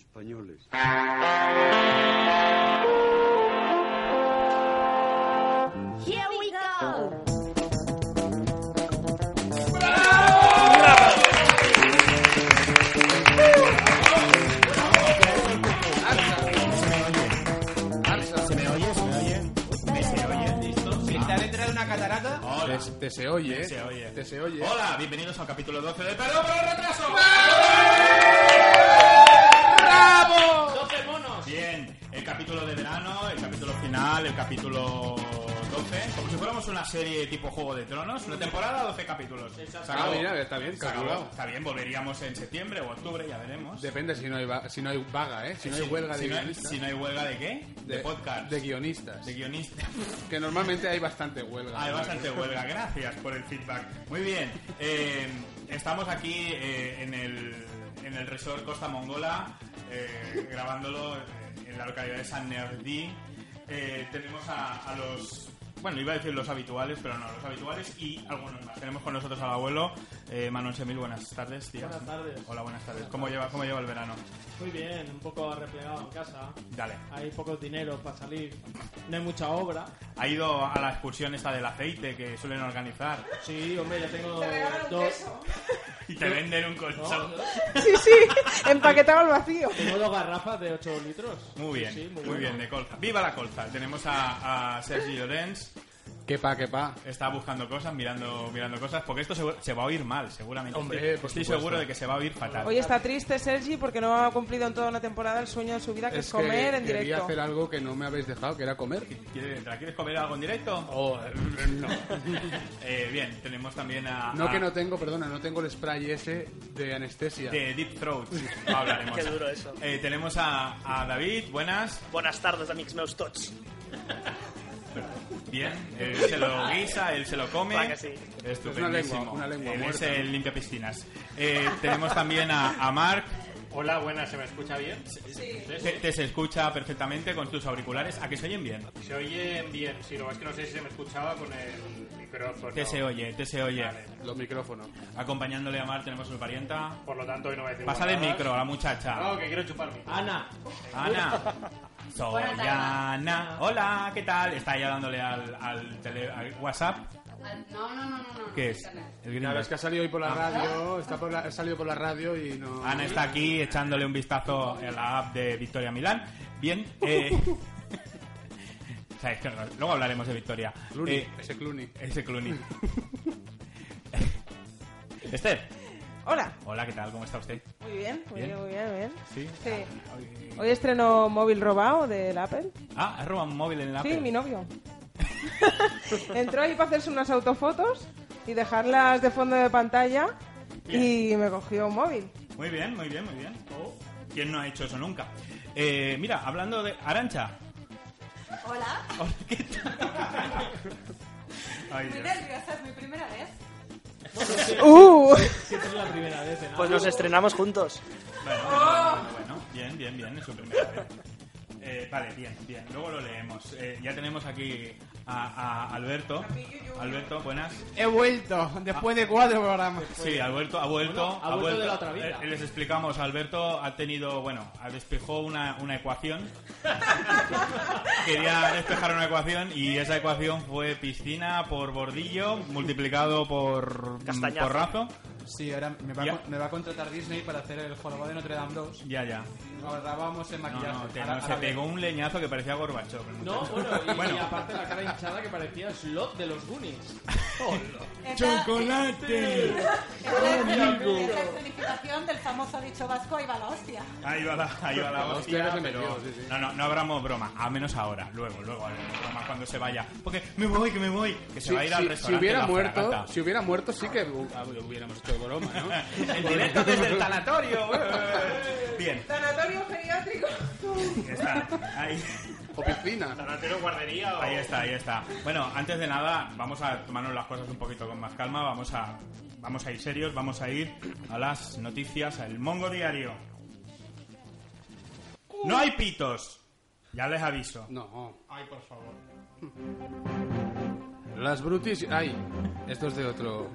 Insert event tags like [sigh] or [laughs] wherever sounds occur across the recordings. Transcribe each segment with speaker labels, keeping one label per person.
Speaker 1: españoles.
Speaker 2: Here we go.
Speaker 3: ¿Te ha entrado una catarata?
Speaker 4: Hola.
Speaker 5: Te, te se oye, ¿eh?
Speaker 4: Se oye.
Speaker 5: Te se oye.
Speaker 4: Hola, bienvenidos al capítulo 12 de Perdón por el retraso.
Speaker 3: ¡Bravo! ¡12 monos!
Speaker 4: Bien, el capítulo de verano, el capítulo final, el capítulo 12. Como si fuéramos una serie tipo Juego de Tronos, una temporada, 12 capítulos. Se acabó.
Speaker 5: Ah, mira, está bien,
Speaker 4: Se acabó.
Speaker 5: calculado.
Speaker 4: Está bien, volveríamos en septiembre o octubre, ya veremos.
Speaker 5: Depende si no hay, va- si no hay vaga, ¿eh? Si no hay huelga de
Speaker 4: si no hay,
Speaker 5: guionistas.
Speaker 4: si no hay huelga de qué? De, podcast.
Speaker 5: De guionistas.
Speaker 4: De guionista.
Speaker 5: Que normalmente hay bastante huelga.
Speaker 4: Ah, hay
Speaker 5: ¿no?
Speaker 4: bastante huelga, gracias por el feedback. Muy bien, eh, estamos aquí eh, en, el, en el resort Costa Mongola, eh, grabándolo eh, en la localidad de San Nerdí. Eh, tenemos a, a los, bueno, iba a decir los habituales, pero no, los habituales y algunos más. Tenemos con nosotros al abuelo, eh, Manuel Semil, buenas tardes, tío.
Speaker 6: Buenas tardes.
Speaker 4: Hola, buenas tardes. ¿Cómo lleva, ¿Cómo lleva el verano?
Speaker 6: Muy bien, un poco replegado en casa.
Speaker 4: Dale.
Speaker 6: Hay pocos dineros para salir. No hay mucha obra.
Speaker 4: ¿Ha ido a la excursión esta del aceite que suelen organizar?
Speaker 6: [laughs] Sí, hombre, ya tengo
Speaker 7: regalan un
Speaker 6: dos,
Speaker 7: queso.
Speaker 4: Y te venden un colchón.
Speaker 7: Sí, sí, [laughs] empaquetado al vacío.
Speaker 6: tengo dos garrafas de 8 litros.
Speaker 4: Muy bien,
Speaker 6: Sí, sí,
Speaker 4: muy,
Speaker 6: bueno.
Speaker 4: bien, de colza. ¡Viva la colza! Tenemos a, a Sergi Llorens,
Speaker 5: Que pa, que pa.
Speaker 4: está buscando cosas, mirando, mirando cosas, porque esto se, se va a oír mal, seguramente.
Speaker 5: Hombre,
Speaker 4: Estoy-
Speaker 5: por
Speaker 4: estoy
Speaker 5: supuesto.
Speaker 4: seguro de que se va a oír fatal.
Speaker 7: Hoy está triste Sergi porque no ha cumplido en toda una temporada el sueño de su vida, que es, comer en
Speaker 5: quería
Speaker 7: directo.
Speaker 5: hacer algo que no me habéis dejado, que era comer.
Speaker 4: ¿Quieres, entrar? ¿Quieres comer algo en directo?
Speaker 5: Oh, no.
Speaker 4: [laughs] Eh, bien, tenemos también a...
Speaker 5: No
Speaker 4: a-
Speaker 5: que no tengo, perdona, no tengo el spray ese de anestesia.
Speaker 4: De Deep
Speaker 5: [laughs]
Speaker 4: Throat. Ahora hablaremos.
Speaker 8: Qué duro eso.
Speaker 4: Eh, tenemos a, a David, buenas,
Speaker 8: Buenas tardes, amics meus tots.
Speaker 4: bien. Él se lo guisa, él se lo come.
Speaker 8: Va que sí.
Speaker 4: Estupendísimo.
Speaker 5: Es una lengua, una lengua
Speaker 4: Él es
Speaker 5: muerta.
Speaker 4: el limpia piscinas. Eh, tenemos también a, a Mark.
Speaker 3: Hola, buenas, ¿se me escucha bien?
Speaker 4: Te, te se escucha perfectamente con tus auriculares. ¿A que se oyen bien?
Speaker 3: Se oye bien, sí, lo que es que no sé si se me escuchaba con el micrófono.
Speaker 4: Te se oye, te se oye.
Speaker 3: Vale.
Speaker 5: Los micrófonos.
Speaker 4: Acompañándole a Mar tenemos a su parienta.
Speaker 3: Por lo tanto, hoy no voy a decir
Speaker 4: Pásale el
Speaker 3: guardadas.
Speaker 4: micro a la muchacha.
Speaker 3: No, que quiero chuparme.
Speaker 9: Ah.
Speaker 6: Ana,
Speaker 4: Ana. Soy Ana. Hola, ¿qué tal? Está ya dándole al, al tele- al WhatsApp.
Speaker 10: No, no, no, no, no.
Speaker 4: ¿Qué es? El green
Speaker 5: Claro, es que ha salido hoy por la
Speaker 4: Ah.
Speaker 5: radio, está por la- ha salido por la radio y no...
Speaker 4: Ana está aquí echándole un vistazo en la app de Victoria Milán. Bien. eh, [laughs] sabes que no- luego hablaremos de Victoria.
Speaker 5: Clooney,
Speaker 4: Eh,
Speaker 5: ese Clooney.
Speaker 4: ese Clooney. Esther.
Speaker 7: Hola.
Speaker 4: Hola, ¿qué tal? ¿Cómo está usted?
Speaker 7: Muy bien, muy bien,
Speaker 4: Bien.
Speaker 7: muy bien. muy bien.
Speaker 4: Sí.
Speaker 7: Sí. Hoy estreno móvil robado del Apple.
Speaker 4: Ah, has robado un móvil en la
Speaker 7: Sí,
Speaker 4: Apple.
Speaker 7: mi novio. [laughs] Entró ahí para hacerse unas autofotos y dejarlas de fondo de pantalla y me cogió un móvil.
Speaker 4: Muy bien, muy bien, muy bien. ¿Quién no ha hecho eso nunca? Eh, mira, hablando de Arancha.
Speaker 10: Hola.
Speaker 4: Hola, ¿qué tal? Ay,
Speaker 10: Muy
Speaker 4: Dios.
Speaker 10: nerviosa, es mi primera vez.
Speaker 7: [laughs] ¡Uh!
Speaker 6: siempre es la primera vez, ¿eh?
Speaker 8: Pues nos estrenamos juntos.
Speaker 4: Bueno, bueno, bueno, bien, bien, bien, es su primera vez. Eh, vale, bien, bien, luego lo leemos. Eh, ya tenemos aquí a, a Alberto. Alberto, buenas.
Speaker 5: He vuelto, después de cuatro programas.
Speaker 4: Sí, Alberto ha vuelto.
Speaker 6: Bueno, ha vuelto de la otra vida.
Speaker 4: Eh, les explicamos, Alberto ha tenido, bueno, despejó una, una ecuación. Quería despejar una ecuación y esa ecuación fue piscina por bordillo multiplicado por
Speaker 8: Castañazo.
Speaker 4: porrazo.
Speaker 9: Sí, ahora me va, a
Speaker 4: Ya.
Speaker 9: con- me va a contratar Disney para hacer el jorobado de Notre Dame 2.
Speaker 4: Ya, ya.
Speaker 9: Nos ahorrábamos en
Speaker 4: No, no,
Speaker 9: maquillaje.
Speaker 4: te-
Speaker 9: Ahora-
Speaker 4: no, se
Speaker 9: ahora bien.
Speaker 4: pegó un leñazo que parecía Gorbachov. el
Speaker 6: No,
Speaker 4: muchacho.
Speaker 6: bueno, y, y aparte la cara hinchada que parecía Slot de los Goonies.
Speaker 4: ¡Chocolate!
Speaker 10: Es la escenificación del famoso dicho vasco, ahí va la hostia.
Speaker 4: Ahí va la, ahí va la
Speaker 5: hostia
Speaker 4: hostia,
Speaker 5: que se
Speaker 4: pero-
Speaker 5: metió, sí, sí.
Speaker 4: No, no, no abramos broma, a menos ahora, luego, luego, habremos broma cuando se vaya. Porque me voy, que me voy, que se
Speaker 5: Si,
Speaker 4: va a ir al
Speaker 5: si- si
Speaker 4: restaurante.
Speaker 5: hubiera
Speaker 4: La
Speaker 5: muerto,
Speaker 4: Fragata.
Speaker 5: si hubiera muerto sí que hu- ah, hubiéramos hecho broma, ¿no?
Speaker 4: [laughs] en directo desde el tanatorio. Bien,
Speaker 7: Sanatorio geriátrico.
Speaker 4: ya está. Ahí,
Speaker 5: O piscina.
Speaker 3: ¿Tanatero, guardería o...?
Speaker 4: ahí está, ahí está. Bueno, antes de nada, vamos a tomarnos las cosas un poquito con más calma. Vamos a, vamos a ir serios, vamos a ir a las noticias, al Mongo Diario. No hay pitos. Ya les aviso.
Speaker 5: No.
Speaker 4: Ay, por favor.
Speaker 5: Las brutis... Ay, esto es de otro...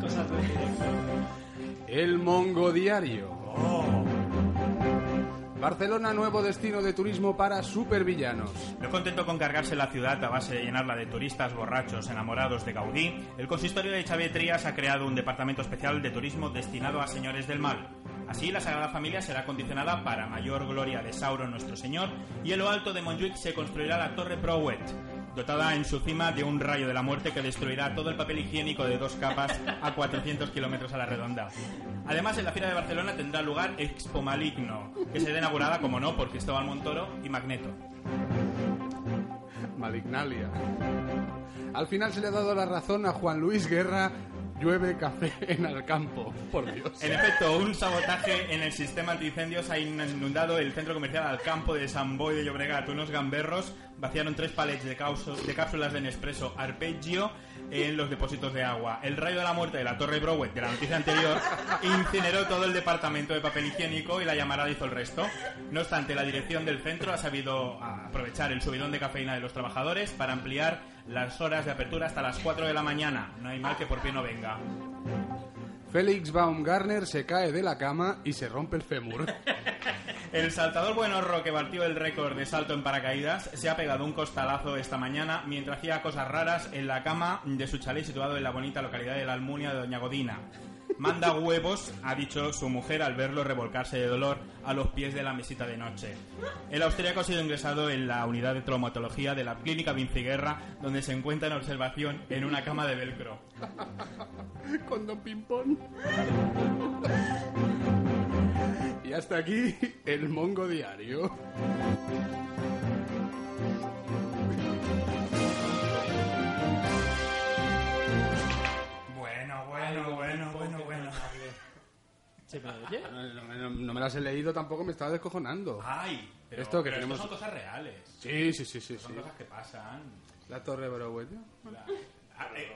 Speaker 6: Cosas de
Speaker 5: El Mongo Diario.
Speaker 4: Oh.
Speaker 5: Barcelona, nuevo destino de turismo para supervillanos.
Speaker 4: No contento con cargarse la ciudad a base de llenarla de turistas borrachos enamorados de Gaudí, el consistorio de Xavier Trías ha creado un departamento especial de turismo destinado a señores del mal. Así, la Sagrada Familia será condicionada para mayor gloria de Sauron nuestro Señor y en lo alto de Montjuic se construirá la Torre Prowet, dotada en su cima de un rayo de la muerte que destruirá todo el papel higiénico de dos capas a 400 kilómetros a la redonda. Además, en la Fiera de Barcelona tendrá lugar Expo Maligno, que será inaugurada, como no, por Cristóbal Montoro y Magneto.
Speaker 5: Malignalia. Al final se le ha dado la razón a Juan Luis Guerra. Llueve café [laughs] en Alcampo. Por Dios.
Speaker 4: Pues, En efecto, un sabotaje en el sistema antiincendios ha inundado el centro comercial al campo de San Boy de Llobregat. Unos gamberros vaciaron tres palets de, causo- de cápsulas de Nespresso Arpeggio en los depósitos de agua. El rayo de la muerte de la Torre Browet de la noticia anterior incineró todo el departamento de papel higiénico y la llamarada hizo el resto. No obstante, la dirección del centro ha sabido aprovechar el subidón de cafeína de los trabajadores para ampliar las horas de apertura hasta las 4 de la mañana. No hay mal que por pie no venga.
Speaker 5: Félix Baumgartner se cae de la cama y se rompe el
Speaker 6: [laughs]
Speaker 5: fémur.
Speaker 4: El saltador buenorro que batió el récord de salto en paracaídas se ha pegado un costalazo esta mañana mientras hacía cosas raras en la cama de su chalet situado en la bonita localidad de la Almunia de Doña Godina. Manda huevos, ha dicho su mujer al verlo revolcarse de dolor a los pies de la mesita de noche. El austríaco ha sido ingresado en la unidad de traumatología de la clínica Vinciguerra, donde se encuentra en observación en una cama de velcro.
Speaker 5: Con Don Pimpón. Y hasta aquí el Mongo Diario.
Speaker 4: Bueno, bueno, bueno, bueno, bueno.
Speaker 6: ¿Se me oye?
Speaker 5: No, no- no me las he leído tampoco, me estaba descojonando.
Speaker 4: Ay, pero,
Speaker 5: Esto que
Speaker 4: pero
Speaker 5: tenemos-
Speaker 4: son cosas reales,
Speaker 5: Ah, Sí, sí, sí, sí.
Speaker 4: son
Speaker 5: sí.
Speaker 4: cosas que pasan.
Speaker 5: La Torre Browell.
Speaker 4: Ah, eh.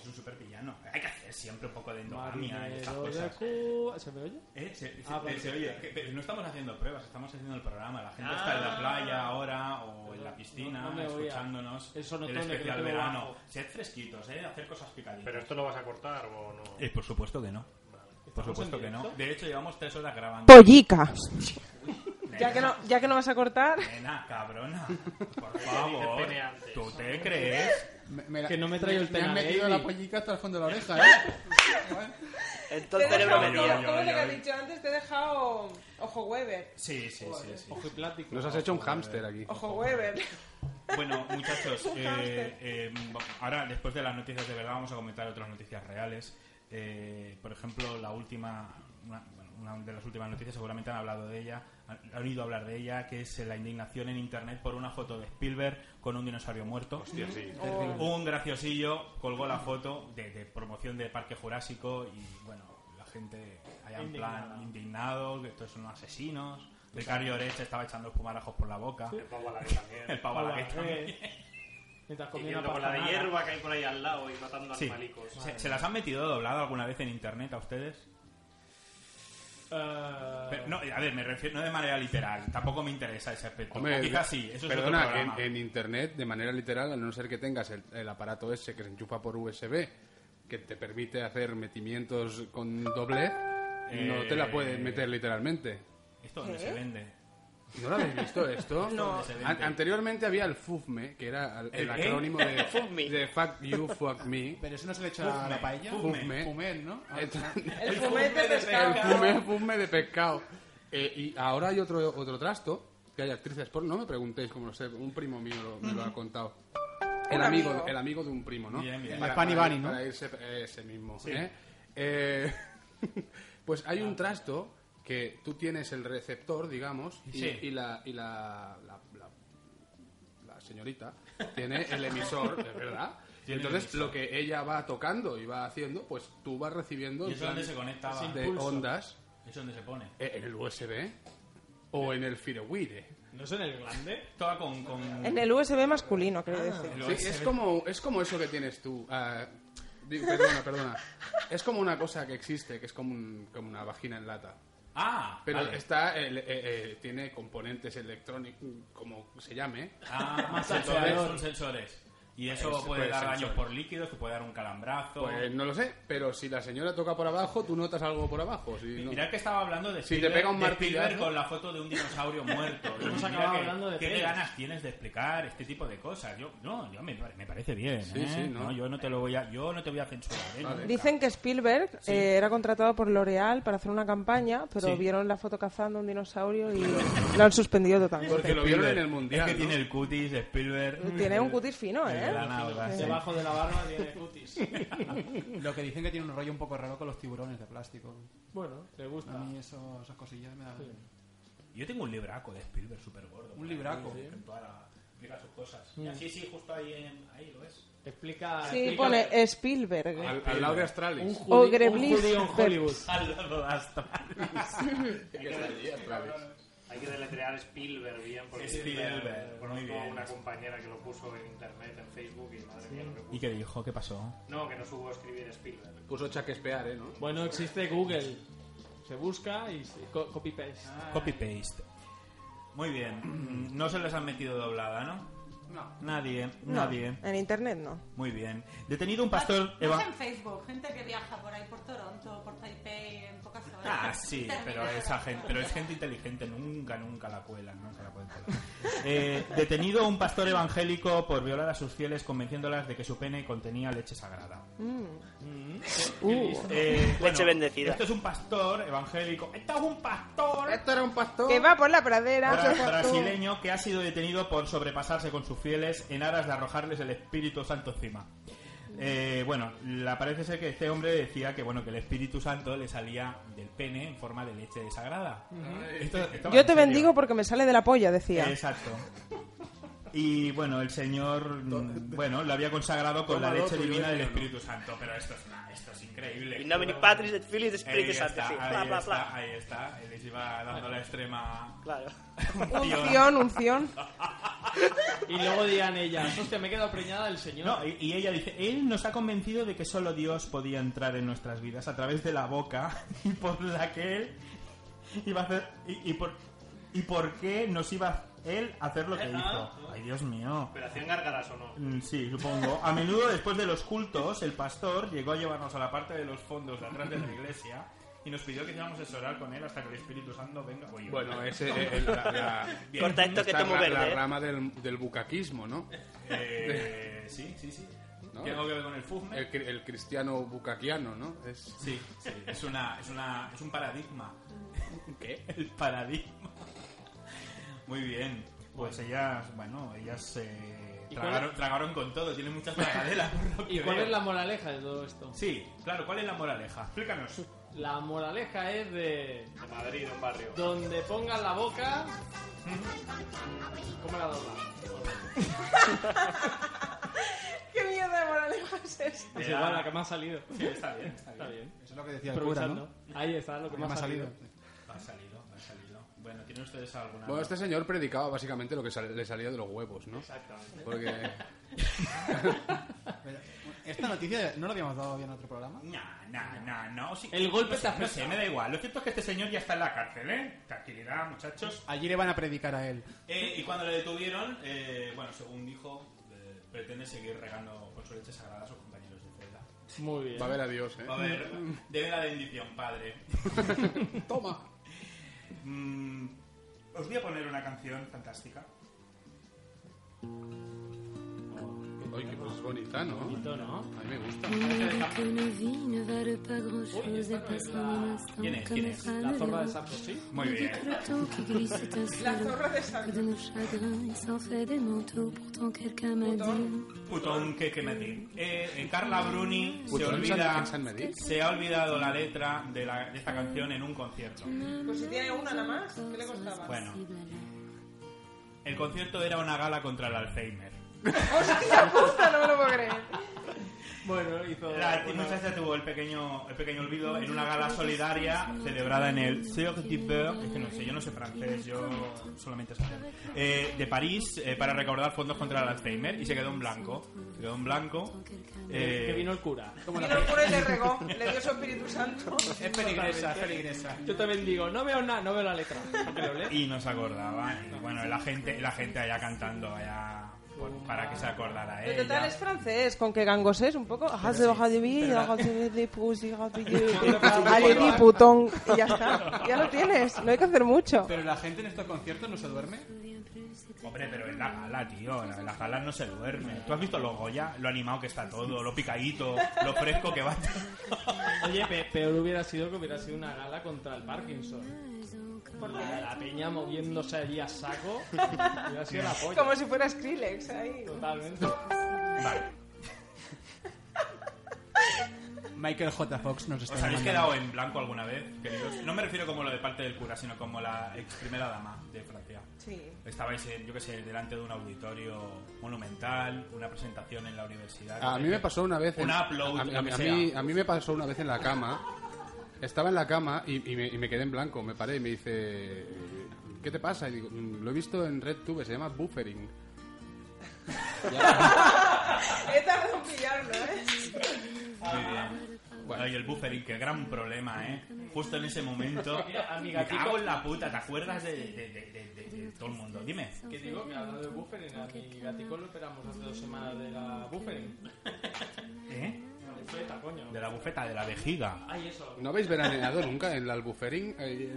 Speaker 4: Es un super villano. Hay que hacer siempre un poco de endogamia y estas
Speaker 6: Marinero de
Speaker 4: Ah, cosas.
Speaker 6: Cuba. ¿Se me oye?
Speaker 4: Eh, se, se-
Speaker 6: Ah, vale.
Speaker 4: se oye, que- pero no estamos haciendo pruebas, estamos haciendo el programa. La gente está en la playa ahora o en la piscina
Speaker 6: Ah. no me oía.
Speaker 4: escuchándonos
Speaker 6: El sonotone
Speaker 4: el
Speaker 6: que
Speaker 4: especial
Speaker 6: yo tengo
Speaker 4: verano.
Speaker 6: abajo.
Speaker 4: Sed fresquitos, eh, hacer cosas picaditas.
Speaker 3: Pero esto lo vas a cortar o no.
Speaker 4: Eh, por supuesto que no. Por supuesto que no. De hecho, llevamos tres horas grabando.
Speaker 7: [laughs] Pollica. Ya que no, ya que no vas a cortar.
Speaker 4: Nena, cabrona. Por favor.
Speaker 3: peneantes.
Speaker 4: ¿Tú te crees?
Speaker 6: Que no me traigo el
Speaker 5: Me han
Speaker 6: Tenageli.
Speaker 5: metido la pollica hasta el fondo de la oreja,
Speaker 6: [laughs]
Speaker 5: ¿eh?
Speaker 7: Te he
Speaker 8: Entonces,
Speaker 7: dejado,
Speaker 4: yo, yo,
Speaker 7: como, como
Speaker 4: yo,
Speaker 7: lo que
Speaker 4: yo.
Speaker 7: has dicho antes, te he dejado ojo Weber.
Speaker 4: Sí, sí, sí. sí.
Speaker 6: Ojo y plático.
Speaker 5: Nos has hecho un hámster aquí.
Speaker 7: Ojo Weber.
Speaker 4: Bueno, muchachos,
Speaker 7: [laughs] Un
Speaker 4: eh,
Speaker 7: hámster.
Speaker 4: eh, ahora después de las noticias de verdad vamos a comentar otras noticias reales. Eh, por ejemplo, la última, una, bueno, una de las últimas noticias, seguramente han hablado de ella, han, han oído hablar de ella, que es eh, la indignación en Internet por una foto de Spielberg con un dinosaurio muerto.
Speaker 3: Hostia, sí.
Speaker 7: Mm.
Speaker 3: Oh.
Speaker 4: Un graciosillo colgó la foto de, de promoción de Parque Jurásico y bueno, la gente allá en plan indignado, que estos son unos asesinos.
Speaker 3: Pues
Speaker 4: Ricardo Orech estaba echando espumarajos por la boca.
Speaker 3: El pavo a la vez también.
Speaker 4: El pavo a la vez
Speaker 3: eh.
Speaker 4: también.
Speaker 6: Mientras
Speaker 3: Y
Speaker 6: comía una
Speaker 3: yendo con la de
Speaker 6: pastanada.
Speaker 3: hierba que hay por ahí al lado y matando
Speaker 4: Sí.
Speaker 3: animalicos.
Speaker 4: ¿Se, se las han metido doblado alguna vez en internet a ustedes?
Speaker 6: Eh,
Speaker 4: Pero, no, a ver, me refiero no de manera literal. Tampoco me interesa ese aspecto.
Speaker 5: Hombre, eh,
Speaker 4: O quizás sí, eso
Speaker 5: perdona,
Speaker 4: es otro programa.
Speaker 5: en, en internet, de manera literal, a no ser que tengas el, el aparato ese que se enchufa por USB, que te permite hacer metimientos con doble, no te la
Speaker 4: Eh.
Speaker 5: puedes meter literalmente.
Speaker 4: ¿Esto dónde se vende?
Speaker 5: ¿No lo habéis visto esto?
Speaker 4: No.
Speaker 5: An- anteriormente había el FUFME, E, que era el, el
Speaker 4: ¿El qué?
Speaker 5: acrónimo de,
Speaker 8: Fuck me.
Speaker 5: de Fuck You, Fuck Me.
Speaker 9: Pero eso no se le echa a la paella.
Speaker 4: Fumé.
Speaker 5: Fumé.
Speaker 9: Fumé, ¿no? Ah,
Speaker 5: E. Entonces,
Speaker 7: El fumete de pescado.
Speaker 5: el FUFME, FUFME de pescado. Eh, y ahora hay otro, otro trasto, que hay actrices por... No me preguntéis, como lo sé, un primo mío lo- me lo ha contado. El
Speaker 7: Un
Speaker 5: amigo,
Speaker 7: amigo.
Speaker 5: el amigo de un primo, ¿no?
Speaker 4: Bien, bien.
Speaker 5: Para-
Speaker 9: Bunny
Speaker 5: para-
Speaker 9: Bunny, ¿no?
Speaker 5: para irse- ese mismo. ¿eh? Eh, [laughs] pues hay un trasto que tú tienes el receptor, digamos, y,
Speaker 4: Sí.
Speaker 5: y la, y la, la- la- la señorita tiene el emisor, es verdad. Y
Speaker 4: Tiene el
Speaker 5: entonces
Speaker 4: emisor.
Speaker 5: lo que ella va tocando y va haciendo, pues tú vas recibiendo
Speaker 4: ¿Y eso
Speaker 5: en
Speaker 4: dónde
Speaker 5: plan
Speaker 4: se Ah. conectaba?
Speaker 5: de
Speaker 4: Impulso.
Speaker 5: ondas
Speaker 4: ¿Eso dónde se pone?
Speaker 5: eh, en el USB o en el firewire.
Speaker 6: ¿No es en el grande?
Speaker 4: Toda con... con...
Speaker 7: En el USB masculino, quiero decir.
Speaker 4: el
Speaker 5: Sí,
Speaker 4: OS.
Speaker 5: es como, es como eso que tienes tú. ah, digo, perdona, perdona. Es como una cosa que existe, que es como, un- como una vagina en lata.
Speaker 4: Ah,
Speaker 5: Pero
Speaker 4: vale.
Speaker 5: está, el- eh, eh, tiene componentes electrónicos, como se llame.
Speaker 4: Ah,
Speaker 5: [laughs]
Speaker 6: Más
Speaker 4: sensores,
Speaker 6: alrededor.
Speaker 4: son sensores. Y eso
Speaker 5: Pues,
Speaker 4: puede
Speaker 5: puede
Speaker 4: dar
Speaker 5: ser,
Speaker 4: daño
Speaker 5: sí.
Speaker 4: por líquidos, que puede dar un calambrazo.
Speaker 5: Pues no lo sé, pero si la señora toca por abajo, tú notas algo por abajo. Si no-
Speaker 4: Mirad que estaba hablando de
Speaker 5: Si te
Speaker 4: Spielberg,
Speaker 5: pega un
Speaker 4: de
Speaker 5: martillazo-
Speaker 4: Spielberg con la foto de un dinosaurio muerto.
Speaker 6: Hemos
Speaker 4: Mira
Speaker 6: acabado
Speaker 4: que-
Speaker 6: hablando de
Speaker 4: ¿Qué
Speaker 6: pelis.
Speaker 4: ganas tienes de explicar este tipo de cosas? Yo, no, yo me, pare- me parece bien.
Speaker 5: Sí,
Speaker 4: ¿eh?
Speaker 5: sí, no.
Speaker 4: yo no te lo voy a, yo no te voy a censurar. ¿eh?
Speaker 5: Vale.
Speaker 7: Dicen que Spielberg eh, era contratado por L'Oreal para hacer una campaña, pero
Speaker 4: Sí.
Speaker 7: vieron la foto cazando un dinosaurio y lo han suspendido totalmente.
Speaker 5: Porque lo vieron
Speaker 4: Spielberg.
Speaker 5: en el mundial,
Speaker 4: Es que
Speaker 5: ¿no?
Speaker 4: tiene el cutis de Spielberg.
Speaker 7: Tiene un cutis fino,
Speaker 4: de
Speaker 7: ¿eh?
Speaker 4: la nalga, sí.
Speaker 6: Debajo de la barba tiene cutis.
Speaker 9: Lo que dicen que tiene un rollo un poco raro con los tiburones de plástico.
Speaker 6: Bueno, te gusta.
Speaker 9: A mí eso- esas cosillas me dan...
Speaker 4: Yo tengo un libraco de Spielberg súper gordo.
Speaker 9: Un libraco.
Speaker 4: En toda la- Explica sus cosas. Y así, sí, justo ahí, en- ahí lo es.
Speaker 6: Explica.
Speaker 7: Sí,
Speaker 6: explica-
Speaker 7: pone Spielberg.
Speaker 5: al, al lado de Astralis.
Speaker 6: Un
Speaker 7: O
Speaker 6: judío, un
Speaker 7: Greblis.
Speaker 6: judío en Hollywood.
Speaker 4: Al lado de Astor.
Speaker 3: Hay que deletrear Spielberg bien porque
Speaker 4: Spielberg,
Speaker 3: Conozco
Speaker 4: muy bien.
Speaker 3: a una compañera que lo puso en internet, en Facebook y madre mía lo que puso.
Speaker 4: ¿Y qué dijo? ¿Qué pasó?
Speaker 3: No, que no supo escribir Spielberg.
Speaker 5: Puso chaquespear, ¿eh? ¿no?
Speaker 6: Bueno, existe Google. Se busca y se- Ah. co- copy-paste.
Speaker 4: Copy paste. Muy bien. No se les han metido doblada, ¿no?
Speaker 9: No.
Speaker 4: Nadie,
Speaker 7: No,
Speaker 4: nadie.
Speaker 7: En internet no.
Speaker 4: Muy bien. Detenido un pastor.
Speaker 10: Ah, No
Speaker 4: eva-
Speaker 10: es en Facebook, gente que viaja por ahí por Toronto, por Taipei, en pocas horas.
Speaker 4: Ah, sí,
Speaker 10: Termina
Speaker 4: pero
Speaker 10: de
Speaker 4: esa
Speaker 10: grabar.
Speaker 4: gente, pero es gente inteligente, nunca, nunca la cuelan, nunca la cuelan. Eh, detenido un pastor evangélico por violar a sus fieles convenciéndolas de que su pene contenía leche sagrada. Eh, bueno,
Speaker 8: bendecida.
Speaker 4: Esto es un pastor evangélico. Esto es un pastor.
Speaker 5: Esto era un pastor.
Speaker 7: Que va por la pradera.
Speaker 4: Bra-
Speaker 7: se fue tú.
Speaker 4: brasileño que ha sido detenido por sobrepasarse con sus fieles en aras de arrojarles el Espíritu Santo encima. Eh, bueno, la, parece ser que este hombre decía que bueno que el Espíritu Santo le salía del pene en forma de leche desagrada. Esto- esto va
Speaker 7: Yo
Speaker 4: en
Speaker 7: te
Speaker 4: serio.
Speaker 7: bendigo porque me sale de la polla, decía.
Speaker 4: Exacto. Y bueno, el señor, mm, bueno, lo había consagrado con la
Speaker 5: Tómalo,
Speaker 4: leche
Speaker 5: tú, yo
Speaker 4: divina del
Speaker 5: no.
Speaker 4: Espíritu Santo, pero esto es, una- esto es increíble.
Speaker 8: In nomine Patris et Filii et
Speaker 4: Ahí
Speaker 8: Spiritus Sancti.
Speaker 4: está,
Speaker 8: Sí.
Speaker 4: ahí
Speaker 8: Bla, bla,
Speaker 4: está,
Speaker 8: bla.
Speaker 4: ahí está. Él les iba dando la extrema...
Speaker 8: Claro.
Speaker 7: Unción, unción.
Speaker 6: Y luego dirán ellas, hostia, me he quedado preñada del señor.
Speaker 4: No, y, y ella dice, él nos ha convencido de que solo Dios podía entrar en nuestras vidas a través de la boca [laughs] y por la que él iba a hacer y, y por y por qué nos iba él a hacer lo
Speaker 5: Eh,
Speaker 4: que hizo.
Speaker 5: ah,
Speaker 4: Ay, Dios mío.
Speaker 3: ¿Pero hacían gárgaras o no?
Speaker 4: Mm, Sí, supongo. A menudo después de los cultos, el pastor llegó a llevarnos a la parte de los fondos de atrás de la iglesia y nos pidió que hiciéramos eso orar con él hasta que el Espíritu Santo venga. Oye,
Speaker 5: Bueno, ese eh, el- la,
Speaker 4: [laughs]
Speaker 5: la-
Speaker 4: Bien.
Speaker 8: Corta esto que
Speaker 5: esta
Speaker 8: tomo
Speaker 5: ra-
Speaker 8: verde.
Speaker 5: la
Speaker 8: ¿eh?
Speaker 5: rama del, del bucaquismo, ¿no?
Speaker 4: eh, sí, sí, sí.
Speaker 5: No.
Speaker 4: ¿Tiene algo que ver con el fuzme?
Speaker 5: El, cri- el cristiano bucaquiano, ¿no? Es...
Speaker 4: Sí, sí, es, una, es, una, es un paradigma. [laughs] ¿Qué? [laughs] El paradigma. Muy bien. Pues ellas, bueno, ellas eh,
Speaker 6: ¿Y cuál
Speaker 4: tragaron, tragaron con todo, tienen muchas tragaderas. por [laughs] lo
Speaker 6: ¿Y
Speaker 4: que
Speaker 6: cuál
Speaker 4: veo.
Speaker 6: es la moraleja de todo esto?
Speaker 4: Sí, claro, ¿cuál es la moraleja? [laughs] Explícanos.
Speaker 6: La moraleja es de
Speaker 3: De Madrid, de un barrio.
Speaker 6: donde pongas la boca. ¿Cómo la dobla?
Speaker 7: ¿Qué mierda de moraleja es esa?
Speaker 6: Es igual la que me ha salido.
Speaker 4: Sí, está bien, está
Speaker 6: Está bien.
Speaker 9: Eso es lo que decía el cura, ¿no?
Speaker 6: Aprovechando. Ahí está lo que
Speaker 9: Me
Speaker 6: me ha
Speaker 9: ha
Speaker 6: salido.
Speaker 9: salido.
Speaker 4: bien. Ha salido, ha salido. Bueno, ¿tienen ustedes alguna?
Speaker 5: Bueno, este señor predicaba básicamente lo que sal- le salía de los huevos, ¿no?
Speaker 3: Exactamente.
Speaker 5: Porque
Speaker 9: Pero, Esta noticia no la habíamos dado bien en otro programa.
Speaker 4: No, no, no, no. sí-
Speaker 6: El golpe
Speaker 4: no sé,
Speaker 6: te
Speaker 4: No
Speaker 6: afecta.
Speaker 4: sé, me da igual. Lo cierto es que este señor ya está en la cárcel, ¿eh? Tranquilidad, muchachos.
Speaker 9: Allí le van a predicar a él.
Speaker 4: Eh, y cuando le detuvieron, eh, bueno, según dijo, eh, pretende seguir regando con su leche sagrada a sus compañeros de celda.
Speaker 6: Muy bien.
Speaker 5: va a ver a Dios, ¿eh?
Speaker 4: Va a ver, debe la bendición, padre.
Speaker 5: Toma.
Speaker 4: Mm, os voy a poner una canción fantástica.
Speaker 5: Ay, que pues es bonita, ¿no?
Speaker 6: Bonito, ¿no?
Speaker 5: A mí me gusta.
Speaker 4: Uy, esta no es la- ¿Quién es? ¿Quién es?
Speaker 6: La zorra de Sarkozy.
Speaker 4: Muy bien.
Speaker 10: [laughs]
Speaker 4: Putón que que me di. Eh, eh, Carla Bruni se
Speaker 5: Putón,
Speaker 4: olvida...
Speaker 5: San- San Medí.
Speaker 4: Se ha olvidado la letra de, la- de esta canción en un concierto.
Speaker 7: Pues si tiene una nada más, ¿qué le costaba?
Speaker 4: Bueno. El concierto era una gala contra el Alzheimer.
Speaker 7: [laughs] ¡Hostia puta! No me lo puedo creer.
Speaker 6: Bueno, hizo.
Speaker 4: La
Speaker 6: una-
Speaker 4: muchacha tuvo el pequeño, el pequeño olvido en una gala solidaria celebrada en el Cirque du Peur, es que no sé, yo no sé francés, yo solamente sé alemán, eh, de París eh, para recaudar fondos contra el Alzheimer y se quedó en blanco. Se quedó en blanco. eh,
Speaker 6: Que vino el cura.
Speaker 7: Vino el cura y le regó, le dio su Espíritu Santo.
Speaker 9: Es peligresa, es peligresa.
Speaker 6: Yo también digo, no veo nada, no veo la letra. ¿Te lo lees?
Speaker 4: y no se acordaba. Y bueno, la gente, la gente allá cantando, allá Bueno, para que se acordara
Speaker 7: Pero total
Speaker 4: ella.
Speaker 7: es francés, con que gangosés un poco. Ajase, ojade, vi, ajase, vi, de pussy, ajase, vi, de- aleli, putón. Y ya está. Ya lo tienes. No hay que hacer mucho.
Speaker 9: Pero la gente en estos conciertos no se duerme.
Speaker 4: Hombre, pero en la gala, tío. En la gala no se duerme. ¿Tú has visto los Goya? Lo animado que está todo, lo picadito, lo fresco que va.
Speaker 6: Oye, pe- peor hubiera sido que hubiera sido una gala contra el Parkinson. La, la peña moviéndose allí a saco. Hubiera sido la polla.
Speaker 7: Como si fuera Skrillex ahí.
Speaker 6: Totalmente.
Speaker 4: Vale.
Speaker 9: Michael J. Fox nos está
Speaker 4: ¿Os habéis
Speaker 9: llamando.
Speaker 4: quedado en blanco alguna vez, queridos? No me refiero como lo de parte del cura, sino como la ex primera dama de Francia.
Speaker 7: Sí.
Speaker 4: Estabais, en, yo qué sé, delante de un auditorio monumental, una presentación en la universidad.
Speaker 5: A mí me pasó una vez.
Speaker 4: Un
Speaker 5: en-
Speaker 4: upload,
Speaker 5: a, a-
Speaker 4: lo que
Speaker 5: a
Speaker 4: sea.
Speaker 5: mí, a mí me pasó una vez en la cama. Estaba en la cama y, y me, y me quedé en blanco. Me paré y me dice. ¿Qué te pasa? Y digo, "Mm, lo he visto en RedTube, se llama buffering.
Speaker 7: He tardado en pillarlo, ¿eh?
Speaker 4: Muy bien.
Speaker 5: Bueno.
Speaker 4: Ay, el buffering, qué gran problema, ¿eh? Justo en ese momento.
Speaker 6: [laughs] Mira, a mi
Speaker 4: me
Speaker 6: gatito-
Speaker 4: cago en la puta, ¿te acuerdas de, de- de- de- de- de todo el mundo? Dime.
Speaker 6: Que digo que hablando de buffering, a mi gatico lo operamos hace dos semanas de la buffering.
Speaker 4: ¿Eh?
Speaker 6: De feta, coño.
Speaker 4: De la bufeta, de la vejiga.
Speaker 6: Ay, eso.
Speaker 5: ¿No habéis veraneado nunca en el albuferín? Eh,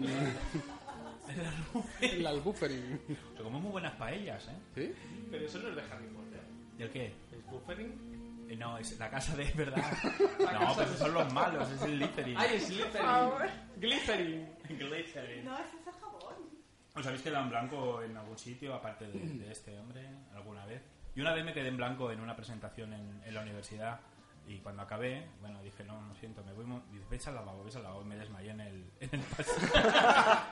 Speaker 5: En el albuferín.
Speaker 4: Se comen muy buenas paellas, ¿eh?
Speaker 5: ¿Sí?
Speaker 6: Pero eso no es de Harry Potter.
Speaker 4: ¿Y el qué?
Speaker 6: ¿Es buffering?
Speaker 4: Eh, No, es la casa de
Speaker 6: [laughs]
Speaker 4: verdad. No, pues son los malos, es el littering.
Speaker 6: ¡Ay, es littering!
Speaker 7: favor.
Speaker 6: ¡Glittering!
Speaker 4: Glittering.
Speaker 10: No, ese es el jabón.
Speaker 4: ¿Os habéis quedado en blanco en algún sitio, aparte de, de este hombre, alguna vez? Yo una vez me quedé en blanco en una presentación en, en la universidad y cuando acabé, bueno, dije, no, no siento, me voy... mo- Dice, veis al lavabo, veis al lavabo, y me desmayé en el, en el
Speaker 6: [laughs]
Speaker 4: pasillo.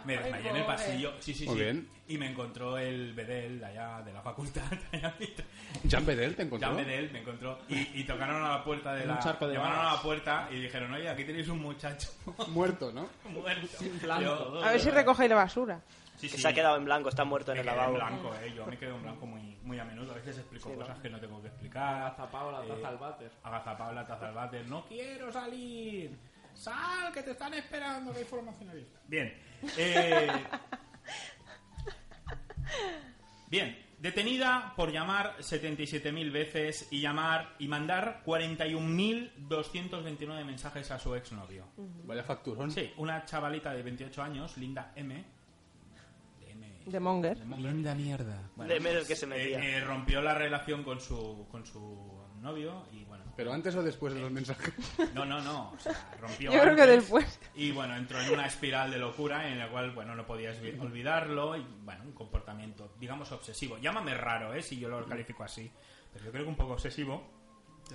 Speaker 4: me desmayé en el pasillo, sí, sí,
Speaker 5: Muy
Speaker 4: sí.
Speaker 5: bien.
Speaker 4: Y me encontró el Bedel de allá de la facultad, [laughs] allá mitad.
Speaker 5: ¿Jean Bedel te encontró?
Speaker 4: Ya me de él, me encontró. Y, y tocaron a la puerta de
Speaker 6: Un
Speaker 4: la...
Speaker 6: charco de
Speaker 4: llamaron a
Speaker 6: balas.
Speaker 4: la puerta y dijeron, oye, aquí tenéis un muchacho [laughs]
Speaker 5: Muerto, ¿no?
Speaker 4: muerto.
Speaker 6: blanco.
Speaker 4: Yo-
Speaker 7: A ver si recoge la basura.
Speaker 4: Sí,
Speaker 8: Que
Speaker 4: sí.
Speaker 8: se ha quedado en blanco, está muerto en
Speaker 4: Me
Speaker 8: el
Speaker 4: quedo
Speaker 8: lavabo.
Speaker 4: en blanco, eh. Yo me quedo en blanco muy, muy a menudo. A veces explico cosas que no tengo que explicar. Eh,
Speaker 6: Agazapao la taza al váter.
Speaker 4: Agazapao la taza al váter. ¡No quiero salir! ¡Sal, que te están esperando! Que hay formación abierta. Bien. Eh, Bien. Detenida por llamar 77.000 veces y llamar y mandar 41.229 mensajes a su exnovio.
Speaker 5: Vaya facturón.
Speaker 4: Sí, una chavalita de 28 años, Linda M. de M.
Speaker 7: De Monger.
Speaker 9: Linda mierda.
Speaker 8: De menos que se metía.
Speaker 4: Eh, eh, rompió la relación con su, con su novio y bueno.
Speaker 5: Pero antes o después de los mensajes.
Speaker 4: No, no, no. o sea, rompió.
Speaker 7: Yo creo que
Speaker 4: antes
Speaker 7: después.
Speaker 4: Y bueno, entró en una espiral de locura en la cual, bueno, no podías vi- olvidarlo y bueno, un comportamiento, digamos, obsesivo. Llámame raro, ¿eh? Si yo lo califico así. Pero yo creo que un poco obsesivo.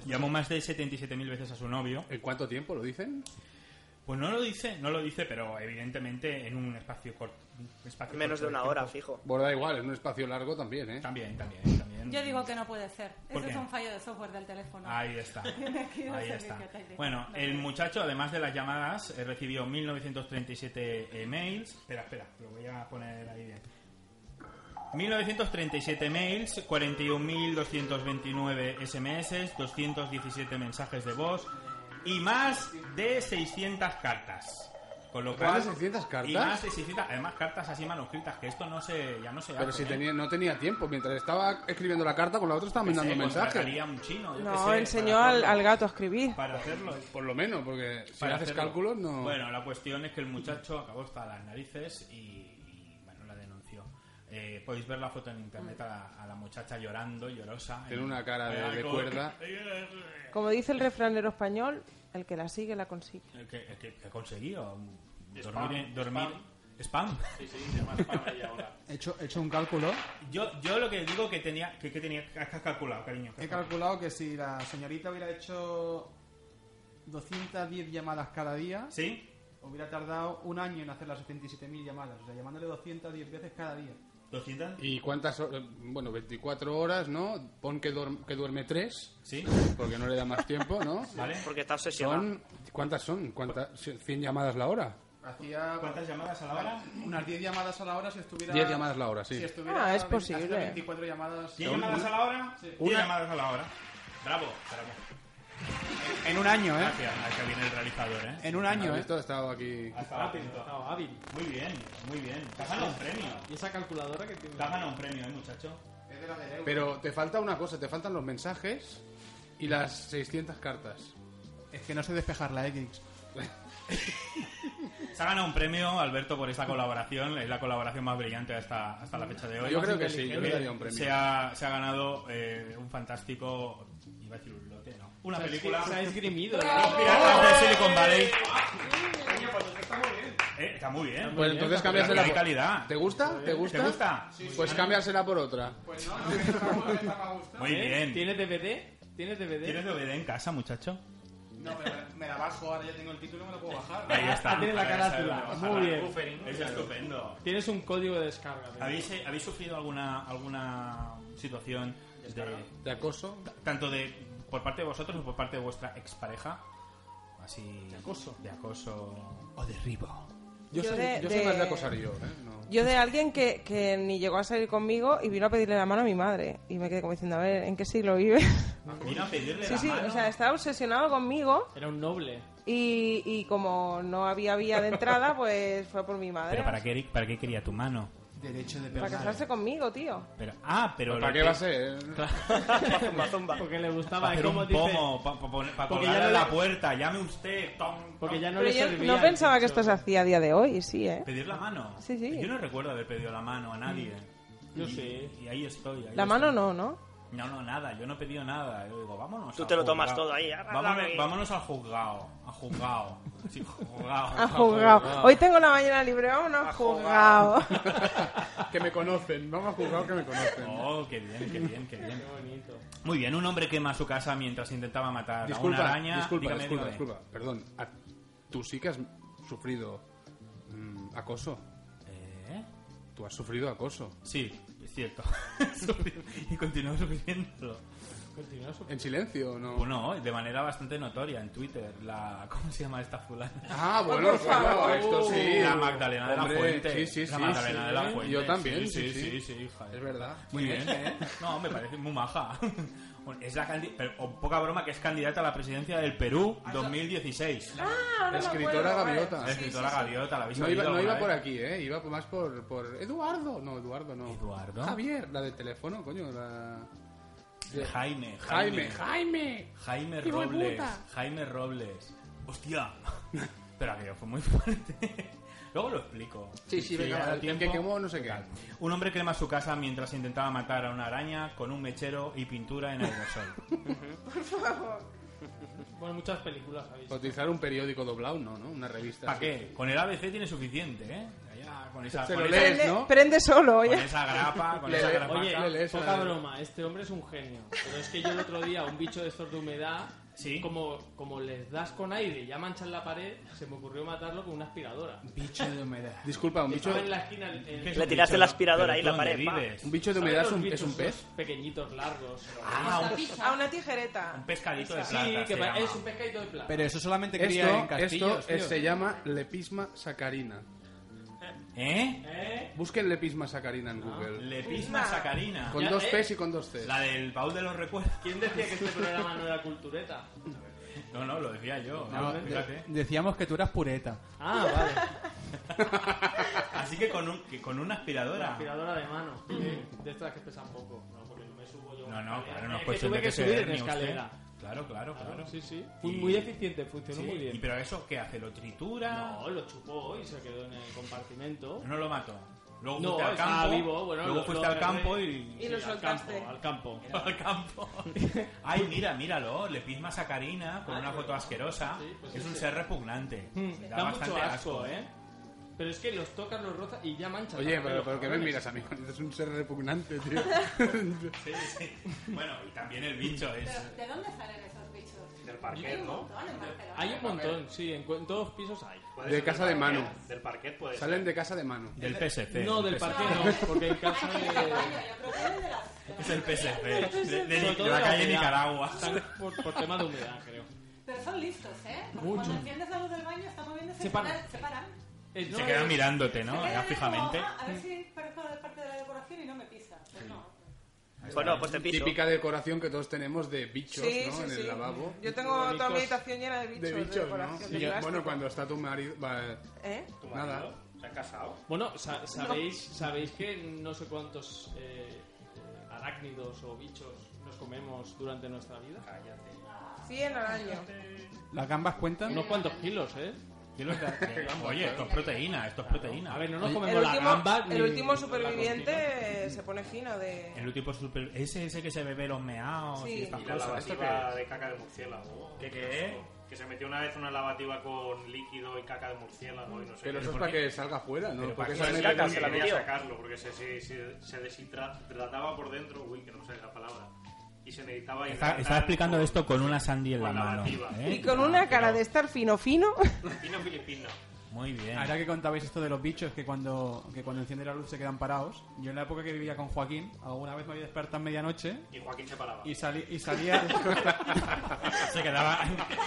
Speaker 4: Llamó más de 77.000 veces a su novio.
Speaker 5: ¿En cuánto tiempo lo dicen?
Speaker 4: Pues no lo dice, no lo dice, pero evidentemente en un espacio corto. espacio
Speaker 8: Menos
Speaker 4: corto
Speaker 8: de una
Speaker 4: tiempo.
Speaker 8: hora, fijo.
Speaker 5: Bueno, da igual, en un espacio largo también, ¿eh?
Speaker 4: También, también, también.
Speaker 10: Yo digo que no puede ser.
Speaker 4: ¿Por
Speaker 10: Eso es
Speaker 4: qué?
Speaker 10: un fallo de software del teléfono.
Speaker 4: Ahí está.
Speaker 10: quiero
Speaker 4: Ahí
Speaker 10: saber
Speaker 4: está.
Speaker 10: qué tal de-
Speaker 4: Bueno,
Speaker 10: no
Speaker 4: el
Speaker 10: puedo.
Speaker 4: muchacho, además de las llamadas, eh, recibió 1937 emails. eh, Espera, espera, lo voy a poner ahí bien. 1937 mails, 41.229 SMS, 217 mensajes de voz y más de 600 cartas. Con lo
Speaker 5: ¿Más
Speaker 4: cual,
Speaker 5: de 600 cartas?
Speaker 4: Y más de 600, además cartas así manuscritas, que esto no se, ya no se
Speaker 5: Pero
Speaker 4: hace,
Speaker 5: si
Speaker 4: ¿eh?
Speaker 5: tenía, no tenía tiempo. Mientras estaba escribiendo la carta, con la otra estaba
Speaker 4: Que se
Speaker 5: mandando mensajes.
Speaker 4: contrataría un chino, yo qué sé,
Speaker 7: No,
Speaker 4: para
Speaker 7: enseñó al,
Speaker 4: hacerlo.
Speaker 7: al gato a escribir.
Speaker 4: Para hacerlo.
Speaker 5: Por lo menos, porque si haces
Speaker 4: hacerlo.
Speaker 5: cálculos, no.
Speaker 4: Bueno, la cuestión es que el muchacho acabó hasta las narices y, y, bueno, la denunció. Eh, podéis ver la foto en internet a la, a la muchacha llorando, llorosa.
Speaker 5: Tiene una cara de-
Speaker 4: Era
Speaker 5: de
Speaker 4: como-
Speaker 5: cuerda.
Speaker 7: Como dice el refranero español, el que la sigue la consigue.
Speaker 4: El que, el que- que ha conseguido
Speaker 6: Spam,
Speaker 4: dormir. en- dormir spam.
Speaker 6: Sí, sí, se llama spam ahí ahora.
Speaker 9: He hecho, he hecho un cálculo.
Speaker 4: Yo, yo lo que digo que tenía que, que tenía que has calculado, cariño. que
Speaker 9: He
Speaker 4: has calculado.
Speaker 9: calculado que si la señorita hubiera hecho 210 llamadas cada día,
Speaker 4: ¿Sí?
Speaker 9: hubiera tardado un año en hacer las 77.000 llamadas. O sea, llamándole 210 veces cada día.
Speaker 4: ¿200?
Speaker 5: ¿Y cuántas horas? Bueno, 24 horas, ¿no? Pon que, duerm- que duerme 3,
Speaker 4: ¿Sí?
Speaker 5: porque no le da más tiempo, ¿no?
Speaker 4: ¿Vale?
Speaker 8: Porque está obsesionado.
Speaker 5: Son, ¿Cuántas son? ¿Cuántas, ¿100 llamadas la hora?
Speaker 9: Hacía
Speaker 4: ¿Cuántas llamadas a la hora?
Speaker 9: unas 10 llamadas a la hora si estuviera...
Speaker 5: 10 llamadas la hora, sí.
Speaker 9: Si estuviera
Speaker 7: Ah, es
Speaker 9: ve-
Speaker 7: posible.
Speaker 9: hasta 24 llamadas...
Speaker 4: ¿Diez llamadas a la hora?
Speaker 9: Sí.
Speaker 4: ¿Diez
Speaker 5: Una-
Speaker 4: llamadas a la hora? Bravo, bravo.
Speaker 9: En un año, ¿eh?
Speaker 4: Gracias, acá viene el realizador, ¿eh?
Speaker 9: En un
Speaker 5: ¿Has
Speaker 9: año, ¿eh?
Speaker 5: visto? He estado Ah, aquí.
Speaker 4: Hasta la
Speaker 6: Rápido, no, hábil.
Speaker 4: Muy bien, muy bien. Te has ganado un premio.
Speaker 6: ¿Y esa calculadora que tiene?
Speaker 4: Te has ganado un premio, ¿eh, muchacho?
Speaker 5: Pero te falta una cosa, te faltan los mensajes y las 600 cartas.
Speaker 9: Es que no sé despejar la X.
Speaker 4: Se ha ganado un premio, Alberto, por esta colaboración. Es la colaboración más brillante hasta, hasta la fecha de hoy.
Speaker 5: Yo creo que sí, yo le daría un premio.
Speaker 4: Se ha, se ha ganado eh, un fantástico. Iba a decir un lote, no. Una película.
Speaker 6: Se ha esgrimido.
Speaker 4: Los piratas de Silicon Valley. Eh, está muy bien.
Speaker 5: Pues entonces
Speaker 4: cambias
Speaker 5: cámbiasela
Speaker 4: la
Speaker 5: por-
Speaker 4: calidad.
Speaker 5: ¿Te gusta? ¿Te gusta?
Speaker 4: Ah, ¿Te gusta?
Speaker 5: Pues cámbiasela por otra.
Speaker 9: Pues
Speaker 4: Muy bien.
Speaker 6: ¿Eh? ¿Tienes DVD? ¿Tienes DVD?
Speaker 4: ¿Tienes DVD en casa, muchacho?
Speaker 9: No, me la, me la bajo, ahora ya tengo el título, me lo puedo bajar.
Speaker 4: Ahí está.
Speaker 6: Ah, tiene la
Speaker 4: Ahora ya sabes
Speaker 6: carátula.
Speaker 4: dónde
Speaker 6: Muy
Speaker 4: bajarla.
Speaker 6: bien.
Speaker 4: Buffering. Es estupendo.
Speaker 6: Tienes un código de descarga. tío.
Speaker 4: ¿Habéis, eh, habéis sufrido alguna, alguna situación de,
Speaker 5: ¿De acoso?
Speaker 4: tanto de por parte de vosotros o por parte de vuestra expareja? Así. De
Speaker 6: acoso.
Speaker 4: De acoso. O derribo.
Speaker 5: Yo,
Speaker 7: Yo
Speaker 5: soy,
Speaker 7: de-
Speaker 5: yo soy más de
Speaker 7: de-
Speaker 5: acosar yo, ¿eh? No.
Speaker 7: Yo de alguien que, que ni llegó a salir conmigo y vino a pedirle la mano a mi madre. Y me quedé como diciendo, a ver, ¿en qué siglo vive?
Speaker 6: Ah,
Speaker 4: Vino a pedirle
Speaker 7: sí,
Speaker 4: la
Speaker 7: sí,
Speaker 4: mano.
Speaker 7: o sea, estaba obsesionado conmigo
Speaker 6: Era un noble.
Speaker 7: y, y como no había vía de entrada, pues fue por mi madre.
Speaker 4: Pero para qué, Eric? ¿para qué quería tu mano?
Speaker 9: Derecho de
Speaker 7: Para casarse conmigo, tío.
Speaker 4: Pero, ah, pero.
Speaker 5: ¿Para
Speaker 4: lo
Speaker 5: qué
Speaker 4: que-
Speaker 5: va a ser?
Speaker 8: Zumba, zumba.
Speaker 6: Porque le
Speaker 4: Para
Speaker 6: gustaba. Es
Speaker 4: hacer
Speaker 6: como
Speaker 4: un
Speaker 6: Ah, dice.
Speaker 4: pomo, para
Speaker 6: Porque
Speaker 4: colgar
Speaker 6: ya
Speaker 4: a
Speaker 6: no
Speaker 4: la
Speaker 6: le-
Speaker 4: puerta, llame usted, tom,
Speaker 6: Porque
Speaker 4: tom.
Speaker 6: ya no
Speaker 7: Pero
Speaker 6: le
Speaker 7: yo
Speaker 6: servía.
Speaker 7: no pensaba que
Speaker 6: dicho.
Speaker 7: esto se hacía a día de hoy, sí, ¿eh?
Speaker 4: Pedir la mano.
Speaker 7: Sí, sí. Mm.
Speaker 4: Yo no recuerdo haber pedido la mano a nadie.
Speaker 6: Yo sí.
Speaker 4: Y ahí estoy. ahí
Speaker 7: La mano
Speaker 4: estoy.
Speaker 7: no, ¿no?
Speaker 4: No, no, nada, yo no he pedido nada. Yo digo, vámonos.
Speaker 8: Tú
Speaker 4: al
Speaker 8: te lo tomas
Speaker 4: juzgado.
Speaker 8: todo ahí, arrasame.
Speaker 4: Vámonos, vámonos al juzgado. A juzgado. Sí,
Speaker 7: [laughs]
Speaker 4: juzgado.
Speaker 7: Ha jugado. Hoy tengo la mañana libre, vámonos, ha jugado.
Speaker 5: que me conocen, vamos a jugar que me conocen.
Speaker 4: Oh, qué bien, qué bien, qué bien.
Speaker 6: Qué bonito.
Speaker 4: Muy bien, un hombre quema su casa mientras intentaba matar a una
Speaker 5: Disculpa,
Speaker 4: araña.
Speaker 5: disculpa,
Speaker 4: Dígame,
Speaker 5: disculpa,
Speaker 4: dígame.
Speaker 5: disculpa. Perdón, ¿a- tú sí que has sufrido mm, acoso.
Speaker 4: ¿Eh?
Speaker 5: Tú has sufrido acoso.
Speaker 4: Sí, es cierto. [laughs] y continúo sufriéndolo.
Speaker 6: Continúa su-
Speaker 5: ¿En silencio no?
Speaker 4: Bueno, de manera bastante notoria en Twitter. La, ¿Cómo se llama esta fulana?
Speaker 5: Ah, bueno,
Speaker 7: por
Speaker 5: claro,
Speaker 7: favor.
Speaker 5: esto sí.
Speaker 4: La Magdalena de la
Speaker 5: Hombre,
Speaker 4: Fuente.
Speaker 5: Sí, sí, sí.
Speaker 4: La Magdalena
Speaker 5: sí.
Speaker 4: de la Fuente.
Speaker 5: Yo
Speaker 4: Sí,
Speaker 5: también,
Speaker 4: sí, sí,
Speaker 5: sí.
Speaker 4: sí, hija.
Speaker 5: Es verdad.
Speaker 4: Muy bien, ¿eh? No, me parece muy maja. [laughs] Bueno, Es la candi- pero, o poca broma que es candidata a la presidencia del Perú
Speaker 5: Ah,
Speaker 4: 2016.
Speaker 5: me Escritora acuerdo, vale. gaviota.
Speaker 4: La escritora Gaviota, la habéis
Speaker 5: No iba,
Speaker 4: oído
Speaker 5: no
Speaker 4: alguna
Speaker 5: iba por
Speaker 4: vez?
Speaker 5: aquí, ¿eh? Iba por- más por, por... Eduardo. No, Eduardo no.
Speaker 4: ¿Eduardo?
Speaker 5: Javier, la del teléfono, coño. La... de-
Speaker 4: Jaime,
Speaker 5: Jaime,
Speaker 4: Jaime,
Speaker 5: Jaime.
Speaker 4: Jaime
Speaker 5: Hijo de
Speaker 4: Robles.
Speaker 5: puta.
Speaker 4: Jaime Robles. Hostia. [laughs] Pero aquello fue muy fuerte. [laughs] Luego lo explico.
Speaker 5: Sí, sí,
Speaker 4: Si
Speaker 5: venga,
Speaker 4: da
Speaker 5: el que
Speaker 4: tiempo.
Speaker 5: quemó no sé qué.
Speaker 4: Un hombre crema su casa mientras intentaba matar a una araña con un mechero y pintura en aerosol.
Speaker 6: Bueno, muchas películas habéis.
Speaker 5: Cotizar un periódico doblado, no, ¿no? Una revista.
Speaker 4: ¿Para
Speaker 5: así.
Speaker 4: qué? Con el ABC tiene suficiente, ¿eh? Allá, con esa,
Speaker 5: Se
Speaker 4: con
Speaker 5: lo
Speaker 4: esa-
Speaker 5: lees,
Speaker 7: Prende,
Speaker 5: ¿no?
Speaker 7: prende solo,
Speaker 4: con
Speaker 7: oye.
Speaker 4: esa grapa, con
Speaker 5: Le-
Speaker 4: esa
Speaker 5: le-
Speaker 4: grapa.
Speaker 6: Oye,
Speaker 5: Le lees
Speaker 6: poca
Speaker 5: la-
Speaker 6: broma, este hombre es un genio. Pero es que yo el otro día, un bicho de estos de humedad,
Speaker 4: Sí.
Speaker 6: como, como les das con aire y ya manchan la pared, se me ocurrió matarlo con una aspiradora.
Speaker 9: Bicho de humedad.
Speaker 5: Disculpa, un
Speaker 6: Que
Speaker 5: bicho,
Speaker 6: estaba en la esquina. el- el-
Speaker 4: ¿Qué
Speaker 8: Le tiraste
Speaker 4: bicho?
Speaker 8: la aspiradora
Speaker 4: ¿Pero
Speaker 8: ahí,
Speaker 4: tú
Speaker 8: la
Speaker 4: dónde
Speaker 8: pared, pa.
Speaker 4: vives?
Speaker 5: un bicho de
Speaker 6: ¿sabes
Speaker 5: humedad es un,
Speaker 6: los
Speaker 5: es
Speaker 6: bichos
Speaker 5: un pez.
Speaker 6: esos Pequeñitos, largos.
Speaker 4: Ah, un,
Speaker 7: A una tijereta.
Speaker 4: un pescadito de
Speaker 6: Sí,
Speaker 4: plata. se
Speaker 6: que pa-
Speaker 4: llama.
Speaker 6: es un pescadito de plata.
Speaker 9: Pero eso solamente cría en
Speaker 5: Esto,
Speaker 9: castillos,
Speaker 5: esto es- se llama lepisma sacarina.
Speaker 4: ¿Eh?
Speaker 6: ¿Eh?
Speaker 5: Busquen lepisma sacarina en Google.
Speaker 6: Pues
Speaker 4: Lepisma sacarina.
Speaker 5: Con
Speaker 6: Ya,
Speaker 5: dos
Speaker 6: eh.
Speaker 5: P's y con dos C's.
Speaker 4: La del baúl de los recuerdos.
Speaker 6: ¿Quién decía
Speaker 4: [laughs]
Speaker 6: que este programa no era cultureta?
Speaker 4: No, no, lo decía yo.
Speaker 9: No, de-
Speaker 4: fíjate.
Speaker 9: decíamos que tú eras pureta.
Speaker 6: Ah, vale.
Speaker 4: Así que con, un, que con una
Speaker 6: Una
Speaker 4: aspiradora.
Speaker 6: aspiradora de mano. Eh, De estas que pesan poco. No, porque no me subo yo.
Speaker 4: Mm. No, no,
Speaker 6: escalera.
Speaker 4: claro, no es
Speaker 6: Es que
Speaker 4: cuestión
Speaker 6: tuve
Speaker 4: de
Speaker 6: que
Speaker 4: que se
Speaker 6: subir en
Speaker 4: derne usted.
Speaker 6: escalera.
Speaker 4: Claro, claro, claro.
Speaker 6: Claro, sí, sí. Fue
Speaker 4: Y-
Speaker 6: muy eficiente, funcionó
Speaker 4: Sí,
Speaker 6: muy
Speaker 4: y
Speaker 6: bien.
Speaker 4: pero eso, ¿qué hace? ¿Lo tritura?
Speaker 6: No, lo chupó y se quedó en el compartimento.
Speaker 4: No lo mato. Luego
Speaker 6: No,
Speaker 4: fuiste al
Speaker 6: estaba
Speaker 4: campo.
Speaker 6: vivo, bueno,
Speaker 4: luego
Speaker 6: lo-
Speaker 4: fuiste
Speaker 6: lo
Speaker 4: al campo
Speaker 6: agarré.
Speaker 4: y.
Speaker 7: Y lo
Speaker 6: Sí,
Speaker 7: soltaste.
Speaker 6: Al campo, al campo.
Speaker 4: [laughs] Al
Speaker 6: [laughs]
Speaker 4: campo. Ay, mira, míralo. Le pisma sacarina con
Speaker 6: Ah,
Speaker 4: una
Speaker 6: pero-
Speaker 4: foto asquerosa.
Speaker 6: sí, pues
Speaker 4: es
Speaker 6: sí,
Speaker 4: un
Speaker 6: sí.
Speaker 4: ser repugnante.
Speaker 6: Mm, Da, mucho asco, ¿eh? Pero es que los tocas, los rozas y ya manchan.
Speaker 5: Oye,
Speaker 6: la
Speaker 5: pero,
Speaker 6: piel,
Speaker 5: pero que me
Speaker 6: cabrones.
Speaker 5: miras, amigo. [laughs] Es un ser repugnante, tío.
Speaker 4: Sí, sí.
Speaker 6: [laughs]
Speaker 4: Bueno, y también el bicho es.
Speaker 10: ¿De dónde salen esos bichos?
Speaker 1: Del
Speaker 10: Hay
Speaker 1: parquet,
Speaker 10: un
Speaker 1: ¿no?
Speaker 10: montón en Barcelona.
Speaker 6: Hay un montón, sí, en, cu- en todos los pisos hay.
Speaker 1: Puede
Speaker 5: De
Speaker 1: ser
Speaker 5: casa
Speaker 1: del
Speaker 5: de
Speaker 1: parquet.
Speaker 3: eh.
Speaker 5: Manu.
Speaker 1: Del parquet puede
Speaker 5: Salen de casa de mano.
Speaker 4: Del PSC.
Speaker 6: no, del
Speaker 4: PSC.
Speaker 6: parque no, porque en casa
Speaker 10: Hay gente de baño,
Speaker 6: de.
Speaker 10: yo creo que es de las- de
Speaker 4: Es
Speaker 10: las-
Speaker 4: el PSC. De, de- de
Speaker 6: sobre todo
Speaker 4: la calle
Speaker 6: humedad.
Speaker 4: Nicaragua.
Speaker 6: Están por, por tema de humedad, creo.
Speaker 10: Pero son listos, ¿eh? Porque
Speaker 6: Mucho.
Speaker 10: cuando enciendes la luz del baño, están moviéndose
Speaker 6: Se
Speaker 10: y
Speaker 6: paran.
Speaker 10: Se paran.
Speaker 6: Eh, no,
Speaker 4: Se quedan
Speaker 6: eh,
Speaker 4: mirándote, ¿no?
Speaker 10: Se
Speaker 4: Ya
Speaker 10: quedan ahí como,
Speaker 4: fijamente.
Speaker 10: "Ah,
Speaker 5: Mm.
Speaker 10: a ver si parezco de parte de la decoración y no me pisa. Pues no.
Speaker 8: Pues no, pues te piso.
Speaker 5: Típica decoración que todos tenemos de bichos,
Speaker 7: Sí,
Speaker 5: ¿no?
Speaker 7: sí,
Speaker 5: en el
Speaker 7: sí.
Speaker 5: lavabo.
Speaker 7: Yo tengo toda
Speaker 6: Bonitos.
Speaker 7: mi habitación llena de bichos.
Speaker 5: De bichos, ¿no?
Speaker 7: decoración,
Speaker 5: Y
Speaker 7: de
Speaker 5: yo-
Speaker 7: plástico.
Speaker 5: bueno, cuando está tu marido... va,
Speaker 7: ¿Eh?
Speaker 1: ¿Tu
Speaker 5: Nada.
Speaker 1: marido ¿Se ha casado?
Speaker 6: Bueno, sa- sabéis, sabéis que no sé cuántos eh, eh, arácnidos o bichos nos comemos durante nuestra vida?
Speaker 7: 100 al año.
Speaker 4: ¿Las gambas cuentan?
Speaker 6: Unos cuantos kilos, ¿eh?
Speaker 4: Kilos
Speaker 6: [laughs]
Speaker 4: de- Oye, esto es proteína, esto es proteína.
Speaker 6: A ver, no nos
Speaker 7: El
Speaker 6: comemos la
Speaker 7: último,
Speaker 6: gamba.
Speaker 7: el
Speaker 6: ni
Speaker 7: último
Speaker 6: la costilla.
Speaker 7: superviviente se pone fino de...
Speaker 4: El tipo super... Ese, ese que se bebe los meados
Speaker 7: Sí.
Speaker 4: y estas
Speaker 3: Y la
Speaker 4: cosas. ¿Esto qué
Speaker 3: lavativa
Speaker 4: es?
Speaker 3: de caca de murciélago.
Speaker 4: ¿Qué qué es?
Speaker 3: Que se metió una vez una lavativa con líquido y caca de murciélago y no sé
Speaker 5: Pero
Speaker 3: qué.
Speaker 5: eso es para que salga fuera, ¿no?
Speaker 4: Pero
Speaker 5: Porque
Speaker 4: para
Speaker 5: sale-
Speaker 3: Sí,
Speaker 8: caca,
Speaker 3: no
Speaker 8: se la
Speaker 3: quería
Speaker 8: metió.
Speaker 3: sacarlo porque se, se, se- se deshidrataba por dentro, uy, que no me sale la palabra. Y se necesitaba
Speaker 4: Está,
Speaker 3: hidratar
Speaker 4: está explicando
Speaker 3: con-
Speaker 4: esto con una sandía en la
Speaker 3: con la
Speaker 4: mano.
Speaker 3: lavativa.
Speaker 4: ¿eh?
Speaker 7: Y con una cara de estar fino fino. [laughs]
Speaker 3: Filipino, filipino.
Speaker 4: Muy bien.
Speaker 9: Ahora que contabais esto de los bichos que cuando, que cuando enciende la luz se quedan parados, yo en la época que vivía con Joaquín, alguna vez me había despertado a medianoche
Speaker 3: Y Joaquín se paraba.
Speaker 9: y, salí- y
Speaker 5: [laughs]
Speaker 9: salía...
Speaker 4: [laughs] Se quedaba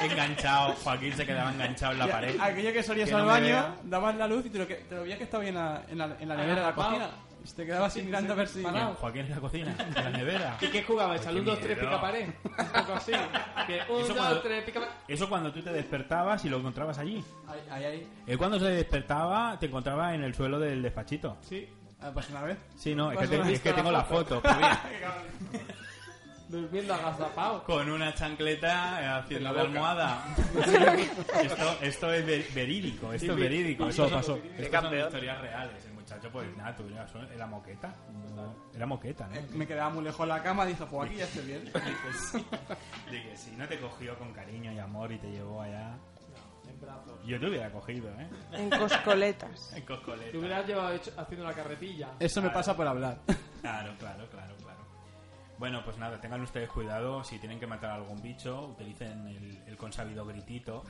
Speaker 4: enganchado, Joaquín se quedaba enganchado en la pared.
Speaker 9: Aquello que salías
Speaker 4: Que
Speaker 9: al
Speaker 4: no me
Speaker 9: baño,
Speaker 4: vea.
Speaker 9: dabas la luz y te lo, que, te lo veías que estaba ahí en la, en la, en la nevera de la
Speaker 6: atrapado.
Speaker 9: cocina. Y te quedabas así mirando a ver si...
Speaker 4: Bien, Joaquín en la cocina, en la nevera.
Speaker 6: ¿Y qué jugabais? ¿Al
Speaker 4: Qué
Speaker 6: 1, 2, 3,
Speaker 4: miedo.
Speaker 6: pica pared? Un poco así.
Speaker 4: [laughs]
Speaker 6: Que 1,
Speaker 4: cuando-
Speaker 6: 2, 3, pica pared.
Speaker 4: Eso cuando tú te despertabas y lo encontrabas allí.
Speaker 9: Ahí, ahí, ahí.
Speaker 4: Él cuando se despertaba te encontraba en el suelo del despachito.
Speaker 9: Sí, ah, pues una vez.
Speaker 4: Sí, no, es que,
Speaker 9: Pues no
Speaker 4: te-
Speaker 9: he
Speaker 4: es que
Speaker 9: visto
Speaker 4: tengo
Speaker 9: la
Speaker 4: la foto. pero bien.
Speaker 6: Durmiendo agazapado.
Speaker 4: Con una chancleta eh, haciendo de almohada. esto, esto es ve- verídico, esto es verídico. Eso pasó. Estas son
Speaker 8: campeón.
Speaker 4: historias reales. El muchacho, pues nada, tú eras- era moqueta. Era moqueta, ¿no?
Speaker 9: Eh, Me quedaba muy lejos de la cama, dije, pues aquí ya estoy bien.
Speaker 4: De que si no te cogió con cariño y amor y te llevó allá.
Speaker 6: En brazos.
Speaker 4: Yo te hubiera cogido, ¿eh?
Speaker 10: [laughs]
Speaker 7: En coscoletas.
Speaker 4: En
Speaker 6: Te
Speaker 4: coscoleta.
Speaker 6: hubieras llevado hecho- haciendo la carretilla.
Speaker 9: Eso me pasa por hablar.
Speaker 4: Claro, claro, claro, claro. Bueno, pues nada, tengan ustedes cuidado. Si tienen que matar a algún bicho, utilicen el, el consabido gritito.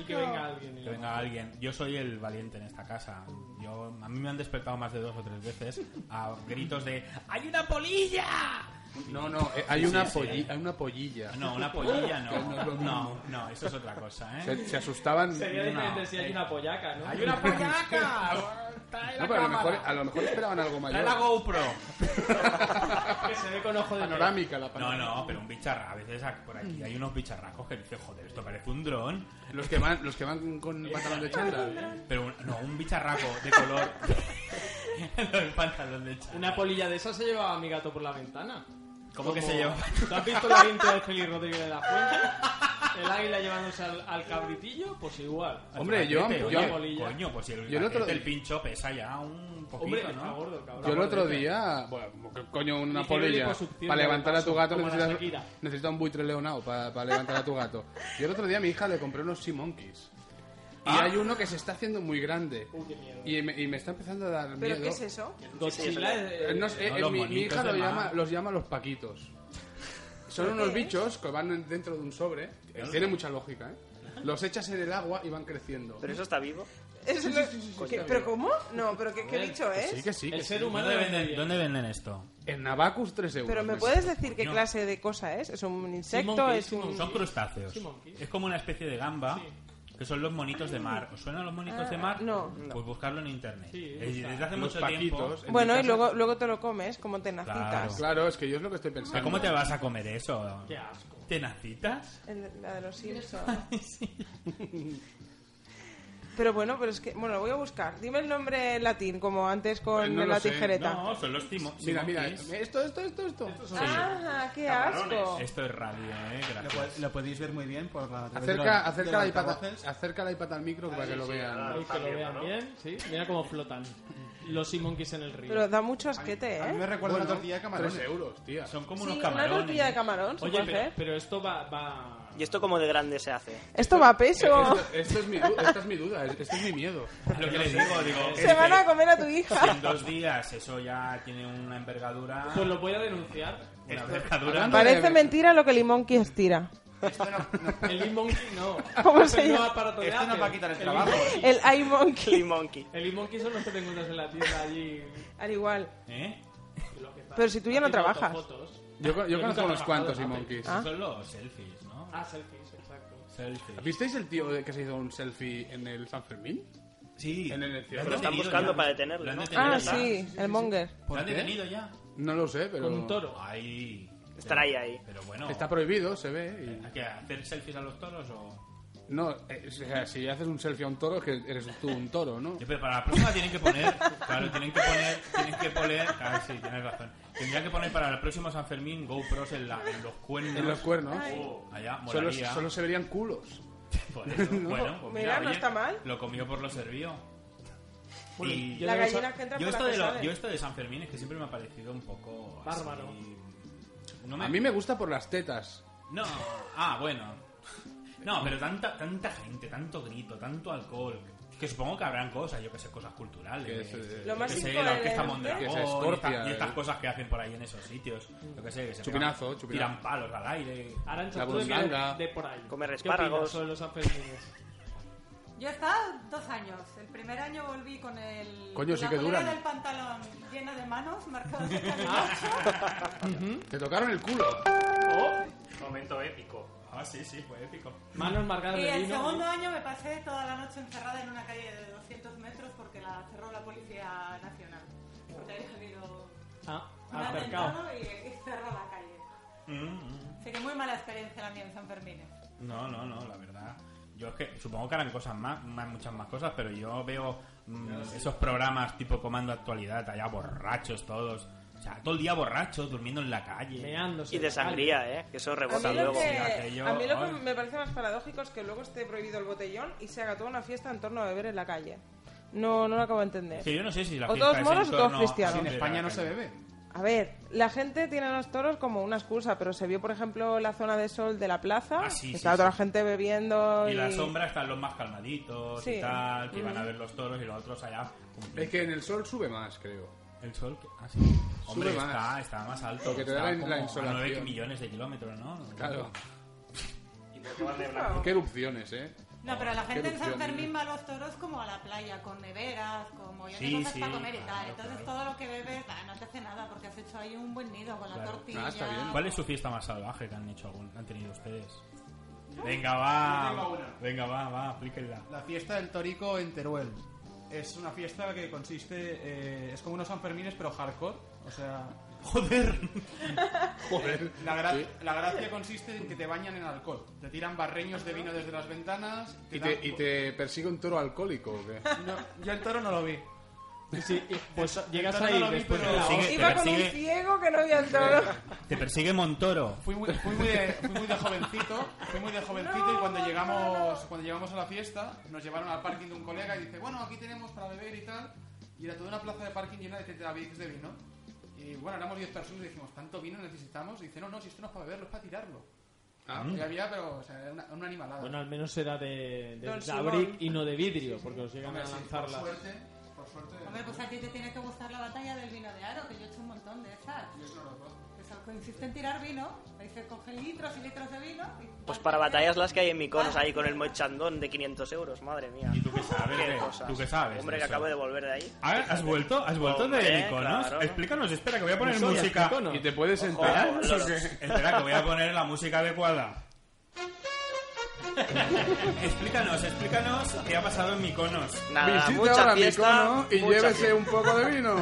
Speaker 6: Y que venga alguien. y
Speaker 4: Que
Speaker 6: lo-
Speaker 4: venga alguien. Yo soy el valiente en esta casa. Yo, a mí me han despertado más de dos o tres veces a gritos de ¡Hay una polilla!
Speaker 5: No, no, eh, hay, una
Speaker 4: Sí, sí.
Speaker 5: polli- hay una pollilla.
Speaker 4: No, una polilla
Speaker 5: No es lo
Speaker 4: no.
Speaker 5: mismo.
Speaker 4: No, no, eso es otra cosa, ¿eh?
Speaker 5: Se, se asustaban.
Speaker 6: Sería
Speaker 5: No.
Speaker 6: diferente si hay una pollaca, ¿no?
Speaker 4: ¡Hay una pollaca! ¡Trae la
Speaker 5: No, pero a lo, mejor,
Speaker 4: cámara!
Speaker 5: a lo mejor esperaban algo
Speaker 4: ¡Trae la
Speaker 5: mayor.
Speaker 4: GoPro!
Speaker 6: que se ve con ojo de pez.
Speaker 5: Panorámica la
Speaker 4: No,
Speaker 5: panorámica.
Speaker 4: no, pero un bicharraco. A veces a- por aquí hay unos bicharracos que dices, joder, esto parece un dron.
Speaker 5: Los que van, los que van con
Speaker 9: [laughs]
Speaker 5: pantalón de chándal.
Speaker 4: Pero un- no, un bicharraco de color. [laughs] Los pantalones de chándal.
Speaker 6: Una polilla de esas se llevaba a mi gato por la ventana.
Speaker 4: ¿Cómo que se lleva?
Speaker 6: ¿Tú has visto la intro de Feliz Rodríguez de la Fuente? El águila llevándose al, al cabritillo, pues igual.
Speaker 5: Hombre, yo-
Speaker 4: Oye,
Speaker 5: yo-
Speaker 4: Coño, pues si el,
Speaker 5: Yo el otro
Speaker 4: paquete, el
Speaker 5: día-
Speaker 4: pincho pesa ya un poquito,
Speaker 6: Hombre, está
Speaker 4: ¿no?
Speaker 6: gordo, cabrón. pues,
Speaker 5: Yo el otro día, bueno, ¿qué coño, una
Speaker 6: Dijeron
Speaker 5: polilla.
Speaker 6: liposucción,
Speaker 5: Para levantar a tu gato
Speaker 6: como la
Speaker 5: necesitas,
Speaker 6: Shakira.
Speaker 5: necesitas un buitre leonado para, levantar a tu gato. Yo el otro día a mi hija le compré unos Sea Monkeys. Y hay uno que se está haciendo muy grande.
Speaker 6: Ah. Uy, qué miedo.
Speaker 5: Y me, y me está empezando a dar miedo.
Speaker 7: ¿Pero qué es eso?
Speaker 6: Godzilla es-
Speaker 5: Eh, no sé,
Speaker 4: No,
Speaker 5: eh,
Speaker 4: los
Speaker 5: mi, mi
Speaker 4: monitos de
Speaker 5: hija lo
Speaker 4: mar.
Speaker 5: llama, los llama los paquitos. Son unos bichos que van dentro de un sobre. Eh, Tiene mucha lógica, ¿eh? Los echas en el agua y van creciendo.
Speaker 8: Pero eso está vivo.
Speaker 7: Eso no- ¿Qué- ¿Pero cómo? No, ¿pero qué, qué bicho
Speaker 10: pues
Speaker 7: es?
Speaker 5: Sí, que sí. que
Speaker 6: el
Speaker 5: sí.
Speaker 6: ser humano
Speaker 4: ¿Dónde
Speaker 6: es muy
Speaker 4: venden,
Speaker 6: bien.
Speaker 4: dónde venden esto?
Speaker 5: En Navacus 3 euros.
Speaker 7: ¿Pero me
Speaker 5: Es-
Speaker 7: puedes decir qué
Speaker 4: Coño.
Speaker 7: clase de cosa es? ¿Es un insecto?
Speaker 6: monkey,
Speaker 7: ¿Es
Speaker 6: sí,
Speaker 7: un...?
Speaker 6: monkey.
Speaker 4: Pues Son crustáceos.
Speaker 6: Sí, monkeys.
Speaker 4: Es como una especie de gamba. Que son los monitos de mar. ¿Os suenan los monitos de mar?
Speaker 7: Ah, no.
Speaker 4: Pues buscarlo en internet.
Speaker 6: Sí,
Speaker 4: Eh, Desde hace
Speaker 5: Los
Speaker 4: mucho tiempo.
Speaker 5: paquitos. en
Speaker 7: Bueno,
Speaker 5: mi
Speaker 7: y
Speaker 5: casa-
Speaker 7: luego, luego te lo comes como tenacitas.
Speaker 5: Claro, es que yo es lo que estoy
Speaker 4: Pero
Speaker 5: pensando.
Speaker 4: ¿Cómo te vas a comer eso?
Speaker 6: Qué asco.
Speaker 4: ¿Tenacitas?
Speaker 7: El- La de los Simpsons. Pero bueno, pero es que... Bueno, lo voy a buscar. Dime el nombre latín, como antes con
Speaker 5: Eh, no
Speaker 7: la
Speaker 5: lo sé.
Speaker 7: tijereta.
Speaker 4: No, son los timos.
Speaker 5: Mira, mira, esto, esto, esto, esto.
Speaker 7: ¡Ah, qué asco!
Speaker 4: Esto es radio, eh.
Speaker 9: Lo,
Speaker 4: Gracias.
Speaker 9: pod- lo podéis ver muy bien por la... a través de los-
Speaker 5: Acerca,
Speaker 9: de
Speaker 5: acerca,
Speaker 9: los
Speaker 5: la iPad,
Speaker 9: altavoces.
Speaker 5: acerca la iPad al micro para que lo vean.
Speaker 6: Uy, que lo vean bien, sí. Mira cómo flotan los sea monkeys en el río.
Speaker 7: Pero da mucho asquete,
Speaker 9: A mí me
Speaker 7: ¿eh?
Speaker 9: recuerda
Speaker 5: Bueno,
Speaker 9: una tortilla de camarones.
Speaker 5: 3 euros, tía.
Speaker 4: Son como
Speaker 7: Sí,
Speaker 4: unos
Speaker 7: una
Speaker 4: camarones.
Speaker 7: tortilla de camarón, se
Speaker 6: Oye,
Speaker 7: puede
Speaker 6: pero,
Speaker 7: hacer.
Speaker 6: pero esto va, va...
Speaker 8: ¿Y esto como de grande se hace? [laughs]
Speaker 7: Esto va a peso.
Speaker 5: Esto,
Speaker 7: [laughs]
Speaker 5: esto es mi, du- esta es mi duda, es- este es mi miedo.
Speaker 4: Lo que les digo, digo.
Speaker 7: Se van a
Speaker 4: este,
Speaker 7: comer a tu hija.
Speaker 4: si en dos días eso ya tiene una envergadura.
Speaker 6: Pues lo voy a denunciar.
Speaker 4: Una envergadura.
Speaker 5: Hablando-
Speaker 7: [laughs] Parece mentira lo que Limonki estira.
Speaker 6: El e-monkey no.
Speaker 7: ¿Cómo
Speaker 6: Es
Speaker 7: se
Speaker 6: el
Speaker 7: llama?
Speaker 6: nuevo aparato de
Speaker 9: Esto nos
Speaker 6: Apple.
Speaker 9: va a quitar el
Speaker 6: E-
Speaker 9: trabajo.
Speaker 7: El iMonkey,
Speaker 8: Clean Monkey.
Speaker 6: El e-monkey son los que te encuentras en la tienda allí.
Speaker 7: al igual.
Speaker 4: ¿Eh?
Speaker 6: los que están
Speaker 7: Pero si tú ya no
Speaker 6: haciendo
Speaker 7: trabajas.
Speaker 6: autofotos.
Speaker 5: Yo, co- yo
Speaker 6: Yo
Speaker 5: conozco
Speaker 6: nunca he
Speaker 5: unos cuantos y
Speaker 6: trabajado,
Speaker 5: monkeys.
Speaker 7: Ah.
Speaker 4: Son los selfies, ¿no?
Speaker 6: Ah, selfies, exacto.
Speaker 4: Selfies.
Speaker 5: ¿Visteis el tío que se hizo un selfie en el San Fermín?
Speaker 4: Sí.
Speaker 5: En el encierro.
Speaker 8: Lo están buscando para detenerlo,
Speaker 4: Lo han
Speaker 8: ¿no?
Speaker 4: detenido
Speaker 7: Ah,
Speaker 4: ya.
Speaker 7: sí, el monger.
Speaker 4: ¿Lo han
Speaker 5: qué?
Speaker 4: detenido ya?
Speaker 5: No lo sé, pero.
Speaker 6: Con un toro.
Speaker 4: Ay.
Speaker 8: Estará ahí, ahí.
Speaker 4: Pero bueno.
Speaker 5: Está prohibido, se ve.
Speaker 4: ¿Hay que hacer selfies a los toros o.?
Speaker 5: No, eh, o sea, si haces un selfie a un toro, es que eres tú un toro, ¿no?
Speaker 4: Pero para la próxima tienen que
Speaker 8: [laughs]
Speaker 4: poner, claro, tienen que poner, tienen que poner, claro, sí, tienes razón. Tendría que poner para el próximo San Fermín GoPros en, la- en los cuernos.
Speaker 5: En los cuernos.
Speaker 4: Oh, allá,
Speaker 5: Solo,
Speaker 4: molaría.
Speaker 5: solo se verían culos.
Speaker 4: Por
Speaker 5: [laughs]
Speaker 4: eso. Bueno, pues
Speaker 7: Mira, no
Speaker 4: oye,
Speaker 7: está mal.
Speaker 4: Lo comió por lo servido. Y
Speaker 7: La gallina que entra
Speaker 4: yo
Speaker 7: por la
Speaker 4: esto
Speaker 7: que
Speaker 4: de lo-
Speaker 7: sale.
Speaker 4: yo esto de San Fermín es que siempre me ha parecido un poco así-
Speaker 6: Bárbaro.
Speaker 4: No me-
Speaker 5: A mí me gusta por las tetas.
Speaker 4: No, ah, bueno. No, pero tanta, tanta gente, tanto grito, tanto alcohol. Que supongo que habrán cosas, yo que sé, cosas culturales.
Speaker 5: Que es, eh,
Speaker 7: Lo
Speaker 4: yo
Speaker 7: más
Speaker 4: que sé, la orquesta
Speaker 7: incoherente.
Speaker 5: Que
Speaker 4: Mondragón
Speaker 5: se
Speaker 4: y,
Speaker 5: escorpia,
Speaker 4: esta- y estas
Speaker 5: eh.
Speaker 4: cosas que hacen por ahí en esos sitios. Yo que sé, que se
Speaker 5: Chupinazo,
Speaker 4: pegan-
Speaker 5: chupinazo.
Speaker 4: tiran palos al aire.
Speaker 5: La
Speaker 6: Arancha, tú de,
Speaker 5: burundanga.
Speaker 6: de por ahí.
Speaker 8: Comer
Speaker 6: ¿Qué
Speaker 8: espárragos.
Speaker 6: opinas sobre los Sanfermines?
Speaker 10: Yo he estado dos años. El primer año volví con el.
Speaker 5: Coño,
Speaker 10: la
Speaker 5: sí que
Speaker 10: polera
Speaker 5: duran.
Speaker 10: del pantalón llena de manos, marcadas de calimocho.
Speaker 5: Te tocaron el culo.
Speaker 3: Momento épico.
Speaker 4: Ah, sí, sí, fue épico.
Speaker 6: Manos marcadas
Speaker 10: Y
Speaker 6: de
Speaker 10: el
Speaker 6: vino.
Speaker 10: segundo año me pasé toda la noche encerrada en una calle de 200 metros porque la cerró la Policía Nacional. Porque había habido
Speaker 6: Ah,
Speaker 10: un
Speaker 6: altercado.
Speaker 10: atentado y, y cerró la calle. Así que muy mala experiencia la mía en San Fermín.
Speaker 4: No, no, no, la verdad. Yo es que supongo que harán cosas más, más muchas más cosas, pero yo veo mm, esos programas tipo Comando Actualidad, allá borrachos todos. O sea, todo el día borrachos, durmiendo en la calle.
Speaker 6: Meándose.
Speaker 8: Y de sangría, ¿eh? Que eso rebota
Speaker 7: A mí, lo
Speaker 8: luego.
Speaker 7: que,
Speaker 4: aquello,
Speaker 7: a mí lo que
Speaker 4: ay.
Speaker 7: me parece más paradójico es que luego esté prohibido el botellón y se haga toda una fiesta en torno a beber en la calle. No, no lo acabo de entender.
Speaker 4: Que yo no sé si la
Speaker 7: O
Speaker 4: fiesta
Speaker 7: todos
Speaker 4: es en
Speaker 7: moros o todos
Speaker 4: torno a-
Speaker 7: cristianos.
Speaker 4: sí,
Speaker 7: En
Speaker 9: En
Speaker 4: de la
Speaker 9: España no
Speaker 4: calle.
Speaker 9: se bebe.
Speaker 7: A ver, la gente tiene a los toros como una excusa, pero se vio, por ejemplo, la zona de sol de la plaza.
Speaker 4: Ah, sí,
Speaker 7: que
Speaker 4: sí,
Speaker 7: estaba
Speaker 4: sí.
Speaker 7: toda la gente bebiendo. Y,
Speaker 4: Y la sombra están los más calmaditos y
Speaker 7: Sí.
Speaker 4: tal, que van a ver los toros y los otros allá. cumpliendo.
Speaker 5: Es que en el sol sube más, creo.
Speaker 4: El sol, que- ah, sí. Hombre,
Speaker 5: Sube más.
Speaker 4: está, está más alto.
Speaker 5: Porque te da
Speaker 4: está
Speaker 5: la- la
Speaker 4: como
Speaker 5: insolación.
Speaker 4: A 9 millones de kilómetros, ¿no?
Speaker 5: Claro.
Speaker 3: Y por qué van de blanco.
Speaker 5: Qué erupciones, ¿eh?
Speaker 10: No, pero la gente en San
Speaker 5: erupción.
Speaker 10: Fermín va a los toros como a la playa, con neveras, con mollones
Speaker 4: Sí,
Speaker 10: cosas
Speaker 4: sí,
Speaker 10: para comer y
Speaker 4: claro,
Speaker 10: tal. Entonces
Speaker 4: claro.
Speaker 10: todo lo que bebes ah, no te hace nada porque has hecho ahí un buen nido con la
Speaker 4: Claro.
Speaker 10: tortilla.
Speaker 5: Ah, está bien.
Speaker 4: ¿Cuál es su fiesta más salvaje que han hecho algún- han tenido ustedes? Venga, va. Venga, va, va, aplíquenla.
Speaker 9: La fiesta del Torico en Teruel. Es una fiesta que consiste. eh, es como unos Sanfermines, pero hardcore. O sea.
Speaker 4: Joder.
Speaker 5: Joder.
Speaker 9: La, gra-
Speaker 5: Sí.
Speaker 9: la gracia consiste en que te bañan en alcohol. Te tiran barreños de vino desde las ventanas.
Speaker 5: ¿Y
Speaker 9: dan-
Speaker 5: te, y te persigue un toro alcohólico o qué?
Speaker 9: No, yo el toro no lo vi.
Speaker 6: Y sí, y-
Speaker 9: [laughs]
Speaker 6: pues llegas
Speaker 9: Entonces
Speaker 6: ahí
Speaker 9: no lo vi,
Speaker 6: después
Speaker 9: pero
Speaker 6: de la
Speaker 4: sigue-
Speaker 6: hostia.
Speaker 7: Oh, Iba con un
Speaker 4: persigue-
Speaker 7: ciego que no veía el toro.
Speaker 4: Te persigue Montoro.
Speaker 9: Fui muy, fui muy de, fui muy de jovencito, fui muy de jovencito y cuando llegamos, cuando llegamos a la fiesta nos llevaron al parking de un colega y dice, bueno, aquí tenemos para beber y tal. Y era toda una plaza de parking llena de tetravix de vino. Y bueno, éramos 10 personas y dijimos, ¿tanto vino necesitamos? Y dice, no, no, si esto no es para beberlo, es para tirarlo.
Speaker 8: Ah.
Speaker 9: Y había, pero, o sea, era una, una animalada.
Speaker 6: Bueno, al menos era de, de,
Speaker 7: Don
Speaker 6: de
Speaker 7: Simón.
Speaker 6: brick y no de vidrio, porque os llegan a
Speaker 9: Hombre, sí, por
Speaker 6: lanzarlas.
Speaker 9: suerte, por suerte.
Speaker 10: Hombre, pues a ti te tiene que gustar la batalla del vino de aro, que yo he hecho un montón de esas.
Speaker 9: yo eso no lo conozco.
Speaker 10: Que solo consiste en tirar vino, ahí se cogen litros y litros de vino. y-
Speaker 8: Pues para batallas las que hay en Miconos ahí con el mochandón de 500 euros, madre mía.
Speaker 4: ¿Y tú qué sabes?
Speaker 8: Qué
Speaker 4: de-
Speaker 8: cosas.
Speaker 4: ¿Tú qué sabes?
Speaker 8: Hombre,
Speaker 4: de
Speaker 8: que
Speaker 4: eso?
Speaker 8: acabo de volver de ahí.
Speaker 4: A ver, ¿has vuelto? ¿Has vuelto de
Speaker 8: Hombre,
Speaker 4: iconos?
Speaker 8: claro.
Speaker 4: Explícanos, espera, que voy a poner
Speaker 6: soy
Speaker 4: música.
Speaker 6: Icono.
Speaker 5: ¿Y te puedes
Speaker 4: Espera,
Speaker 5: sentar?
Speaker 8: Ojo, Lolo.
Speaker 4: espera, que voy a poner la música adecuada. explícanos, explícanos qué ha pasado en Miconos.
Speaker 8: Nada,
Speaker 5: Visite
Speaker 8: mucha
Speaker 5: ahora
Speaker 8: fiesta.
Speaker 5: Micono y
Speaker 8: mucha
Speaker 5: llévese
Speaker 8: fiesta.
Speaker 5: un poco de
Speaker 8: [laughs]
Speaker 5: vino.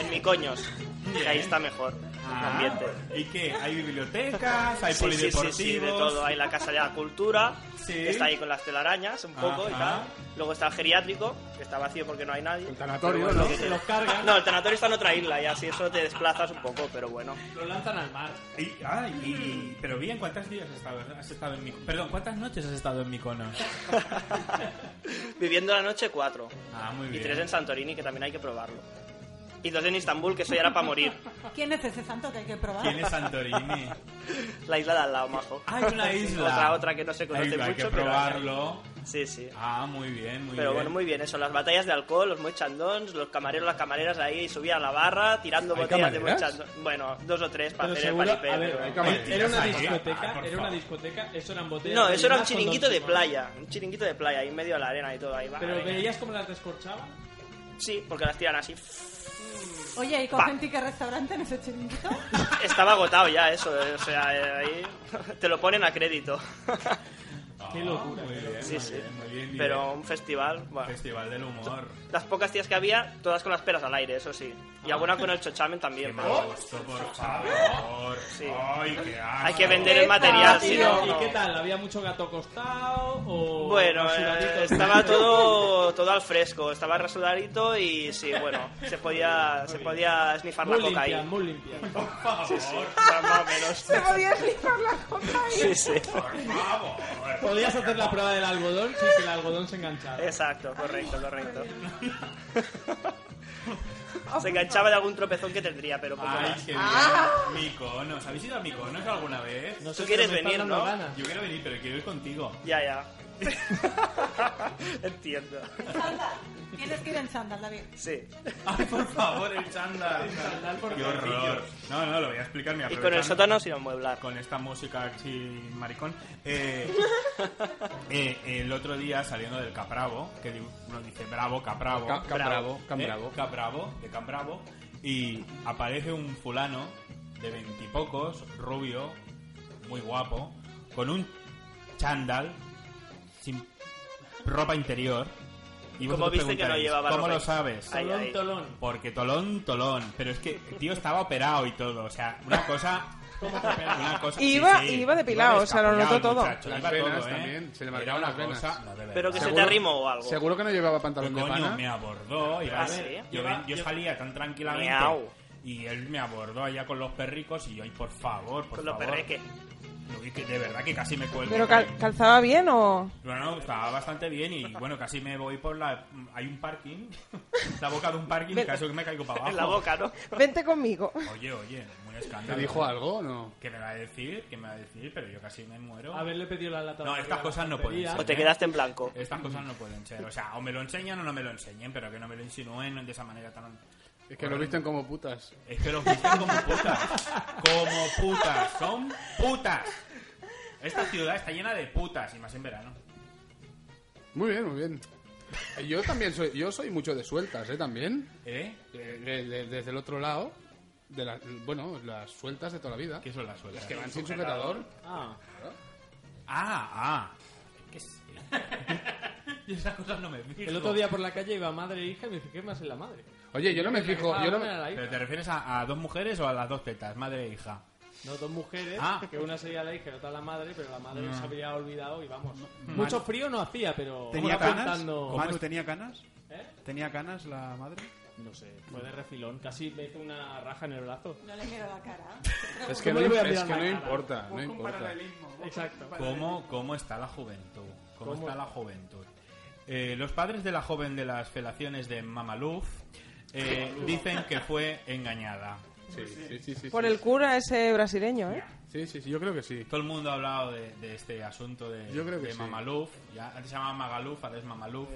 Speaker 8: En Micoños. Que ahí está mejor.
Speaker 4: Ah.
Speaker 8: el ambiente.
Speaker 4: ¿Y qué? ¿Hay bibliotecas? ¿Hay
Speaker 8: Sí, sí, sí,
Speaker 4: polideportivos?
Speaker 8: sí, de todo. Hay la Casa de la Cultura,
Speaker 4: Sí.
Speaker 8: que está ahí con las telarañas un poco y
Speaker 4: Ajá.
Speaker 8: tal. Luego está el geriátrico, que está vacío porque no hay nadie.
Speaker 5: El tanatorio,
Speaker 8: Pero
Speaker 5: ¿no?
Speaker 8: ¿qué
Speaker 6: Se
Speaker 8: tiene?
Speaker 6: los cargan.
Speaker 8: [laughs] No, el tanatorio está en otra isla y así eso te desplazas un poco, pero bueno.
Speaker 6: Lo lanzan al mar.
Speaker 4: Y- ah, y- pero bien, ¿cuántos días has estado, has estado en Miconos? Perdón, ¿cuántas noches has estado en Miconos?
Speaker 8: Viviendo la noche cuatro.
Speaker 4: Ah, muy
Speaker 8: Y
Speaker 4: bien.
Speaker 8: tres en Santorini, que también hay que probarlo. Y dos en Istambul, que eso ya era para morir.
Speaker 10: ¿Quién es ese santo que hay que probar?
Speaker 4: ¿Quién es Santorini?
Speaker 8: La isla de al lado, majo.
Speaker 4: Hay
Speaker 8: [laughs]
Speaker 4: una isla.
Speaker 8: Otra, otra que no se
Speaker 4: Hay
Speaker 8: conoce
Speaker 4: una, Hay
Speaker 8: mucho,
Speaker 4: que
Speaker 8: pero-
Speaker 4: probarlo.
Speaker 8: Sí, sí.
Speaker 4: Ah, muy bien, muy
Speaker 8: Pero
Speaker 4: bien.
Speaker 8: bueno, muy bien, eso, las batallas de alcohol, los mochandons, los camareros, las camareras ahí, subía a la barra, tirando
Speaker 5: ¿Hay
Speaker 8: botellas de
Speaker 5: camareras?
Speaker 8: mochandons. Bueno, dos o tres para
Speaker 6: Pero
Speaker 8: hacer el
Speaker 6: seguro,
Speaker 8: paripé.
Speaker 6: a ver,
Speaker 5: cámara.
Speaker 8: pero-
Speaker 5: camareras
Speaker 6: era una
Speaker 4: ahí,
Speaker 6: discoteca,
Speaker 4: ah, por
Speaker 6: era una
Speaker 4: favor.
Speaker 6: discoteca, eso eran botellas.
Speaker 8: No, eso era un
Speaker 6: rellenas con
Speaker 8: chiringuito
Speaker 6: Don
Speaker 8: de
Speaker 6: Simón.
Speaker 8: playa, un chiringuito de playa, ahí en medio de la arena y todo, ahí va.
Speaker 6: Pero
Speaker 8: venga.
Speaker 6: veías cómo las descorchaban.
Speaker 8: Sí, porque las tiran así. [laughs]
Speaker 10: Oye, ¿y
Speaker 8: Pa.
Speaker 10: cogen ticket restaurante en ese chiringuito?
Speaker 8: [laughs] Estaba agotado ya eso, eh, o sea, eh, ahí te lo ponen a crédito.
Speaker 4: Ah,
Speaker 6: Qué locura.
Speaker 4: Muy bien,
Speaker 8: Sí,
Speaker 4: muy
Speaker 8: sí.
Speaker 4: bien, muy bien,
Speaker 8: Pero
Speaker 4: bien.
Speaker 8: un festival, bueno.
Speaker 4: Festival del humor.
Speaker 8: Las pocas tías que había, todas con las peras al aire, eso sí. Y alguna con el chochamen
Speaker 4: Qué
Speaker 8: también.
Speaker 4: mal
Speaker 8: pero-
Speaker 4: gusto, por favor.
Speaker 8: Sí.
Speaker 4: Ay, qué asco.
Speaker 8: Hay que vender
Speaker 7: Qué
Speaker 8: el material,
Speaker 7: fácil.
Speaker 8: si Ah, no... no.
Speaker 6: Ah, ¿Y qué tal? ¿Había mucho gato costado o
Speaker 8: Bueno,
Speaker 6: rasuradito?
Speaker 8: eh,
Speaker 6: [laughs]
Speaker 8: estaba todo, todo al fresco, estaba rasuradito y sí, bueno, se podía, se podía snifar la
Speaker 6: muy
Speaker 8: coca
Speaker 6: limpia,
Speaker 8: ahí.
Speaker 6: muy limpia.
Speaker 4: Por favor,
Speaker 8: [laughs] Más o
Speaker 7: [laughs]
Speaker 8: menos.
Speaker 7: Se podía flipar la copa ahí.
Speaker 8: Sí, sí.
Speaker 4: por favor.
Speaker 6: Podías hacer la prueba del algodón sin que el algodón se enganchara.
Speaker 8: Exacto, correcto,
Speaker 6: [laughs]
Speaker 8: correcto. Se enganchaba de algún tropezón que tendría, pero poco
Speaker 4: Ay,
Speaker 8: más.
Speaker 4: qué bien.
Speaker 8: Ah.
Speaker 4: Miconos. ¿Habéis ido a Miconos alguna vez?
Speaker 6: No
Speaker 8: Tú
Speaker 6: sé si
Speaker 8: quieres
Speaker 6: me están
Speaker 8: venir,
Speaker 6: dando
Speaker 8: ¿no?
Speaker 6: ganas.
Speaker 4: Yo quiero venir, pero quiero ir contigo.
Speaker 8: Ya,
Speaker 6: [laughs]
Speaker 8: ya. [laughs] Entiendo.
Speaker 10: Chándal. Tienes que ir en chándal, David.
Speaker 8: Sí.
Speaker 4: Ay, por favor, el chándal. Qué horror. No, no, lo voy a explicar. mira,
Speaker 8: Y con el
Speaker 4: aprovechando-
Speaker 8: sótano sin amueblar.
Speaker 4: con esta música así maricón. Eh, eh, el otro día saliendo del Capravo, que di- uno dice Bravo, Capravo.
Speaker 5: Ca- Cambravo,
Speaker 4: ¿eh?
Speaker 5: Cambravo.
Speaker 4: Capravo, de Cambravo. Y aparece un fulano de veintipocos, rubio, muy guapo, con un chándal, sin ropa interior. Y
Speaker 8: ¿Cómo
Speaker 4: vosotros
Speaker 8: viste que no
Speaker 4: preguntaréis,
Speaker 8: llevaba
Speaker 4: ¿Cómo
Speaker 8: ropa?
Speaker 4: lo sabes?
Speaker 8: Ay,
Speaker 6: Tolón,
Speaker 8: ay.
Speaker 6: tolón.
Speaker 4: Porque tolón, tolón. Pero es que el tío estaba operado y todo. O sea, una cosa. Una cosa
Speaker 7: Iba- iba depilado, o sea, lo notó
Speaker 4: descapellado el
Speaker 7: todo.
Speaker 4: muchacho,
Speaker 5: Las
Speaker 4: iba
Speaker 5: venas
Speaker 4: todo, ¿eh?
Speaker 5: también, se le
Speaker 4: Era
Speaker 5: marcaban
Speaker 4: una
Speaker 5: las venas.
Speaker 4: cosa- no, de verdad.
Speaker 8: Pero que se te
Speaker 5: Seguro-
Speaker 8: arrimó o algo.
Speaker 5: Seguro que no llevaba
Speaker 4: ¿Qué
Speaker 5: pantalón de
Speaker 4: coño, me
Speaker 5: pana.
Speaker 4: abordó. iba
Speaker 8: Ah,
Speaker 4: a ver,
Speaker 8: ¿sí?
Speaker 4: yo, ven- yo salía tan tranquilamente.
Speaker 8: Miau.
Speaker 4: Y él me abordó allá con los perricos y yo, ay, por favor, por
Speaker 8: Con los
Speaker 4: favor.
Speaker 8: perreques.
Speaker 4: Lo vi que de verdad que casi me cuelgo.
Speaker 7: ¿Pero cal- calzaba bien
Speaker 4: [laughs]
Speaker 7: o...?
Speaker 4: Bueno, estaba bastante bien y bueno, casi me voy por la... Hay un parking, [laughs] la boca de un parking,
Speaker 7: Ven.
Speaker 4: caso que me caigo para abajo.
Speaker 8: [laughs] En la boca, ¿no?
Speaker 7: Vente conmigo.
Speaker 4: Oye, oye, un
Speaker 5: ¿Te
Speaker 4: escándalo.
Speaker 5: dijo algo o no?
Speaker 4: ¿Qué me va a decir? ¿Qué me va a decir? Pero yo casi me muero.
Speaker 6: Haberle pedido la lata.
Speaker 4: No,
Speaker 6: vacía
Speaker 4: estas
Speaker 6: a la
Speaker 4: cosas no
Speaker 6: cafetería.
Speaker 4: pueden
Speaker 8: O
Speaker 4: ser.
Speaker 8: te quedaste en blanco.
Speaker 4: Estas cosas no pueden ser. O sea, o me lo enseñan o no me lo enseñen, pero que no me lo insinúen de esa manera tan...
Speaker 5: Es que lo visten como putas.
Speaker 4: Es que los visten como putas. Como putas. Son putas. Esta ciudad está llena de putas y más en verano.
Speaker 5: Muy bien, muy bien. Eh, Yo también soy, yo soy mucho de sueltas, ¿eh? También.
Speaker 4: ¿Eh?
Speaker 5: Eh, de- de- desde el otro lado, de la- bueno, las sueltas de toda la vida.
Speaker 4: ¿Qué son las suelas?
Speaker 5: Las que van sin sujetador.
Speaker 6: Ah,
Speaker 4: Ah, ah. ¿Qué sé? [laughs] Yo esas cosas no me fijo.
Speaker 6: el otro día por la calle iba madre e hija y me dije, ¿qué más en la madre?
Speaker 5: Oye, yo no me fijo, yo no me-
Speaker 4: ¿Pero te refieres a, a dos mujeres o a las dos tetas? Madre e hija.
Speaker 6: No, dos mujeres,
Speaker 4: Ah.
Speaker 6: que una sería la hija y otra la madre, pero la madre se había olvidado y vamos. Mucho frío no hacía, pero...
Speaker 9: ¿Tenía
Speaker 6: estaba
Speaker 9: canas?
Speaker 6: pintando-
Speaker 9: Manu, ¿tenía canas?
Speaker 6: ¿Eh?
Speaker 9: ¿Tenía canas la madre?
Speaker 6: No sé, fue de refilón, casi me hizo una raja en el brazo.
Speaker 10: No le miro la cara.
Speaker 5: Es que
Speaker 6: ¿Cómo
Speaker 5: no,
Speaker 6: le voy a
Speaker 5: es
Speaker 6: mirar
Speaker 5: que
Speaker 6: la
Speaker 5: no
Speaker 6: cara?
Speaker 5: importa, no importa.
Speaker 6: Exacto.
Speaker 4: ¿Cómo, cómo está la juventud? ¿Cómo,
Speaker 6: ¿Cómo?
Speaker 4: está la juventud? Eh, los padres de la joven de las felaciones de Mamaluf eh, dicen que fue engañada.
Speaker 5: Sí, sí, sí, sí,
Speaker 7: Por
Speaker 5: sí.
Speaker 7: el cura ese brasileño, ¿eh?
Speaker 5: Sí, sí, sí, yo creo que sí.
Speaker 4: Todo el mundo ha hablado de, de este asunto de,
Speaker 5: Yo creo que
Speaker 4: de
Speaker 5: sí.
Speaker 4: Mamaluf. Ya, antes se llamaba Magaluf, ahora es Mamaluf.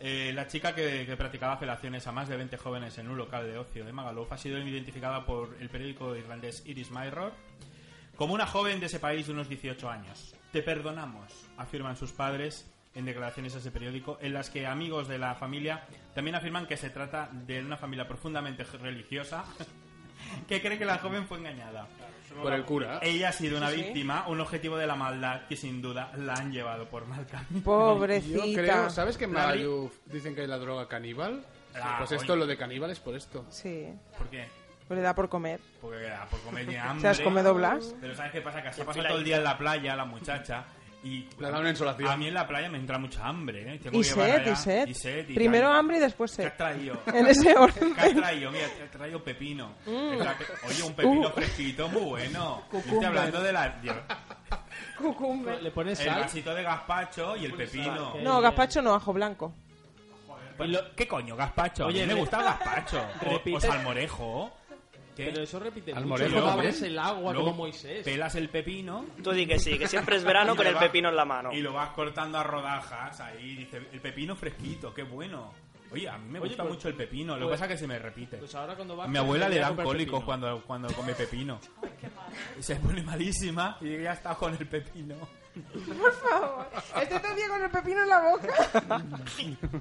Speaker 4: Eh, la chica que, que practicaba felaciones a más de 20 jóvenes en un local de ocio de Magaluf ha sido identificada por el periódico irlandés Iris Mirror como una joven de ese país de unos 18 años. Te perdonamos, afirman sus padres en declaraciones a ese periódico, en las que amigos de la familia también afirman que se trata de una familia profundamente religiosa [laughs] que cree que la joven fue engañada.
Speaker 5: Por el cura.
Speaker 4: Ella ha sido una
Speaker 7: Sí, sí.
Speaker 4: víctima, un objetivo de la maldad que sin duda la han llevado por mal camino.
Speaker 5: Yo
Speaker 7: Pobrecita.
Speaker 5: creo, ¿sabes que en
Speaker 4: La-
Speaker 5: Magaluf dicen que hay la droga caníbal?
Speaker 4: Ah,
Speaker 5: Pues
Speaker 4: coño.
Speaker 5: esto, lo de caníbal es por esto.
Speaker 7: Sí,
Speaker 4: ¿Por qué?
Speaker 7: pues le da por comer.
Speaker 4: Porque queda por
Speaker 7: [laughs]
Speaker 4: comer de hambre.
Speaker 7: ¿Se has comido Blas?
Speaker 4: Pero ¿sabes qué pasa? Que se ha pasado todo el día en la playa la muchacha y...
Speaker 5: Le da una insolación.
Speaker 4: A mí en la playa me entra mucha hambre, ¿eh? Tengo
Speaker 7: Y
Speaker 4: que llevar
Speaker 7: sed,
Speaker 4: allá-
Speaker 7: y sed.
Speaker 4: y sed. y
Speaker 7: Primero
Speaker 4: tal.
Speaker 7: hambre y después
Speaker 4: ¿Qué
Speaker 7: sed.
Speaker 4: has traído?
Speaker 7: [laughs] En ese
Speaker 4: [laughs]
Speaker 7: orden.
Speaker 4: ¿Qué has traído? Mira, te he traído pepino. Te tra- Oye, un pepino
Speaker 7: Uh.
Speaker 4: fresquito muy bueno.
Speaker 7: [laughs]
Speaker 4: Yo estoy hablando de la... de-
Speaker 7: Cucumber.
Speaker 6: Le pones
Speaker 4: El
Speaker 6: sal.
Speaker 4: vasito de gazpacho y el pepino.
Speaker 6: sal,
Speaker 7: No, gazpacho no, ajo blanco.
Speaker 4: Pues lo- ¿Qué coño, gazpacho? Oye,
Speaker 6: Oye,
Speaker 4: me
Speaker 6: re-
Speaker 4: gusta el
Speaker 6: [laughs]
Speaker 4: gazpacho. O, o
Speaker 6: repite-
Speaker 4: salmorejo. ¿Qué?
Speaker 6: Pero eso repite
Speaker 5: Al
Speaker 6: mucho.
Speaker 5: Morejo
Speaker 6: Luego
Speaker 5: también.
Speaker 6: abres el agua
Speaker 4: Luego
Speaker 6: como Moisés.
Speaker 4: Pelas el pepino
Speaker 8: Tú di que sí, que siempre es verano
Speaker 4: Y
Speaker 8: con
Speaker 4: le
Speaker 8: el
Speaker 4: va-
Speaker 8: pepino en la mano.
Speaker 4: y lo vas cortando a rodajas ahí. Dice, el pepino fresquito, qué bueno. Oye, a mí me
Speaker 6: Oye,
Speaker 4: gusta
Speaker 6: pues-
Speaker 4: mucho el pepino. Lo que
Speaker 6: pues-
Speaker 4: pasa es que se me repite.
Speaker 6: Pues ahora cuando vas...
Speaker 4: Mi abuela le
Speaker 6: voy a
Speaker 4: dan
Speaker 6: comprar
Speaker 4: cólicos
Speaker 6: pepino. [laughs]
Speaker 4: cuando, cuando come pepino. Se pone malísima y ya está con el pepino.
Speaker 7: Por favor. Estoy todo el día con el pepino en la boca.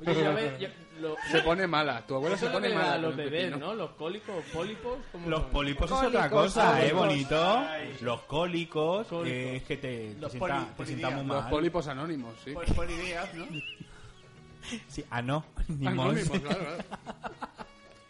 Speaker 6: Oye, ya ves, ya- lo-
Speaker 5: Se pone mala, tu abuela
Speaker 6: eso
Speaker 5: se
Speaker 6: es lo
Speaker 5: pone
Speaker 6: que
Speaker 5: mala.
Speaker 6: a los
Speaker 5: con el
Speaker 6: bebés,
Speaker 5: pepino.
Speaker 6: ¿no? Los cólicos, pólipos. ¿cómo
Speaker 4: Los
Speaker 6: son?
Speaker 4: pólipos es otra
Speaker 7: Cólicos,
Speaker 4: cosa, ¿eh?
Speaker 7: cólicos.
Speaker 4: Bonito.
Speaker 3: Ay.
Speaker 4: Los cólicos,
Speaker 6: Cólicos.
Speaker 4: eh, es que te, te,
Speaker 9: Los poli-
Speaker 4: sienta- te sienta muy
Speaker 9: polidías.
Speaker 4: mal.
Speaker 5: Los pólipos anónimos, sí.
Speaker 9: Pues por ideas, ¿no?
Speaker 4: Sí, ah, no. [laughs] Ni
Speaker 5: [laughs] Anónimos,
Speaker 4: mos.
Speaker 5: claro, claro.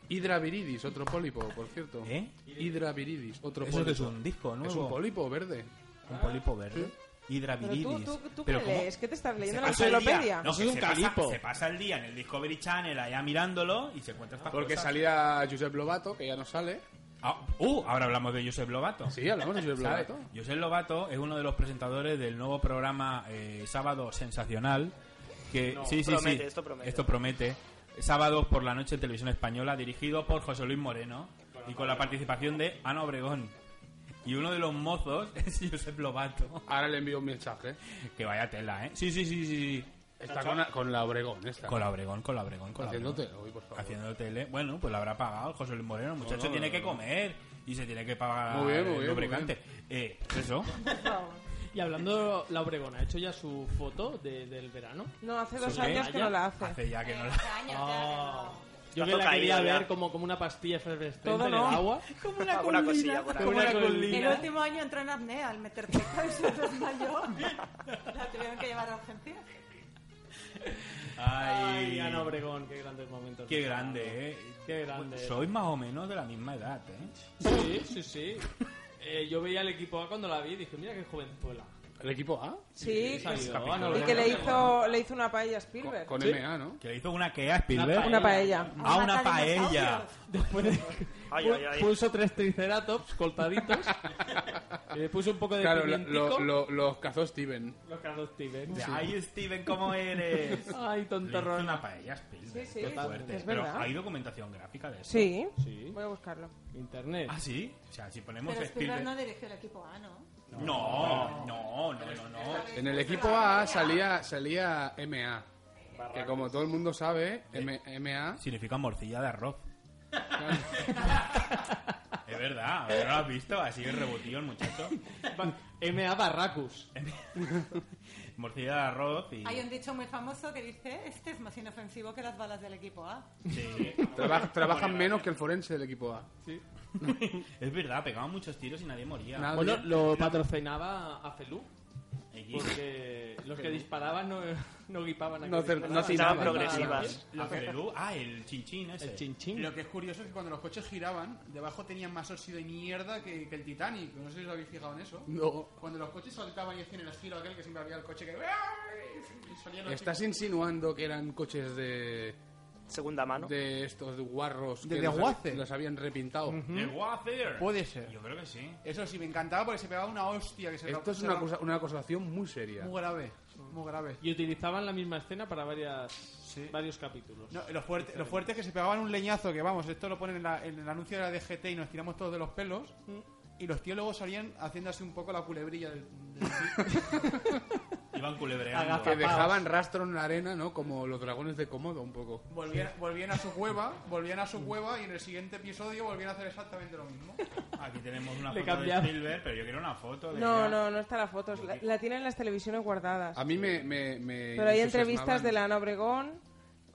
Speaker 5: Hidra viridis, otro pólipo, por cierto.
Speaker 4: ¿Eh?
Speaker 5: Hidra viridis, otro
Speaker 4: Eso
Speaker 5: pólipo.
Speaker 4: que es un disco nuevo. Ah.
Speaker 5: Es un pólipo verde.
Speaker 4: Un pólipo verde.
Speaker 7: Pero tú,
Speaker 4: Hidraviridis.
Speaker 7: tú, tú qué
Speaker 4: ¿cómo?
Speaker 7: lees? ¿Qué te estás leyendo?
Speaker 4: Se
Speaker 7: ¿La
Speaker 4: pasa el día-
Speaker 7: enciclopedia?
Speaker 4: No,
Speaker 6: Eso
Speaker 4: que
Speaker 6: es un
Speaker 4: se pasa-
Speaker 6: calipo.
Speaker 4: se pasa el día en el Discovery Channel allá mirándolo y se encuentra estas
Speaker 5: Porque
Speaker 4: cosas.
Speaker 5: salía Josep Lobato, que ya no sale.
Speaker 4: Ah, uh, ahora hablamos de Josep Lobato.
Speaker 5: Sí, hablamos de Josep
Speaker 4: ¿Sabes?
Speaker 5: Lobato.
Speaker 4: Josep Lobato es uno de los presentadores del nuevo programa eh, Sábado Sensacional. Que,
Speaker 8: No,
Speaker 4: sí, sí,
Speaker 8: promete,
Speaker 4: sí.
Speaker 8: esto promete.
Speaker 4: Esto promete. Sábados por la noche en televisión española, dirigido por José Luis Moreno y con la participación de Ana Obregón. Y uno de los mozos [laughs] es Josep Lobato.
Speaker 5: Ahora le envío un mensaje.
Speaker 4: Que vaya tela, ¿eh? Sí, sí, sí, sí. sí.
Speaker 5: Está con, con la Obregón, esta.
Speaker 4: Con la Obregón, con la Obregón, con la
Speaker 5: Haciendo
Speaker 4: Obregón.
Speaker 5: tele hoy, por favor.
Speaker 4: Haciendo tele. Bueno, pues lo habrá pagado el José Luis Moreno. El muchacho
Speaker 5: No, no,
Speaker 4: tiene
Speaker 5: no,
Speaker 4: que
Speaker 5: no.
Speaker 4: comer y se tiene que pagar
Speaker 5: Muy bien, muy
Speaker 4: el
Speaker 5: bien, muy
Speaker 4: lubricante. Eh, eso.
Speaker 6: Y hablando, la Obregón, ¿ha hecho ya su foto de- del verano?
Speaker 7: No, hace dos
Speaker 4: ¿Qué?
Speaker 7: años que no la hace.
Speaker 4: Hace ya que no la...
Speaker 2: Hace años ya que no.
Speaker 6: Yo que
Speaker 8: Está
Speaker 6: la
Speaker 8: tocaída
Speaker 6: quería
Speaker 8: ya.
Speaker 6: ver como, como una pastilla efervescente
Speaker 7: Todo
Speaker 6: en
Speaker 7: no.
Speaker 6: el
Speaker 7: [laughs]
Speaker 6: agua.
Speaker 10: Como una
Speaker 8: Alguna
Speaker 10: colina.
Speaker 8: cosilla pues. por ahí.
Speaker 6: Como una
Speaker 10: El
Speaker 6: colina.
Speaker 10: último año entró en apnea al meterte cabeza y se desmayó. La tuvieron que llevar a urgencias.
Speaker 6: Ay,
Speaker 4: Ay,
Speaker 6: Ana Obregón, qué grandes momentos.
Speaker 4: Qué grande, eh.
Speaker 6: Qué grande.
Speaker 4: Sois más o menos de la misma edad, eh.
Speaker 6: Sí, sí, sí. Eh, yo veía el equipo A cuando la vi y dije, mira qué jovenzuela.
Speaker 5: ¿El equipo A?
Speaker 7: Sí,
Speaker 6: Salió
Speaker 7: que-
Speaker 6: Ana
Speaker 7: y
Speaker 6: Obregón.
Speaker 7: que le hizo, le hizo una paella a
Speaker 5: Con,
Speaker 7: Spielberg.
Speaker 5: con MA, ¿no?
Speaker 4: Que le hizo una que a Spielberg.
Speaker 7: Una paella.
Speaker 4: Ah, una
Speaker 10: Mata
Speaker 4: paella.
Speaker 10: dinosaurios.
Speaker 6: [laughs] Después de-
Speaker 8: Ay, ay, ay.
Speaker 6: puso tres triceratops cortaditos. y le Eh, puso un poco de
Speaker 5: Claro, lo- lo-
Speaker 6: pimientico.
Speaker 5: lo- los cazó Steven.
Speaker 6: Los Carlos Steven.
Speaker 4: De, Ay, Steven, ¿cómo
Speaker 6: [laughs]
Speaker 4: eres? Le
Speaker 6: Ay,
Speaker 4: hizo
Speaker 6: tontorrón.
Speaker 4: una paella a Spielberg.
Speaker 7: Sí, sí,
Speaker 4: Qué
Speaker 7: es-
Speaker 4: fuerte.
Speaker 7: es
Speaker 4: Pero
Speaker 7: verdad.
Speaker 4: hay documentación gráfica de eso.
Speaker 7: Sí,
Speaker 6: Sí,
Speaker 7: voy a buscarlo.
Speaker 6: internet.
Speaker 4: Ah, sí. O sea, si ponemos
Speaker 10: Pero Spielberg
Speaker 4: Spielberg.
Speaker 10: no dirigió el equipo A, ¿no?
Speaker 4: No, no, no, no, no.
Speaker 5: En el equipo A salía, salía MA. Que como todo el mundo sabe, M- MA.
Speaker 4: Significa morcilla de arroz. es verdad, ¿no lo has visto? Así rebotillo el muchacho.
Speaker 6: Va- M.A. Barracus.
Speaker 4: Morcilla de arroz y...
Speaker 10: Hay un dicho muy famoso que dice, este es más inofensivo que las balas del equipo A.
Speaker 4: Sí.
Speaker 5: Traba- trabajan menos que el forense del equipo A.
Speaker 4: Es verdad, pegaban muchos tiros y nadie moría.
Speaker 5: Nada.
Speaker 6: Bueno, lo patrocinaba a Felú.
Speaker 4: Aquí.
Speaker 5: [laughs]
Speaker 6: Porque los que disparaban no, no guipaban a
Speaker 5: No
Speaker 6: que
Speaker 5: cer-
Speaker 6: disparaban.
Speaker 5: no
Speaker 8: Estaban
Speaker 5: Nada,
Speaker 8: progresivas.
Speaker 4: Ah, Perú. Ah, el chinchín ese.
Speaker 6: El chinchín.
Speaker 9: Lo que es curioso es que cuando los coches giraban, debajo tenían más óxido y mierda que, que el Titanic. No sé si os habéis fijado en eso.
Speaker 5: No.
Speaker 9: Cuando los coches saltaban y hacían el giro aquel que siempre había el coche que... y salían los
Speaker 5: ¿Estás
Speaker 9: chicos.
Speaker 5: insinuando que eran coches de,
Speaker 8: Segunda mano.
Speaker 5: de estos guarros
Speaker 9: De
Speaker 5: que los,
Speaker 9: desguace.
Speaker 5: los habían repintado?
Speaker 4: El Wafer.
Speaker 9: Puede ser.
Speaker 4: Yo creo que sí.
Speaker 9: Eso sí, me encantaba porque se pegaba una hostia que se
Speaker 5: Esto es
Speaker 9: se
Speaker 5: una, acusa- una acusación muy seria.
Speaker 9: Muy grave, muy grave.
Speaker 6: Y utilizaban la misma escena para varias,
Speaker 9: Sí.
Speaker 6: varios capítulos.
Speaker 9: No, lo, fuerte, lo fuerte es que se pegaban un leñazo, que vamos, esto lo ponen en, la- en el anuncio de la DGT y nos tiramos todos de los pelos. Y los tíos luego salían haciendo así un poco la culebrilla del... del-
Speaker 4: Iban culebreando.
Speaker 5: Que dejaban rastro en la arena, ¿no? Como los dragones de Komodo, un poco.
Speaker 9: volvían, volvían a su cueva, volvían a su cueva y en el siguiente episodio volvían a hacer exactamente lo mismo.
Speaker 4: Aquí tenemos una
Speaker 6: Le
Speaker 4: foto de
Speaker 6: cambiaban.
Speaker 4: Spielberg, pero yo quiero una foto de...
Speaker 7: No, no, no está la foto. La, la tienen en las televisiones guardadas.
Speaker 5: A mí me... me- me
Speaker 7: Pero hay
Speaker 5: entusiasmaban.
Speaker 7: entrevistas de la Ana Obregón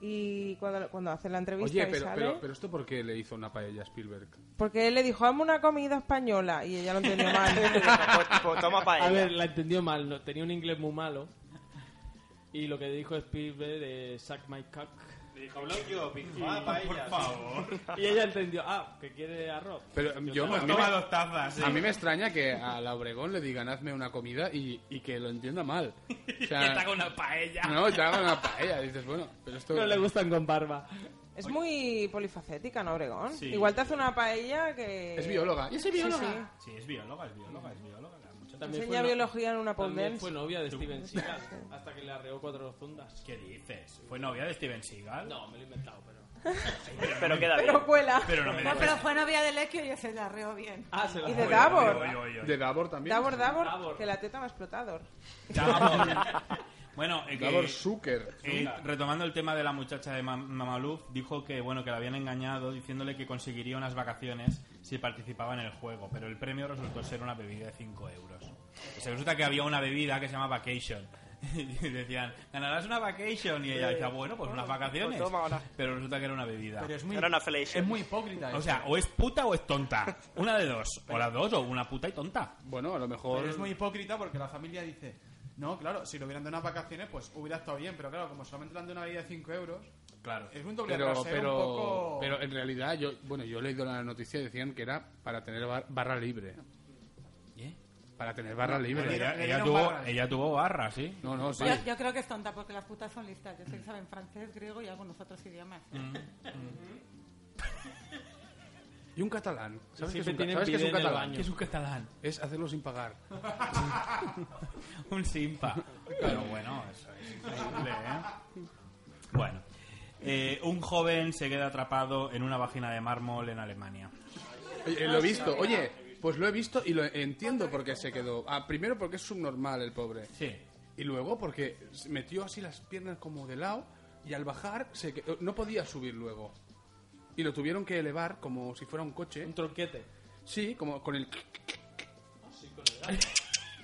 Speaker 7: y cuando, cuando hacen la entrevista
Speaker 5: Oye,
Speaker 7: y
Speaker 5: pero,
Speaker 7: sale...
Speaker 5: pero, pero ¿esto por qué le hizo una paella a Spielberg?
Speaker 7: Porque él le dijo, hazme una comida española y ella
Speaker 5: [laughs]
Speaker 7: lo entendió mal.
Speaker 8: Pues, pues toma
Speaker 6: A
Speaker 8: paella.
Speaker 6: ver, la entendió mal, no, tenía un inglés muy malo. Y lo que dijo Spielberg es suck my cock.
Speaker 3: Le dijo, Blondio,
Speaker 4: Ah,
Speaker 3: pinzada
Speaker 4: pa-
Speaker 3: paella.
Speaker 4: por favor.
Speaker 6: Y ella entendió, ah, que quiere arroz.
Speaker 5: Pero yo, a, mí
Speaker 4: Toma
Speaker 5: me,
Speaker 4: dos tazas. sí.
Speaker 5: a mí me extraña que a la Obregón le digan hazme una comida y, y que lo entienda mal. O
Speaker 4: Que está
Speaker 5: sea,
Speaker 4: con una paella.
Speaker 5: no, te hagan una paella. Dices, bueno, pero esto...
Speaker 6: No le gustan con barba.
Speaker 7: es muy polifacética, ¿no, Obregón?
Speaker 4: Sí.
Speaker 7: Igual te hace una paella que...
Speaker 5: Es bióloga.
Speaker 7: Sí, sí.
Speaker 4: Sí, es bióloga, es bióloga, es bióloga. la muchacha.
Speaker 6: También
Speaker 7: Enseña
Speaker 6: no-
Speaker 7: biología en una pole
Speaker 6: también
Speaker 7: dance.
Speaker 6: fue novia de Steven Seagal hasta que le arreó cuatro fundas.
Speaker 4: ¿Qué dices? ¿Fue novia de Steven Seagal?
Speaker 6: No, me lo he inventado, pero...
Speaker 8: Pero queda bien.
Speaker 7: Pero cuela.
Speaker 4: Pero no me
Speaker 10: No,
Speaker 4: digas.
Speaker 10: pero fue novia de Lequio y se la reo bien.
Speaker 6: Ah, se la
Speaker 7: Y de
Speaker 6: arreó.
Speaker 7: Davor.
Speaker 4: Oye, oye, oye.
Speaker 5: De Davor también.
Speaker 7: Davor, Davor,
Speaker 6: Davor.
Speaker 7: que la teta me ha explotado.
Speaker 4: Davor. Bueno, eh, que-
Speaker 5: Davor Zucker.
Speaker 4: eh, retomando el tema de la muchacha de Mam- Mamaluf, dijo que bueno que la habían engañado diciéndole que conseguiría unas vacaciones si participaba en el juego, pero el premio resultó ser una bebida de 5 euros. Se resulta que había una bebida que se llama Vacation. [laughs] y decían, ganarás una vacation. Y ella decía, bueno, pues unas vacaciones.
Speaker 8: toma ahora.
Speaker 4: Pero resulta que era una bebida.
Speaker 9: Pero es muy,
Speaker 8: Era una fellation.
Speaker 9: es muy hipócrita.
Speaker 4: O
Speaker 9: esto.
Speaker 4: sea, o es puta o es tonta. Una de dos. O las dos, o una puta y tonta.
Speaker 5: Bueno, a lo mejor.
Speaker 9: Pero es muy hipócrita porque la familia dice, no, claro, si le hubieran dado unas vacaciones, pues hubiera estado bien, pero claro, como solamente le han dado una vida de 5 euros,
Speaker 4: Claro.
Speaker 9: es un doble
Speaker 5: Pero,
Speaker 9: rasero
Speaker 5: pero,
Speaker 9: un poco...
Speaker 5: pero en realidad, yo, bueno, yo he leído la noticia y decían que era para tener bar- barra libre. Para tener barra
Speaker 4: Pero
Speaker 5: libre.
Speaker 9: mira.
Speaker 4: ella,
Speaker 9: le
Speaker 4: ella
Speaker 9: dieron
Speaker 4: tuvo,
Speaker 9: barras.
Speaker 4: ella tuvo barra, sí.
Speaker 5: No, no, sí.
Speaker 10: Yo, yo creo que es tonta porque las putas son listas. Yo sé que saben francés, griego y algunos otros idiomas.
Speaker 5: Y un catalán. ¿Sabes qué es
Speaker 6: Siempre
Speaker 5: un, ca-
Speaker 6: tienen
Speaker 5: ¿sabes qué es
Speaker 6: pide
Speaker 5: un
Speaker 6: en el
Speaker 5: catalán?
Speaker 6: baño.
Speaker 4: un catalán?
Speaker 5: Es hacerlo sin pagar.
Speaker 4: [laughs] un simpa. Pero bueno, eso es increíble, ¿eh? Bueno. Eh, un joven se queda atrapado en una vagina de mármol en Alemania.
Speaker 5: Oye, eh, lo he visto. Oye, pues lo he visto y lo entiendo porque se quedó. Ah, primero porque es subnormal el pobre.
Speaker 4: Sí.
Speaker 5: Y luego porque se metió así las piernas como de lado y al bajar se que- no podía subir luego. Y lo tuvieron que elevar como si fuera un coche.
Speaker 6: Un tronquete.
Speaker 5: Sí, como con el...
Speaker 4: [laughs]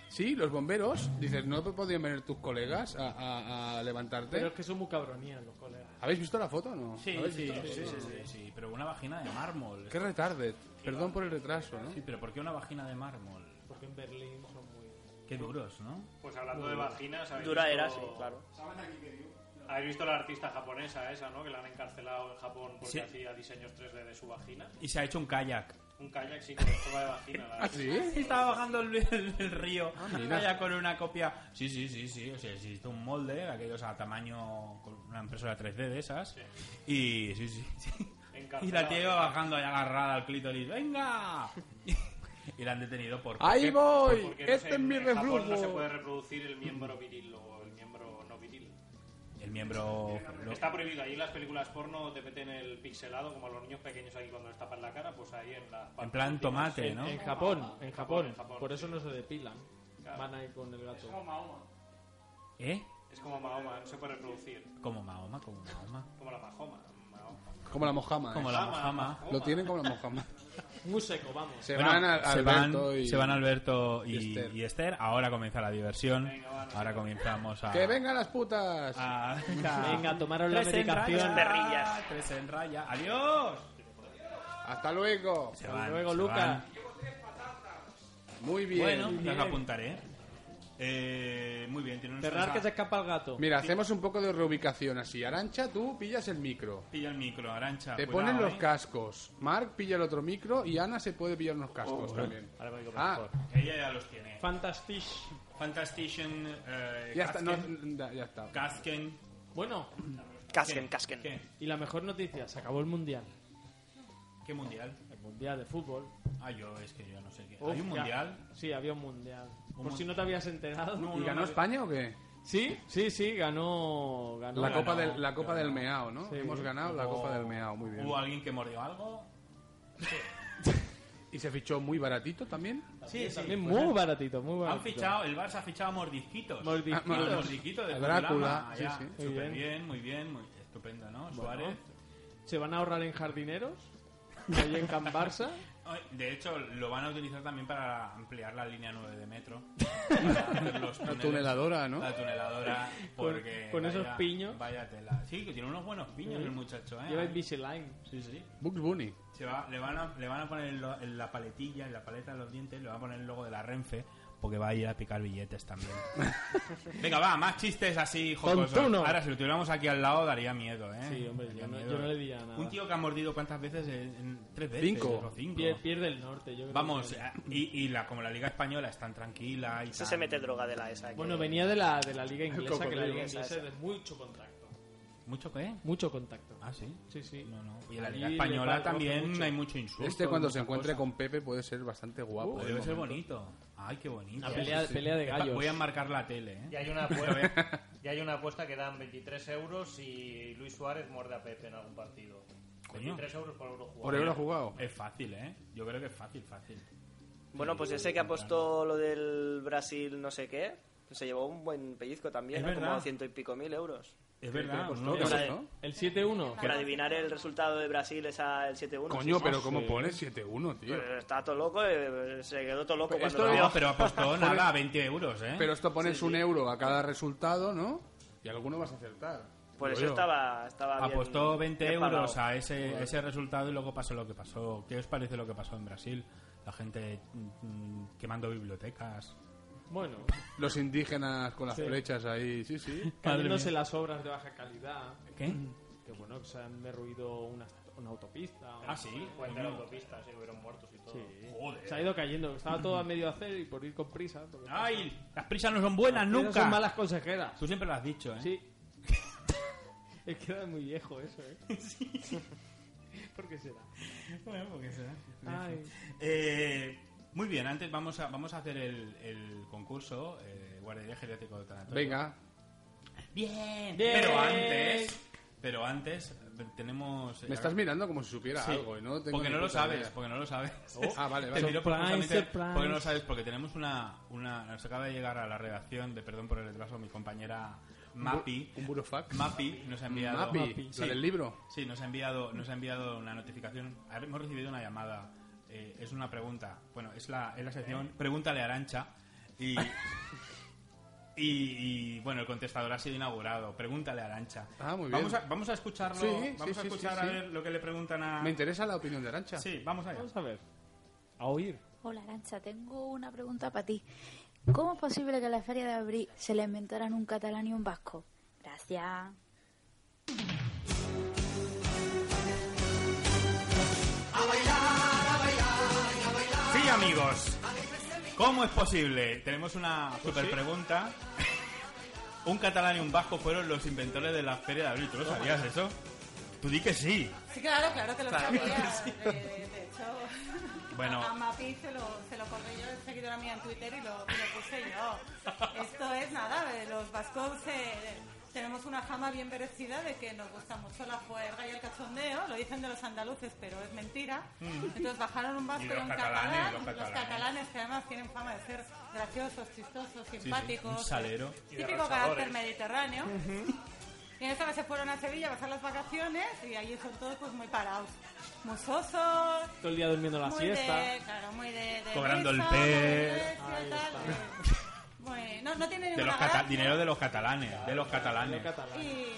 Speaker 5: Sí, los bomberos. Dices, ¿no podían venir tus colegas a, a- a
Speaker 6: Pero
Speaker 5: levantarte?
Speaker 6: es que son muy cabronías los colegas.
Speaker 5: ¿Habéis visto la foto o no? ¿Habéis
Speaker 4: sí,
Speaker 5: visto la
Speaker 4: sí,
Speaker 5: foto?
Speaker 4: sí, sí, pero una vagina de mármol.
Speaker 5: Qué retarde. Perdón por el retraso, ¿no?
Speaker 4: Sí, pero ¿por qué una vagina de mármol?
Speaker 6: Porque en Berlín son muy...
Speaker 4: Qué duros, ¿no?
Speaker 3: Pues hablando de vaginas, ¿habéis
Speaker 8: Dura
Speaker 3: visto-
Speaker 8: era, sí, claro.
Speaker 3: ¿Habéis visto la artista japonesa esa, no? Que la han encarcelado en Japón porque
Speaker 4: Sí.
Speaker 3: hacía diseños 3D de su vagina.
Speaker 4: Y se ha hecho un kayak.
Speaker 3: Un kayak, sí, con forma de vagina. la-
Speaker 5: ¿Ah, sí?
Speaker 4: Estaba bajando el, el- el río.
Speaker 5: Ah,
Speaker 4: Vaya con una copia. Sí, sí, sí, sí. O sea, existe un molde, aquellos a tamaño con una impresora 3D de esas. Y sí, sí. sí. Y la tía iba bajando ahí agarrada al clítoris. ¡Venga! Y la han detenido por.
Speaker 5: ¡Ahí voy!
Speaker 3: Porque, no
Speaker 5: ¡Este
Speaker 3: sé,
Speaker 5: es mi
Speaker 3: en Japón
Speaker 5: reflujo!
Speaker 3: no se puede reproducir el miembro viril o el miembro no viril.
Speaker 4: El miembro.
Speaker 3: Está prohibido. Ahí en las películas porno te meten el pixelado, como a los niños pequeños aquí cuando les tapan la cara, pues ahí en la...
Speaker 4: En plan tomate,
Speaker 6: En,
Speaker 4: ¿no?
Speaker 6: en Japón, en Japón.
Speaker 3: en Japón,
Speaker 6: Por
Speaker 3: sí.
Speaker 6: eso no se depilan. Van ahí con el gato.
Speaker 4: ¿Eh?
Speaker 3: Es como Mahoma, no se puede reproducir.
Speaker 4: Como Mahoma, como Mahoma.
Speaker 3: Como la Mahoma. Mahoma.
Speaker 5: Como la mojama. ¿eh?
Speaker 4: Como la Mahoma.
Speaker 5: Lo tienen como la mojama.
Speaker 6: Muy seco, vamos.
Speaker 5: Se
Speaker 4: Bueno,
Speaker 5: van a
Speaker 4: se van-
Speaker 5: Alberto y...
Speaker 4: se van Alberto y,
Speaker 5: y Esther.
Speaker 4: y Esther. Ahora comienza la diversión.
Speaker 3: Venga, va, nos
Speaker 4: Ahora
Speaker 3: vemos.
Speaker 4: comenzamos a.
Speaker 5: ¡Que vengan las putas!
Speaker 4: Ah,
Speaker 6: Venga, tomaros la
Speaker 4: Tres en
Speaker 6: medicación.
Speaker 4: raya,
Speaker 8: Perrillas.
Speaker 4: Tres en raya. ¡Adiós!
Speaker 5: ¡Hasta luego!
Speaker 4: Se
Speaker 6: Hasta
Speaker 4: van,
Speaker 6: luego,
Speaker 4: se
Speaker 6: Lucas.
Speaker 4: van.
Speaker 5: Muy bien.
Speaker 4: Bueno, las apuntaré. Eh, muy bien, tiene un
Speaker 6: Cerrar que se escapa el gato.
Speaker 5: Mira, hacemos un poco de reubicación así. Arancha, tú pillas el micro.
Speaker 4: Pilla el micro, Arancha.
Speaker 5: Te ponen
Speaker 4: ¿eh?
Speaker 5: los cascos. Mark pilla el otro micro y Ana se puede pillar unos cascos también.
Speaker 6: Ahora me digo
Speaker 5: Ah,
Speaker 6: mejor.
Speaker 4: Ella ya los tiene.
Speaker 6: Fantastish.
Speaker 4: Fantastation. Eh,
Speaker 5: ya está, no,
Speaker 4: Casken.
Speaker 5: da- ya está.
Speaker 4: Casken.
Speaker 6: Bueno,
Speaker 8: Casquen, casquen.
Speaker 4: ¿Qué?
Speaker 6: y la mejor noticia, se acabó el mundial.
Speaker 4: ¿Qué mundial?
Speaker 6: El mundial de fútbol.
Speaker 4: Ah, yo, es que yo no sé qué.
Speaker 6: Uf,
Speaker 4: ¿Hay un
Speaker 6: ya.
Speaker 4: mundial?
Speaker 6: Sí, había un mundial. Por
Speaker 4: mun-
Speaker 6: si no te habías enterado.
Speaker 4: No,
Speaker 5: ¿Y
Speaker 4: no,
Speaker 5: ganó
Speaker 4: no.
Speaker 5: España o qué?
Speaker 6: Sí, sí, sí, ganó. ganó
Speaker 5: La
Speaker 4: ganó,
Speaker 5: copa del, la copa
Speaker 4: ganó.
Speaker 5: del meao, ¿no?
Speaker 6: Sí.
Speaker 5: Hemos ganado la
Speaker 4: Hubo-
Speaker 5: copa del meao, muy bien.
Speaker 4: ¿Hubo alguien que mordió algo?
Speaker 5: Y se fichó muy baratito también.
Speaker 4: Sí, pues
Speaker 6: También muy baratito, muy
Speaker 4: Han
Speaker 6: baratito.
Speaker 4: fichado, el Barça ha fichado a Mordisquitos.
Speaker 6: Mordisquitos.
Speaker 4: Ah, Mordisquitos de
Speaker 5: A Drácula,
Speaker 4: Futurama,
Speaker 5: sí,
Speaker 4: ya.
Speaker 5: sí.
Speaker 6: Muy
Speaker 4: Súper
Speaker 6: bien.
Speaker 4: bien, muy bien, muy estupendo, ¿no? Suárez.
Speaker 6: ¿Se van a ahorrar en jardineros? Ahí en
Speaker 4: [laughs]
Speaker 6: Can Barça.
Speaker 4: Ay, De hecho, lo van a utilizar también para ampliar la línea 9 de
Speaker 6: [laughs]
Speaker 4: metro. Para hacer los túneles.
Speaker 5: tuneladora, ¿no?
Speaker 4: La tuneladora.
Speaker 6: Con-
Speaker 4: Porque
Speaker 6: con esos
Speaker 4: vaya-
Speaker 6: piños.
Speaker 4: Vaya tela. Sí, que tiene unos buenos piños
Speaker 6: Sí.
Speaker 4: el muchacho, ¿eh?
Speaker 6: Lleva Invisalign.
Speaker 4: Sí, sí.
Speaker 5: Bugs Bunny.
Speaker 4: Se va- le, van a, le van a poner en, lo- en la paletilla, en la paleta de los dientes, le van a poner el logo de la Renfe, porque va a ir a picar billetes
Speaker 6: [laughs]
Speaker 4: también. Venga, va, más chistes así, jocosos.
Speaker 6: Tontuno.
Speaker 4: Ahora, si lo tuviéramos aquí al lado, daría miedo, ¿eh?
Speaker 6: Sí, hombre,
Speaker 4: Daría
Speaker 6: yo no-
Speaker 4: miedo.
Speaker 6: yo no le diría nada.
Speaker 4: Un tío que ha mordido cuántas veces, En- en- tres veces.
Speaker 5: Cinco.
Speaker 4: o cinco.
Speaker 6: Pier- pierde el norte, yo creo
Speaker 4: Vamos,
Speaker 6: que-
Speaker 4: eh, y, y la, como la Liga Española es tan tranquila y
Speaker 8: Ese
Speaker 4: tan-
Speaker 8: se mete droga de la esa. eh, que-
Speaker 6: Bueno, venía de la, de
Speaker 4: [laughs]
Speaker 6: la liga inglesa, que la liga
Speaker 8: Esa,
Speaker 6: inglesa
Speaker 8: esa.
Speaker 6: es de mucho contacto.
Speaker 4: ¿Mucho qué?
Speaker 6: Mucho contacto.
Speaker 4: Ah, sí.
Speaker 6: Sí, sí.
Speaker 4: No, no. Y en la
Speaker 6: Allí
Speaker 4: Liga
Speaker 6: le
Speaker 4: Española
Speaker 6: va-
Speaker 4: también
Speaker 6: coge mucho.
Speaker 4: hay mucho insulto.
Speaker 5: Este cuando se
Speaker 4: mucha
Speaker 5: encuentre
Speaker 4: cosa.
Speaker 5: con Pepe puede ser bastante guapo. ¿eh?
Speaker 4: Debe ser bonito. Ay, qué bonito.
Speaker 6: pues, La pelea, pelea de gallos.
Speaker 4: Voy a marcar la tele, ¿eh?
Speaker 1: Y hay una apuesta, y hay una apuesta que dan 23 euros y Luis Suárez muerde a Pepe en algún partido.
Speaker 4: Coño.
Speaker 1: 23 euros por euro jugado.
Speaker 5: Por euro jugado.
Speaker 4: Es fácil, ¿eh? Yo creo que es fácil, fácil.
Speaker 8: Bueno, pues ese que apostó lo del Brasil no sé qué, Se llevó un buen pellizco también,
Speaker 6: Es
Speaker 8: ¿no? como
Speaker 6: verdad.
Speaker 8: ciento y pico mil euros.
Speaker 6: Es verdad,
Speaker 8: Pues,
Speaker 6: ¿no?
Speaker 8: ¿no?
Speaker 6: Para-
Speaker 8: ¿no?
Speaker 6: El 7-1.
Speaker 8: Para adivinar el resultado de Brasil, esa, el 7-1.
Speaker 5: Coño,
Speaker 8: sí, sí.
Speaker 5: pero ¿cómo pones 7-1, tío?
Speaker 8: Pero está todo loco, eh, se quedó todo loco cuando
Speaker 5: Esto
Speaker 8: lo vio.
Speaker 5: no, pero
Speaker 6: [laughs]
Speaker 5: apostó nada,
Speaker 4: Nada, 20 euros, ¿eh?
Speaker 5: Pero esto pones un euro a cada resultado, ¿no? Y alguno vas a acertar.
Speaker 8: Por
Speaker 5: Digo
Speaker 8: Pues eso
Speaker 5: yo.
Speaker 8: estaba, estaba bien-
Speaker 4: Apostó 20
Speaker 8: bien pagado.
Speaker 4: euros a ese, ese resultado y luego pasó lo que pasó. ¿Qué os parece lo que pasó en Brasil? La gente mm, quemando bibliotecas.
Speaker 6: Bueno,
Speaker 5: Los indígenas con las
Speaker 6: Sí.
Speaker 5: flechas ahí, sí, sí.
Speaker 6: cayéndose las obras de baja calidad.
Speaker 4: ¿Qué?
Speaker 6: Que bueno, que se han derruido una, una autopista.
Speaker 4: Ah, sí.
Speaker 1: Puente de la autopista, sí, hubieron muertos y todo.
Speaker 6: Sí.
Speaker 4: Joder.
Speaker 6: Se ha ido cayendo. Estaba todo a medio hacer y por ir con prisa. porque-
Speaker 4: ¡Ay! Las prisas no son buenas
Speaker 6: Esas
Speaker 4: Ah, nunca.
Speaker 6: Son malas consejeras.
Speaker 4: Tú siempre lo has dicho, ¿eh?
Speaker 6: Sí. [laughs] es que era muy viejo eso, ¿eh? ¿Por qué será?
Speaker 4: Bueno, porque será.
Speaker 6: Ay.
Speaker 4: Eh, muy bien, antes vamos a, vamos a hacer el, el concurso eh, Guardería Geriátrico de Tanatorio.
Speaker 5: Venga,
Speaker 4: Bien.
Speaker 6: Bien.
Speaker 4: Pero antes, pero antes tenemos... eh,
Speaker 5: me estás mirando como si supiera
Speaker 4: Sí.
Speaker 5: algo y no tengo
Speaker 4: porque
Speaker 5: ni
Speaker 4: no lo
Speaker 5: puta
Speaker 4: sabes,
Speaker 5: idea.
Speaker 4: porque no lo sabes.
Speaker 5: Ah, vale,
Speaker 4: Te
Speaker 5: vale.
Speaker 4: miro
Speaker 6: Surprise,
Speaker 4: profusamente
Speaker 6: surprise.
Speaker 4: porque no lo sabes, porque tenemos una, una... Nos acaba de llegar a la redacción de Perdón por el retraso mi compañera Mapi.
Speaker 5: Un burofax.
Speaker 4: Mapi nos ha enviado...
Speaker 5: Mapi,
Speaker 4: Sí.
Speaker 5: la del libro.
Speaker 4: Sí, nos ha enviado, nos ha enviado una notificación. Ahora Hemos recibido una llamada. Eh, es una pregunta. Bueno, es la, es la sección Pregúntale a Arancha. Y, y, y, bueno, el contestador ha sido inaugurado. Pregúntale a Arancha.
Speaker 5: Ah, muy
Speaker 4: Vamos a,
Speaker 5: bien.
Speaker 4: vamos a escucharlo.
Speaker 5: Sí, sí,
Speaker 4: vamos a
Speaker 5: sí,
Speaker 4: escuchar
Speaker 5: sí,
Speaker 4: a
Speaker 5: sí.
Speaker 4: ver lo que le preguntan a.
Speaker 5: Me interesa la opinión de Arancha.
Speaker 4: Sí, vamos allá.
Speaker 6: Vamos a ver. A oír.
Speaker 2: Hola, Arancha, tengo una pregunta para ti. ¿Cómo es posible que a la feria de abril se la inventaran un catalán y un vasco? Gracias.
Speaker 4: Sí, amigos. ¿Cómo es posible? Tenemos una super pregunta. Un catalán y un vasco fueron los inventores de la Feria de Abril. ¿Tú lo sabías eso? Tú di que sí.
Speaker 10: Sí, claro, claro que lo
Speaker 4: Claro. [laughs]
Speaker 10: sabía. De, de hecho,
Speaker 4: Bueno.
Speaker 10: a, a Mapi se lo, se lo colgué yo, es seguidora mía en Twitter y lo, lo puse yo. Esto es nada, de los vascos eh, tenemos una fama bien merecida de que nos gusta mucho la juerga y el cachondeo, lo dicen de los andaluces, pero es mentira. Entonces bajaron un vasco
Speaker 4: Mm. Y
Speaker 10: y,
Speaker 4: los
Speaker 10: un
Speaker 4: catalanes,
Speaker 10: catalán,
Speaker 4: los
Speaker 10: los catalanes.
Speaker 4: catalanes.
Speaker 10: que además tienen fama de ser graciosos, chistosos, simpáticos.
Speaker 4: un salero.
Speaker 1: Y de
Speaker 10: Típico
Speaker 1: arrasadores.
Speaker 10: carácter mediterráneo. Y en esta vez se fueron a Sevilla a pasar las vacaciones y allí son todos pues muy parados. Muy sosos,
Speaker 6: Todo el día durmiendo la
Speaker 10: muy
Speaker 6: siesta.
Speaker 10: de, claro, muy de, de
Speaker 4: Cobrando el
Speaker 10: risa,
Speaker 4: pe.
Speaker 10: muy de tal,
Speaker 6: Ahí está.
Speaker 10: de- muy- no, no tiene
Speaker 4: De los
Speaker 10: ninguna
Speaker 4: cata-
Speaker 10: gracia.
Speaker 4: dinero de los catalanes, de los
Speaker 6: Lo
Speaker 4: catalanes.
Speaker 6: catalán.
Speaker 10: Y, y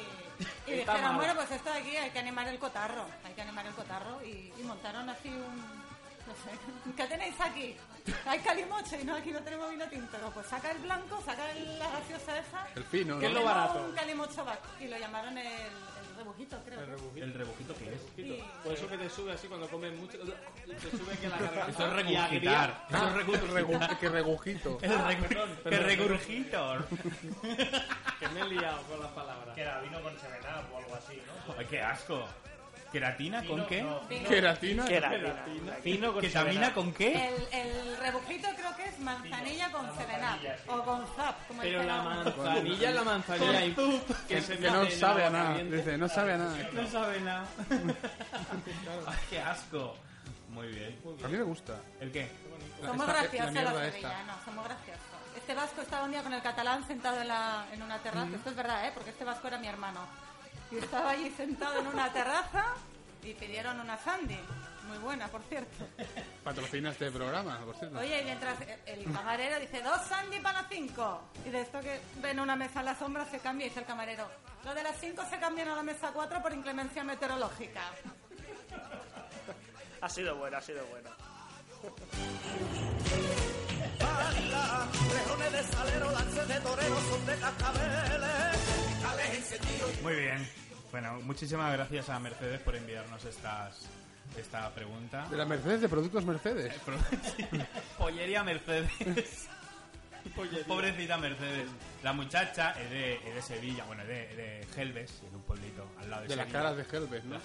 Speaker 6: Está
Speaker 10: dijeron,
Speaker 6: mal.
Speaker 10: bueno, pues esto de aquí hay que animar el cotarro, hay que animar el cotarro. Y, y montaron así un... No sé, [laughs] ¿qué tenéis aquí? Hay calimocho y no, aquí no tenemos vino tinto. No, pues saca el blanco, saca el- la gaseosa esa.
Speaker 5: El fino,
Speaker 6: ¿Qué es
Speaker 5: ¿no?
Speaker 6: lo
Speaker 10: Tenemos
Speaker 6: barato?
Speaker 10: Un calimocho vasco, y lo llamaron el, el rebujito, creo.
Speaker 6: El
Speaker 10: ¿no?
Speaker 6: rebujito.
Speaker 4: ¿El rebujito qué es?
Speaker 6: Por eso que te sube así cuando comes mucho. Te sube que la garganta.
Speaker 4: Eso es
Speaker 6: y agria.
Speaker 4: regurgitar. Eso es regurgitar.
Speaker 5: [laughs] Regu- que regujito.
Speaker 4: El regu-
Speaker 6: perdón.
Speaker 4: el regurgito.
Speaker 6: Que me he liado con las palabras.
Speaker 1: Que era vino con serenap o algo así, ¿no?
Speaker 4: Ay, ¡Qué asco! ¿Queratina con
Speaker 1: Vino-
Speaker 4: qué?
Speaker 1: no, vino-
Speaker 5: Queratina.
Speaker 8: ¿Qué era?
Speaker 6: Fino con
Speaker 4: ¿Ketamina
Speaker 6: serenata.
Speaker 4: con qué?
Speaker 10: El, el rebujito creo que es manzanilla con serenap
Speaker 1: Ah, manzanilla, sí.
Speaker 10: o con zap, como
Speaker 6: Pero
Speaker 10: dicen
Speaker 6: la
Speaker 10: algunos.
Speaker 6: manzanilla, la manzanilla. ahí,
Speaker 5: Que,
Speaker 6: se
Speaker 5: que no
Speaker 6: mete en
Speaker 5: sabe a
Speaker 6: agua
Speaker 5: nada.
Speaker 6: caliente.
Speaker 5: Dice, no sabe a nada.
Speaker 4: No sabe nada. Ay, ¡Qué asco! Muy bien.
Speaker 5: A mí me gusta.
Speaker 4: ¿El qué?
Speaker 10: Somos
Speaker 5: Esta-
Speaker 10: graciosos
Speaker 5: la
Speaker 10: los
Speaker 5: mierda esta.
Speaker 10: sevillanos, somos graciosos. Este vasco estaba un día con el catalán sentado en, la, en una terraza, esto es verdad, ¿eh? porque este vasco era mi hermano. Y estaba allí sentado en una terraza y pidieron una sandy, muy buena, por cierto.
Speaker 5: Patrocina este programa, por cierto.
Speaker 10: Oye, y mientras el el camarero dice dos sandy para las cinco. Y de esto que ven una mesa a la sombra se cambia y dice el camarero. Lo de las cinco se cambian a la mesa cuatro por inclemencia meteorológica.
Speaker 8: Ha sido bueno, ha sido bueno.
Speaker 4: Muy bien. Bueno, muchísimas gracias a Mercedes por enviarnos estas, esta pregunta.
Speaker 5: De la Mercedes, de productos Mercedes.
Speaker 4: Pero- sí. [laughs] Pollería Mercedes. Pobrecita Mercedes. La muchacha es de, es de Sevilla, bueno, es de, es de Gelbes, es un pueblito al lado de,
Speaker 5: De las
Speaker 4: Sevilla.
Speaker 5: caras de Helvet, ¿no?
Speaker 4: [laughs]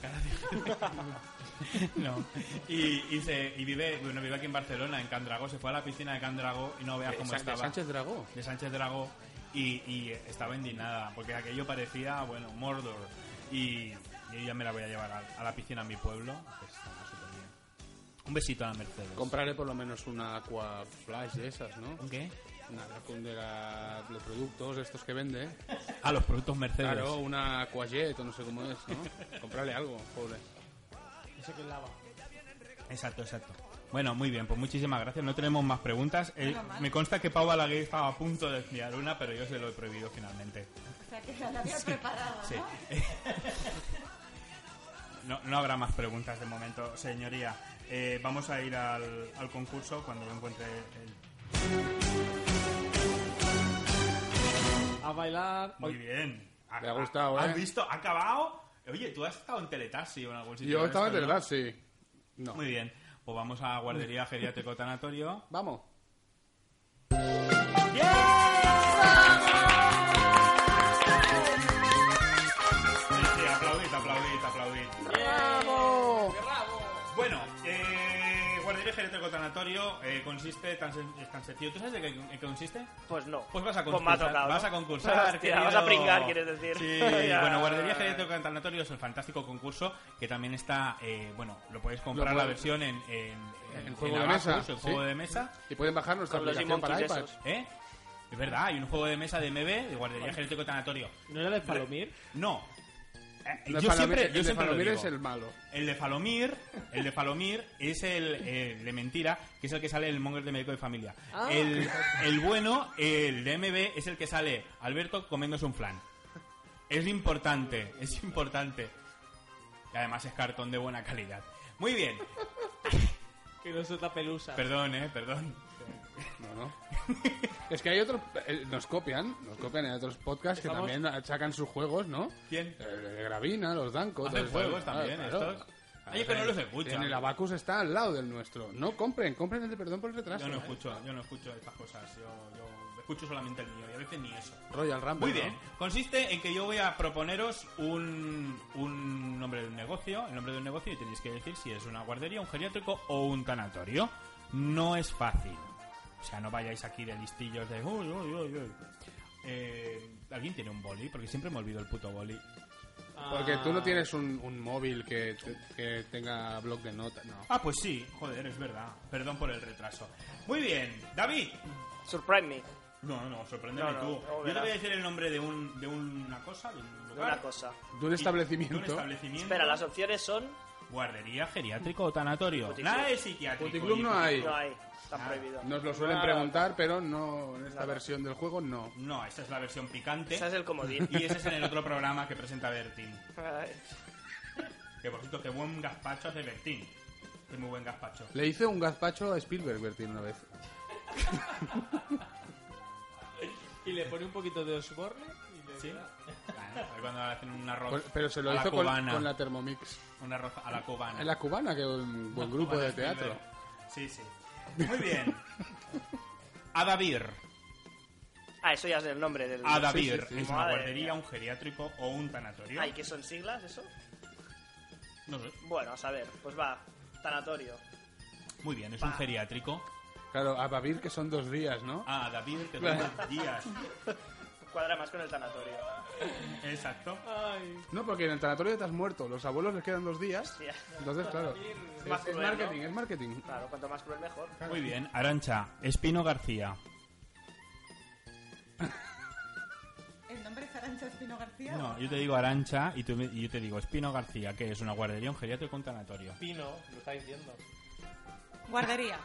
Speaker 4: No. Y, y se- y vive, bueno, vive aquí en Barcelona, en Candragó. Se fue a la piscina de Candragó y no veas cómo
Speaker 5: Sa-
Speaker 4: estaba.
Speaker 5: Sánchez Dragó.
Speaker 4: de Sánchez Dragó. Y, y estaba indignada, porque aquello parecía, bueno, Mordor. Y, y ya me la voy a llevar a, a la piscina a mi pueblo. que estaba súper bien. Un besito a Mercedes.
Speaker 5: Compraré por lo menos una Aquaflash de esas, ¿no?
Speaker 4: ¿Un qué?
Speaker 5: nada, con de la- los productos estos que vende.
Speaker 4: A los productos Mercedes.
Speaker 5: Claro, una coaget o no sé cómo es, ¿no? Comprarle algo, pobre.
Speaker 6: Eso que lava.
Speaker 4: Exacto, exacto. Bueno, muy bien, pues muchísimas gracias. No tenemos más preguntas. Eh, me consta que Pau Balaguer estaba a punto de enviar una, pero yo se lo he prohibido finalmente.
Speaker 10: O sea, que la había preparado,
Speaker 4: Sí.
Speaker 10: ¿no?
Speaker 4: [laughs] No, no habrá más preguntas de momento, señoría. Eh, vamos a ir al, al concurso cuando lo encuentre el
Speaker 6: A bailar.
Speaker 4: Muy bien. Ah,
Speaker 5: Le ha gustado,
Speaker 4: ¿Has
Speaker 5: ¿eh?
Speaker 4: visto? ¿Ha acabado? Oye, ¿tú has estado en Teletaxi o en algún sitio?
Speaker 5: Yo
Speaker 4: de
Speaker 5: estaba en
Speaker 4: estos,
Speaker 5: verdad, sí.
Speaker 4: ¿no?
Speaker 5: No.
Speaker 4: Muy bien. Pues vamos a
Speaker 5: [laughs]
Speaker 4: Guardería Geriátrico Tanatorio.
Speaker 5: Vamos.
Speaker 4: Sí, sí, aplaudid, aplaudid, aplaudid. Bueno, eh, Guardería Geriátrico Tanatorio eh, consiste tan, sen- es tan sencillo. ¿Tú sabes de qué en qué consiste?
Speaker 8: Pues no.
Speaker 4: Pues vas a
Speaker 8: Pues
Speaker 4: concursar.
Speaker 8: me ha tocado, ¿no?
Speaker 4: vas a concursar.
Speaker 8: [laughs] Hostia,
Speaker 4: querido.
Speaker 8: vas a pringar, quieres decir.
Speaker 4: Sí,
Speaker 8: [laughs] Ya.
Speaker 4: bueno, Guardería Geriátrica de Tanatorio es un fantástico concurso que también está, eh, bueno, lo podéis comprar
Speaker 5: Lo
Speaker 4: la
Speaker 5: puedes-
Speaker 4: versión en, en,
Speaker 5: En
Speaker 4: en
Speaker 5: juego de
Speaker 4: Abacus,
Speaker 5: mesa,
Speaker 4: en juego
Speaker 5: sí.
Speaker 4: de mesa.
Speaker 5: Y pueden bajar nuestra
Speaker 8: Con los
Speaker 5: aplicación para
Speaker 8: emojis
Speaker 5: iPad.
Speaker 8: esos.
Speaker 4: ¿Eh? Es verdad, hay un juego de mesa de MB de Guardería Geriátrico de Tanatorio.
Speaker 6: ¿No era de Palomir?
Speaker 4: No. Eh,
Speaker 5: El de
Speaker 4: yo
Speaker 5: Palomir-
Speaker 4: siempre,
Speaker 5: el
Speaker 4: yo
Speaker 5: de
Speaker 4: siempre lo
Speaker 5: Palomir
Speaker 4: digo.
Speaker 5: es el malo.
Speaker 4: El de Falomir, el de Falomir es el, el de mentira, que es el que sale en el monger de médico de familia.
Speaker 5: Ah,
Speaker 4: El, el bueno, el de MB, es el que sale Alberto comiéndose un flan. Es importante, es importante. Y además es cartón de buena calidad. Muy bien,
Speaker 6: Que no es otra pelusa.
Speaker 4: perdón, eh, perdón.
Speaker 5: No, no. [laughs] es que hay otros... eh, nos copian, nos copian en otros podcasts
Speaker 6: Estamos-
Speaker 5: que también sacan sus juegos, ¿no?
Speaker 4: ¿Quién?
Speaker 5: El de Gravina, los Danco...
Speaker 4: Hacen
Speaker 5: todos esos-
Speaker 4: juegos también, estos. Oye, que no los escuchan.
Speaker 5: En el Abacus está al lado del nuestro. No compren, compren el de perdón por el retraso.
Speaker 4: Yo no
Speaker 5: ¿eh?
Speaker 4: escucho, yo no escucho estas cosas, yo, yo escucho solamente el mío y a veces ni eso.
Speaker 5: Royal Rumble.
Speaker 4: Muy
Speaker 5: ¿no?
Speaker 4: bien, consiste en que yo voy a proponeros un, un nombre de un negocio, el nombre de un negocio y tenéis que decir si es una guardería, un geriátrico o un tanatorio. No es fácil. O sea, no vayáis aquí de listillos de... "Uy, uy, uy, uy". Eh, ¿Alguien tiene un boli? Porque siempre me olvido el puto boli.
Speaker 5: Porque tú
Speaker 4: Ah.
Speaker 5: no tienes un, un móvil que, te- que tenga blog de notas, no.
Speaker 4: Ah, pues sí, joder, es verdad. Perdón por el retraso. Muy bien, David.
Speaker 8: Surprise me.
Speaker 4: No, no, sorpréndeme
Speaker 8: No, no,
Speaker 4: tú.
Speaker 8: no,
Speaker 4: yo te
Speaker 8: verás.
Speaker 4: voy a decir el nombre de, un, de una cosa, de un lugar.
Speaker 8: Una cosa.
Speaker 5: De un
Speaker 4: Y-
Speaker 5: establecimiento.
Speaker 4: de un establecimiento.
Speaker 8: Espera, las opciones son...
Speaker 4: Guardería, geriátrico o tanatorio.
Speaker 8: Puticlub.
Speaker 4: Nada de psiquiátrico.
Speaker 5: Puticlub no
Speaker 4: hijo.
Speaker 5: hay.
Speaker 8: No hay.
Speaker 4: Ah,
Speaker 8: Está prohibido.
Speaker 5: Nos lo suelen
Speaker 8: Nada.
Speaker 5: preguntar, pero no en esta
Speaker 8: Nada.
Speaker 5: versión del juego no.
Speaker 4: No, esa es la versión picante.
Speaker 8: Ese es el comodín.
Speaker 4: [laughs] Y ese es en el otro programa que presenta Bertín.
Speaker 8: Ay.
Speaker 4: Que por cierto, qué buen gazpacho hace Bertín. Qué muy buen gazpacho.
Speaker 5: Le hice un gazpacho a Spielberg Bertín
Speaker 4: [laughs]
Speaker 5: una vez.
Speaker 6: Y le pone un poquito de osborne y le
Speaker 4: ¿Sí? Claro, cuando hacen un arroz
Speaker 5: Pues- pero se lo
Speaker 4: a la
Speaker 5: hizo con,
Speaker 4: cubana.
Speaker 5: con la Thermomix.
Speaker 4: Un arroz a la cubana.
Speaker 5: En la cubana, que es un buen
Speaker 4: Una
Speaker 5: grupo
Speaker 4: cubana
Speaker 5: de teatro.
Speaker 4: Spielberg. Sí, sí. Muy
Speaker 5: [laughs]
Speaker 4: bien. Adavir.
Speaker 8: [laughs] Ah, eso ya es el nombre del...
Speaker 4: Adavir.
Speaker 5: sí, sí.
Speaker 4: ¿Es una
Speaker 8: Madre
Speaker 4: guardería,
Speaker 8: mía.
Speaker 4: un geriátrico o un tanatorio?
Speaker 8: Ay, ¿qué son siglas eso?
Speaker 4: No sé.
Speaker 8: Bueno, a saber. Pues va. Tanatorio.
Speaker 4: Muy bien, es un geriátrico.
Speaker 5: Claro, a Babir que son dos días, ¿no?
Speaker 4: Ah, Adavir, que son dos días.
Speaker 8: Cuadra más con el tanatorio.
Speaker 4: Exacto.
Speaker 5: No, porque en el tanatorio te has muerto. Los abuelos les quedan dos días.
Speaker 8: Hostia.
Speaker 5: Entonces,
Speaker 4: Ah,
Speaker 5: claro.
Speaker 8: más
Speaker 5: Es, es
Speaker 8: cruel,
Speaker 5: marketing,
Speaker 8: ¿no?
Speaker 5: es marketing.
Speaker 8: [laughs] Claro, cuanto más cruel mejor.
Speaker 4: Muy bien, Arancha, Espino García.
Speaker 10: ¿El nombre es Arancha Espino García?
Speaker 4: No, yo te digo Arancha y, tú me- y yo te digo Espino García, que es una guardería, un geriátrico, un tanatorio.
Speaker 6: Pino, lo está diciendo.
Speaker 10: Guardería.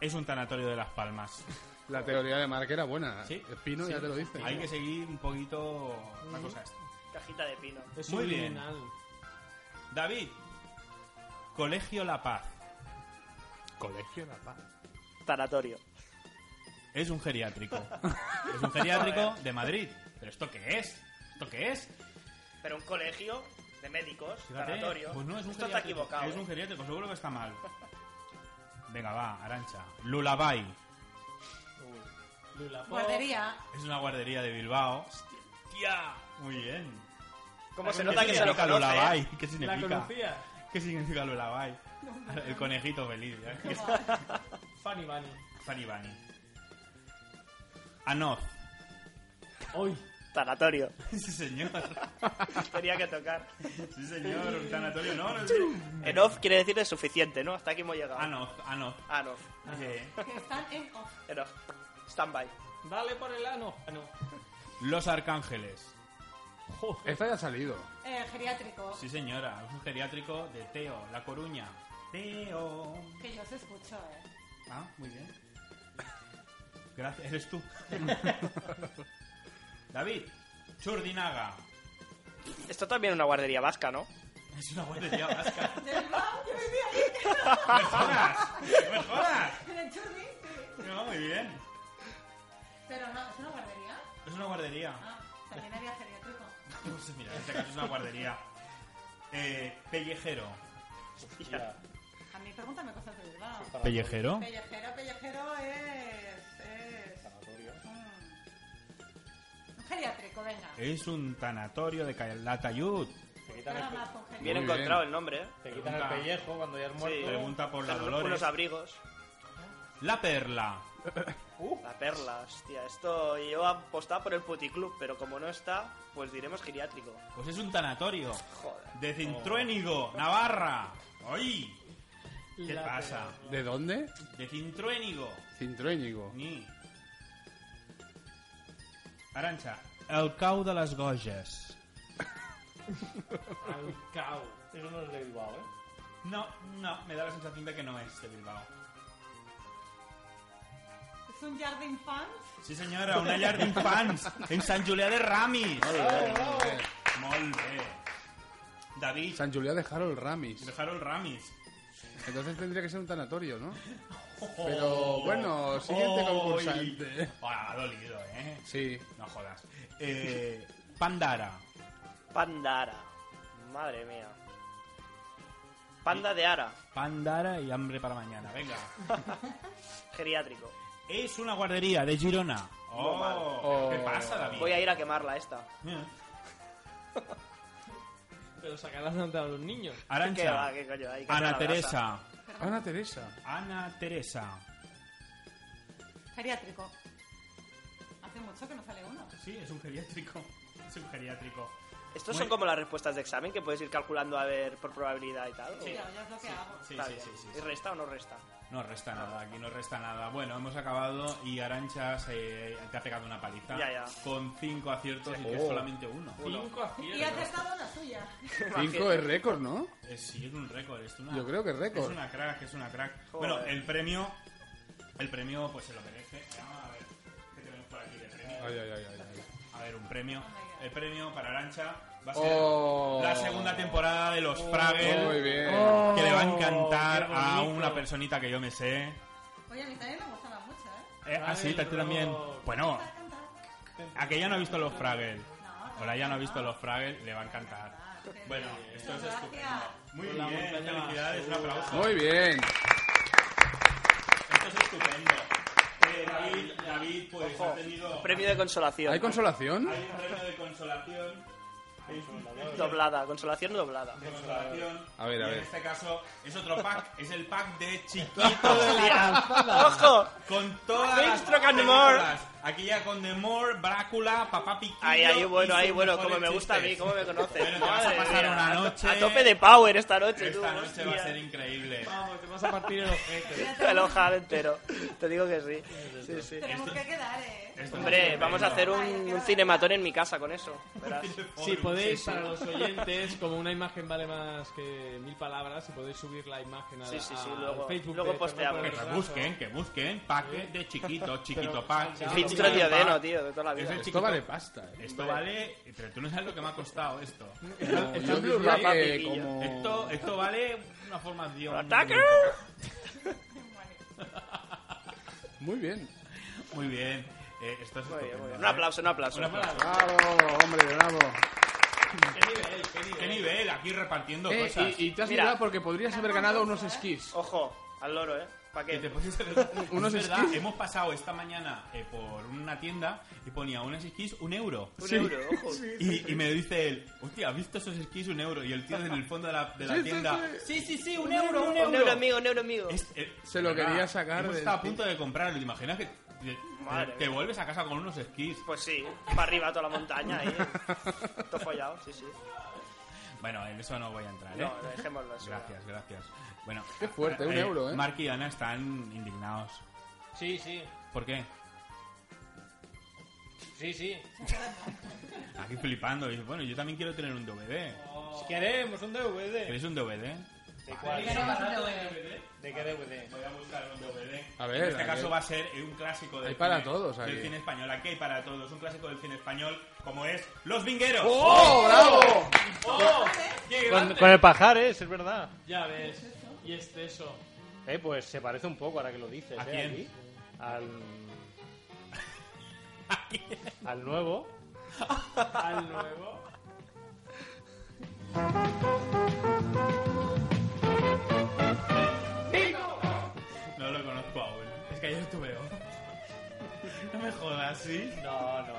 Speaker 4: Es un tanatorio de Las Palmas.
Speaker 5: La teoría de Mark era buena.
Speaker 4: Sí.
Speaker 5: Espino ya
Speaker 4: Sí.
Speaker 5: te lo dice.
Speaker 4: Hay que seguir un poquito la cosa esta.
Speaker 8: Cajita de pino.
Speaker 6: Es
Speaker 4: Muy
Speaker 6: Muy
Speaker 4: bien.
Speaker 6: bien.
Speaker 4: David, Colegio La Paz.
Speaker 5: Colegio La Paz.
Speaker 8: Tanatorio.
Speaker 4: Es un [laughs] geriátrico. es un geriátrico de Madrid. ¿Pero esto qué es? ¿Esto qué es?
Speaker 8: Pero un colegio de médicos,
Speaker 4: Fíjate,
Speaker 8: tanatorio.
Speaker 4: Pues no, es un
Speaker 8: Esto está
Speaker 4: geriátrico.
Speaker 8: equivocado. ¿eh?
Speaker 4: Es un geriátrico, pues seguro que está mal. Venga, va, Arancha. Lulabay.
Speaker 6: Lula
Speaker 4: Oh.
Speaker 6: Pop.
Speaker 10: Guardería.
Speaker 4: Es una guardería de Bilbao. ¡Hostia! Muy bien.
Speaker 8: ¿Cómo se
Speaker 4: ¿Qué
Speaker 8: nota que se lo
Speaker 4: significa
Speaker 8: conoce?
Speaker 4: Lullaby?
Speaker 8: eh?
Speaker 4: ¿Qué
Speaker 6: ¿La
Speaker 4: significa?
Speaker 6: conocías?
Speaker 4: ¿Qué significa Lullaby? El conejito feliz. ¿eh?
Speaker 6: Fanny Bunny.
Speaker 4: Fanny Bunny. Anoz. [laughs]
Speaker 6: Hoy.
Speaker 8: Tanatorio. [laughs]
Speaker 4: Sí, señor.
Speaker 8: Tenía que tocar.
Speaker 4: [laughs] Sí, señor. Un tanatorio. No, no.
Speaker 8: Enough quiere decir es suficiente, ¿no? Hasta aquí hemos llegado.
Speaker 4: Anoz, Anoz.
Speaker 8: Anof.
Speaker 4: Sí.
Speaker 10: Que están en off.
Speaker 8: Enough. Stand-by.
Speaker 6: Dale por el ano. Ah, no.
Speaker 4: Los Arcángeles.
Speaker 5: Esta ya ha salido.
Speaker 10: Eh, geriátrico,
Speaker 4: Sí, señora. Es un geriátrico de Teo, La Coruña. Teo.
Speaker 10: que yo os escucho, ¿eh?
Speaker 4: Ah, muy bien. [laughs] Gracias. Eres [laughs] tú. David. Churdinaga.
Speaker 8: Esto también es una guardería vasca, ¿no?
Speaker 4: Es una guardería vasca.
Speaker 10: ¡Del Bilbao, yo vivía ahí!
Speaker 4: ¡Me jodas! ¡Me jodas!
Speaker 10: En el Churri, sí.
Speaker 4: No, muy bien.
Speaker 10: Pero no, ¿es una guardería?
Speaker 4: Es una guardería.
Speaker 10: Ah, también había geriátrico.
Speaker 4: Pues mira, en este caso es una guardería. Eh, pellejero.
Speaker 10: A mí pregúntame cosas de Bilbao.
Speaker 4: ¿Pellejero?
Speaker 10: Pellejero, pellejero es... es... mm. Un geriátrico, venga.
Speaker 4: Es un tanatorio de Calatayud.
Speaker 1: Te quitan
Speaker 10: Nada
Speaker 1: el,
Speaker 10: más con geriátrico.
Speaker 8: Bien
Speaker 5: Muy
Speaker 8: encontrado
Speaker 5: bien.
Speaker 8: el nombre, ¿eh?
Speaker 1: te quitan el pellejo cuando ya has muerto.
Speaker 4: Pregunta por la
Speaker 8: Unos-
Speaker 4: Dolores.
Speaker 8: Unos abrigos.
Speaker 4: La Perla. Uh.
Speaker 8: La perla, hostia. Esto yo apostaba por el puticlub, pero como no está, pues diremos geriátrico.
Speaker 4: Pues es un tanatorio.
Speaker 8: Joder.
Speaker 4: De Cintruénigo, Navarra. ¡Ay! ¿Qué
Speaker 6: La
Speaker 4: pasa?
Speaker 5: ¿De dónde?
Speaker 4: De Cintruénigo.
Speaker 5: Cintruénigo.
Speaker 4: Ni. Arancha. El cau de les goges.
Speaker 6: Al cao.
Speaker 1: Eso no es de Bilbao, ¿eh?
Speaker 4: No, no, me da la sensación de que no es de Bilbao.
Speaker 10: Es un jardín fans.
Speaker 4: Sí senyora, una llar d'infants en Sant Julià de Ramis.
Speaker 5: Eh,
Speaker 4: Molt bé. David,
Speaker 5: San Julián de Harold Ramis.
Speaker 4: de Harold Ramis.
Speaker 5: Entonces tendría que ser un tanatorio,
Speaker 4: [laughs]
Speaker 5: ¿no?
Speaker 4: Oh,
Speaker 5: Pero, bueno, siguiente concursante.
Speaker 4: Hola, ha dolido, ¿eh?
Speaker 5: Sí.
Speaker 4: No jodas. Eh, Pandara.
Speaker 8: Pandara. Madre mía. Panda de Ara,
Speaker 4: Pandara y hambre para mañana, venga.
Speaker 8: geriátrico.
Speaker 4: Es una guardería de Girona.
Speaker 8: No, mal.
Speaker 4: Oh, ¿Qué pasa, David?
Speaker 8: Voy a ir a quemarla esta.
Speaker 6: Pero sacarás ante a los niños.
Speaker 8: ¿Qué va?
Speaker 4: Arancha.
Speaker 8: ¿Qué coño? Hay que hacer
Speaker 4: Ana
Speaker 8: la brasa.
Speaker 4: Teresa.
Speaker 5: Ana Teresa.
Speaker 4: Ana Teresa.
Speaker 10: Geriátrico. Hace mucho que no sale uno.
Speaker 4: Sí, es un geriátrico. Es un geriátrico.
Speaker 8: Estos
Speaker 4: Muy-
Speaker 8: son como las respuestas de examen que puedes ir calculando a ver por probabilidad y tal.
Speaker 10: Yo, yo es lo que hago.
Speaker 4: Sí,
Speaker 8: Está
Speaker 4: sí,
Speaker 8: bien.
Speaker 4: sí, sí,
Speaker 8: ¿Y Ah.
Speaker 4: sí.
Speaker 8: resta o no resta?
Speaker 4: No resta nada, aquí no resta nada. Bueno, hemos acabado y Arancha se, te ha pegado una paliza.
Speaker 8: Ya, ya.
Speaker 4: Con cinco aciertos y tú
Speaker 5: Oh.
Speaker 4: solamente uno.
Speaker 6: Cinco
Speaker 10: Y
Speaker 6: aciertos.
Speaker 10: acertado la suya.
Speaker 5: Cinco es récord, ¿no?
Speaker 4: Eh, sí, es un récord. Es una,
Speaker 5: Yo creo que es récord.
Speaker 4: Es una crack, es una crack.
Speaker 8: Joder.
Speaker 4: Bueno, el premio, el premio pues se lo merece. Ah, a ver, ¿qué tenemos por aquí de premio?
Speaker 5: Ay, ay, ay, ay, ay.
Speaker 4: A ver, un premio. El premio para Arancha va a ser
Speaker 5: Oh.
Speaker 4: la segunda temporada de los Fraggle.
Speaker 5: Muy bien.
Speaker 4: Que le va a encantar
Speaker 6: qué
Speaker 4: a
Speaker 6: bonito.
Speaker 4: una personita que yo me sé.
Speaker 10: Oye, a mí también me gustaba mucho, ¿eh?
Speaker 4: Eh, ah, sí,
Speaker 6: Fraggle
Speaker 4: a ti también.
Speaker 6: Rock.
Speaker 4: Bueno,
Speaker 10: Para cantar.
Speaker 4: aquella no ha visto los Fraggle.
Speaker 10: No,
Speaker 4: Hola, ya no ha visto los Fraggle, le va a encantar.
Speaker 10: Ah, qué
Speaker 4: Bueno,
Speaker 10: bien.
Speaker 4: esto es
Speaker 10: Gracias.
Speaker 4: estupendo. Muy
Speaker 6: Con la
Speaker 4: bien,
Speaker 6: montaña
Speaker 4: felicidades, un aplauso.
Speaker 5: Muy bien.
Speaker 4: Esto es estupendo. Eh, David, David, pues
Speaker 8: Ojo,
Speaker 4: ha tenido
Speaker 8: Oh, Premio de consolación.
Speaker 5: ¿Hay consolación?
Speaker 4: hay un premio de consolación. Es un premio
Speaker 8: Doblada, consolación doblada.
Speaker 4: de consolación.
Speaker 5: A ver, a
Speaker 4: Y
Speaker 5: ver.
Speaker 4: En este caso es otro pack, es el pack de chiquito de la
Speaker 8: ¡Ojo!
Speaker 4: con todas las
Speaker 8: Extra Candemore.
Speaker 4: películas. Aquí ya con Demore, Brácula, Papá Piquillo.
Speaker 8: Ahí, ahí,
Speaker 4: y
Speaker 8: bueno,
Speaker 4: sus
Speaker 8: ahí, bueno,
Speaker 4: mejores
Speaker 8: como me gusta a mí,
Speaker 4: chistes.
Speaker 8: como me conoces.
Speaker 4: Bueno, te vas a
Speaker 8: Madre
Speaker 4: pasar
Speaker 8: mía,
Speaker 4: una
Speaker 8: a to-
Speaker 4: noche.
Speaker 8: A tope de power esta noche, tú.
Speaker 4: Esta noche va a
Speaker 8: hostia.
Speaker 4: ser increíble.
Speaker 6: Vamos, te vas a partir el ojete.
Speaker 8: [laughs] El ojal entero. Te digo que sí. Sí, sí.
Speaker 10: Tenemos que quedar, ¿eh?
Speaker 4: Esto es
Speaker 8: Hombre,
Speaker 4: estupendo.
Speaker 8: vamos a hacer un, un cinematón en mi casa con eso.
Speaker 4: [laughs]
Speaker 8: Verás.
Speaker 6: Si podéis, para los oyentes, como una imagen vale más que mil palabras, si podéis subir la imagen a,
Speaker 8: Sí, sí, sí,
Speaker 6: a-
Speaker 8: luego-
Speaker 6: al Facebook.
Speaker 8: luego
Speaker 6: de
Speaker 8: posteamos.
Speaker 4: Que
Speaker 6: Fernando
Speaker 4: nos
Speaker 6: Alonso.
Speaker 4: busquen, que busquen. Pack de chiquito, chiquito pack.
Speaker 8: Filtro
Speaker 4: Pack.
Speaker 8: diodeno, tío, de toda la
Speaker 4: Es
Speaker 8: vida.
Speaker 4: el
Speaker 5: Esto
Speaker 4: chiquito.
Speaker 5: vale pasta. ¿eh?
Speaker 4: Esto vale. Pero tú no sabes lo que me ha costado esto.
Speaker 5: No,
Speaker 4: Esto-
Speaker 5: yo diría
Speaker 8: Papá
Speaker 5: que
Speaker 8: Piquillo.
Speaker 5: como...
Speaker 4: Esto, esto vale una formación.
Speaker 8: ¡Ataque!
Speaker 5: Muy bien.
Speaker 4: Muy bien. Eh, esto es
Speaker 8: Muy bien,
Speaker 4: estupendo,
Speaker 8: muy bien. Un
Speaker 4: ¿vale?
Speaker 8: aplauso, un aplauso.
Speaker 4: Un aplauso.
Speaker 5: Bravo, hombre, bravo.
Speaker 4: ¿Qué nivel? Aquí repartiendo
Speaker 5: Eh,
Speaker 4: cosas.
Speaker 5: y, y te has
Speaker 8: Mira.
Speaker 5: mirado porque podrías haber ganado unos esquís.
Speaker 8: Ojo, al loro, ¿eh? ¿Para
Speaker 4: Que
Speaker 5: [laughs]
Speaker 4: te
Speaker 8: qué?
Speaker 4: pones
Speaker 5: Unos
Speaker 4: es verdad,
Speaker 5: esquís.
Speaker 4: hemos pasado esta mañana eh, por una tienda y ponía unos esquís un euro.
Speaker 8: Un euro, ojo.
Speaker 4: Y, y me dice él, hostia, ¿has visto esos esquís un euro? Y el tío en el fondo de la, de la tienda, sí, sí, sí, un euro, un euro.
Speaker 8: Un euro mío, un euro mío.
Speaker 4: Es- eh,
Speaker 5: Se lo
Speaker 4: de verdad,
Speaker 5: quería sacar
Speaker 4: Hemos
Speaker 5: del
Speaker 4: estado a
Speaker 5: tío.
Speaker 4: punto de comprarlo, ¿te imaginas que te,
Speaker 8: Madre
Speaker 4: te
Speaker 8: mía.
Speaker 4: vuelves a casa con unos esquís?
Speaker 8: Pues sí, para arriba toda la montaña ahí. Todo follado, sí, sí.
Speaker 4: Bueno, en eso no voy a entrar, ¿eh?
Speaker 8: No, dejémoslo así.
Speaker 4: Gracias, gracias. Bueno,
Speaker 5: Qué fuerte, un euro, ¿eh?
Speaker 4: Mark y Ana están indignados.
Speaker 6: Sí, sí.
Speaker 4: ¿Por qué?
Speaker 6: Sí, sí.
Speaker 4: Aquí flipando. Y dice, bueno, yo también quiero tener un DVD.
Speaker 6: Si queremos un DVD.
Speaker 4: ¿Queréis un DVD?
Speaker 1: ¿De cuál? ¿De qué DVD?
Speaker 4: Voy a buscar un DVD.
Speaker 5: A ver,
Speaker 4: en este
Speaker 5: a
Speaker 4: caso
Speaker 5: ver.
Speaker 4: va a ser eh, un clásico del,
Speaker 5: Hay para
Speaker 4: cine,
Speaker 5: todos,
Speaker 4: del
Speaker 5: aquí.
Speaker 4: cine español. Aquí hay para todos. Un clásico del cine español como es Los Vingueros.
Speaker 5: ¡Oh, bravo!
Speaker 4: ¡Qué
Speaker 1: Con,
Speaker 4: grande!
Speaker 1: con el pajares, es verdad.
Speaker 6: ¡Oh! Ya ves. Y este eso.
Speaker 1: Eh, pues se parece un poco ahora que lo dices.
Speaker 4: ¿A
Speaker 1: eh,
Speaker 4: quién?
Speaker 1: aquí. Al... Al nuevo.
Speaker 6: Al nuevo.
Speaker 4: No lo conozco aún. Es que ayer estuve. [laughs] No me jodas, ¿sí?
Speaker 1: No, no.